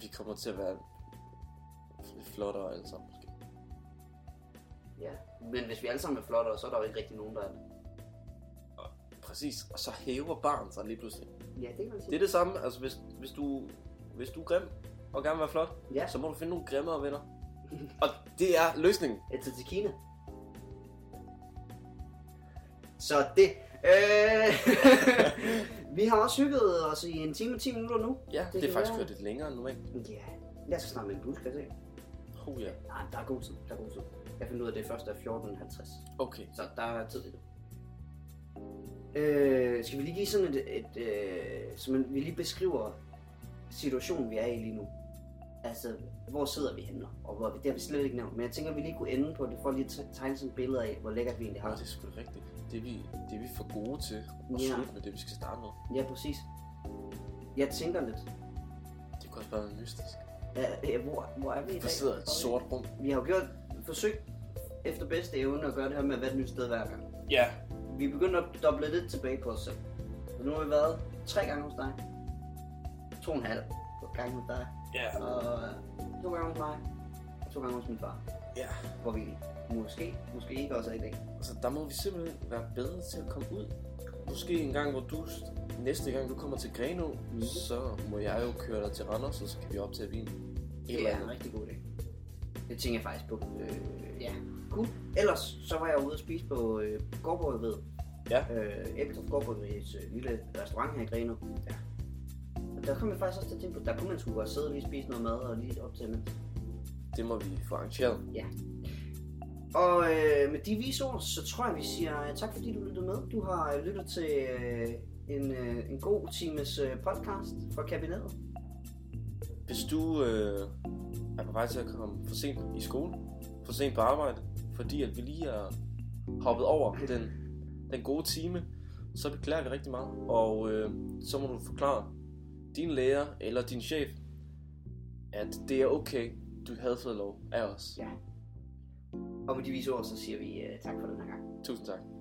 Speaker 2: vi kommer til at være lidt flottere alle sammen, måske.
Speaker 1: Ja. Men hvis vi alle sammen er flottere, så er der jo ikke rigtig nogen, der er det.
Speaker 2: Præcis. Og så hæver barnet sig lige pludselig.
Speaker 1: Ja, det kan man sige.
Speaker 2: Det er det samme. Altså, hvis, hvis, du, hvis du er grim og gerne vil være flot,
Speaker 1: Ja.
Speaker 2: så må du finde nogle grimmere venner. og det er løsningen.
Speaker 1: Et til Kina. Så det. Øh, vi har også hygget os i en time og 10 minutter nu.
Speaker 2: Ja, det, det
Speaker 1: kan
Speaker 2: er faktisk
Speaker 1: være.
Speaker 2: kørt lidt længere end normalt.
Speaker 1: Ja, jeg skal snart med en bus, kan jeg se.
Speaker 2: Oh ja.
Speaker 1: Nej, der er god tid, der er god tid. Jeg finder ud af, at det først er 14.50,
Speaker 2: Okay.
Speaker 1: så der er tid i det. Øh, skal vi lige give sådan et, et øh, så man, vi lige beskriver situationen, vi er i lige nu. Altså, hvor sidder vi henne, og hvor, det har vi slet ikke nævnt, men jeg tænker, at vi lige kunne ende på det, for lige at te- tegne sådan et billede af, hvor lækkert vi egentlig har
Speaker 2: Ja,
Speaker 1: det.
Speaker 2: Ah, det er sgu da rigtigt. Det er vi, det er vi for gode til at
Speaker 1: Ja.
Speaker 2: slutte med det, vi skal starte med.
Speaker 1: Ja, præcis. Jeg tænker lidt,
Speaker 2: også bare være mystisk.
Speaker 1: Ja, ja, hvor, hvor er vi i dag?
Speaker 2: Der sidder et sort rum.
Speaker 1: Vi har jo gjort forsøg efter bedste evne at gøre det her med at være et nyt sted hver gang.
Speaker 2: Ja.
Speaker 1: Vi er begyndt at doble lidt tilbage på os selv. Og nu har vi været tre gange hos dig. To og en halv gange hos dig.
Speaker 2: Ja.
Speaker 1: Og øh, to gange hos mig. Og to gange hos min far.
Speaker 2: Ja.
Speaker 1: Hvor vi måske, måske ikke også er i dag.
Speaker 2: Altså, der må vi simpelthen være bedre til at komme ud. Måske en gang, hvor du... Næste gang, du kommer til Greno, mm. så må jeg jo køre dig til Randers, og så kan vi optage vin. Et
Speaker 1: Det
Speaker 2: eller
Speaker 1: er en
Speaker 2: andet.
Speaker 1: rigtig god idé. Det tænker jeg faktisk på. Øh, ja, cool. Ellers så var jeg ude og spise på øh, Gårdborg ved.
Speaker 2: Ja.
Speaker 1: Øh, Ebeltoft Gårdborg ved et øh, lille restaurant her i Greno.
Speaker 2: Ja.
Speaker 1: Og der kom jeg faktisk også til at tænke på, der kunne man sgu godt sidde og lige spise noget mad og lige optage med.
Speaker 2: Det må vi få arrangeret.
Speaker 1: Og øh, med de vise ord, så tror jeg, vi siger øh, tak, fordi du lyttede med. Du har øh, lyttet til øh, en, øh, en god times øh, podcast fra kabinettet.
Speaker 2: Hvis du øh, er på vej til at komme for sent i skole, for sent på arbejde, fordi at vi lige er hoppet over den, den gode time, så beklager vi rigtig meget. Og øh, så må du forklare din lærer eller din chef, at det er okay, du havde fået lov af os.
Speaker 1: Ja. Og med de vise ord, så siger vi øh, tak for den her gang.
Speaker 2: Tusind tak.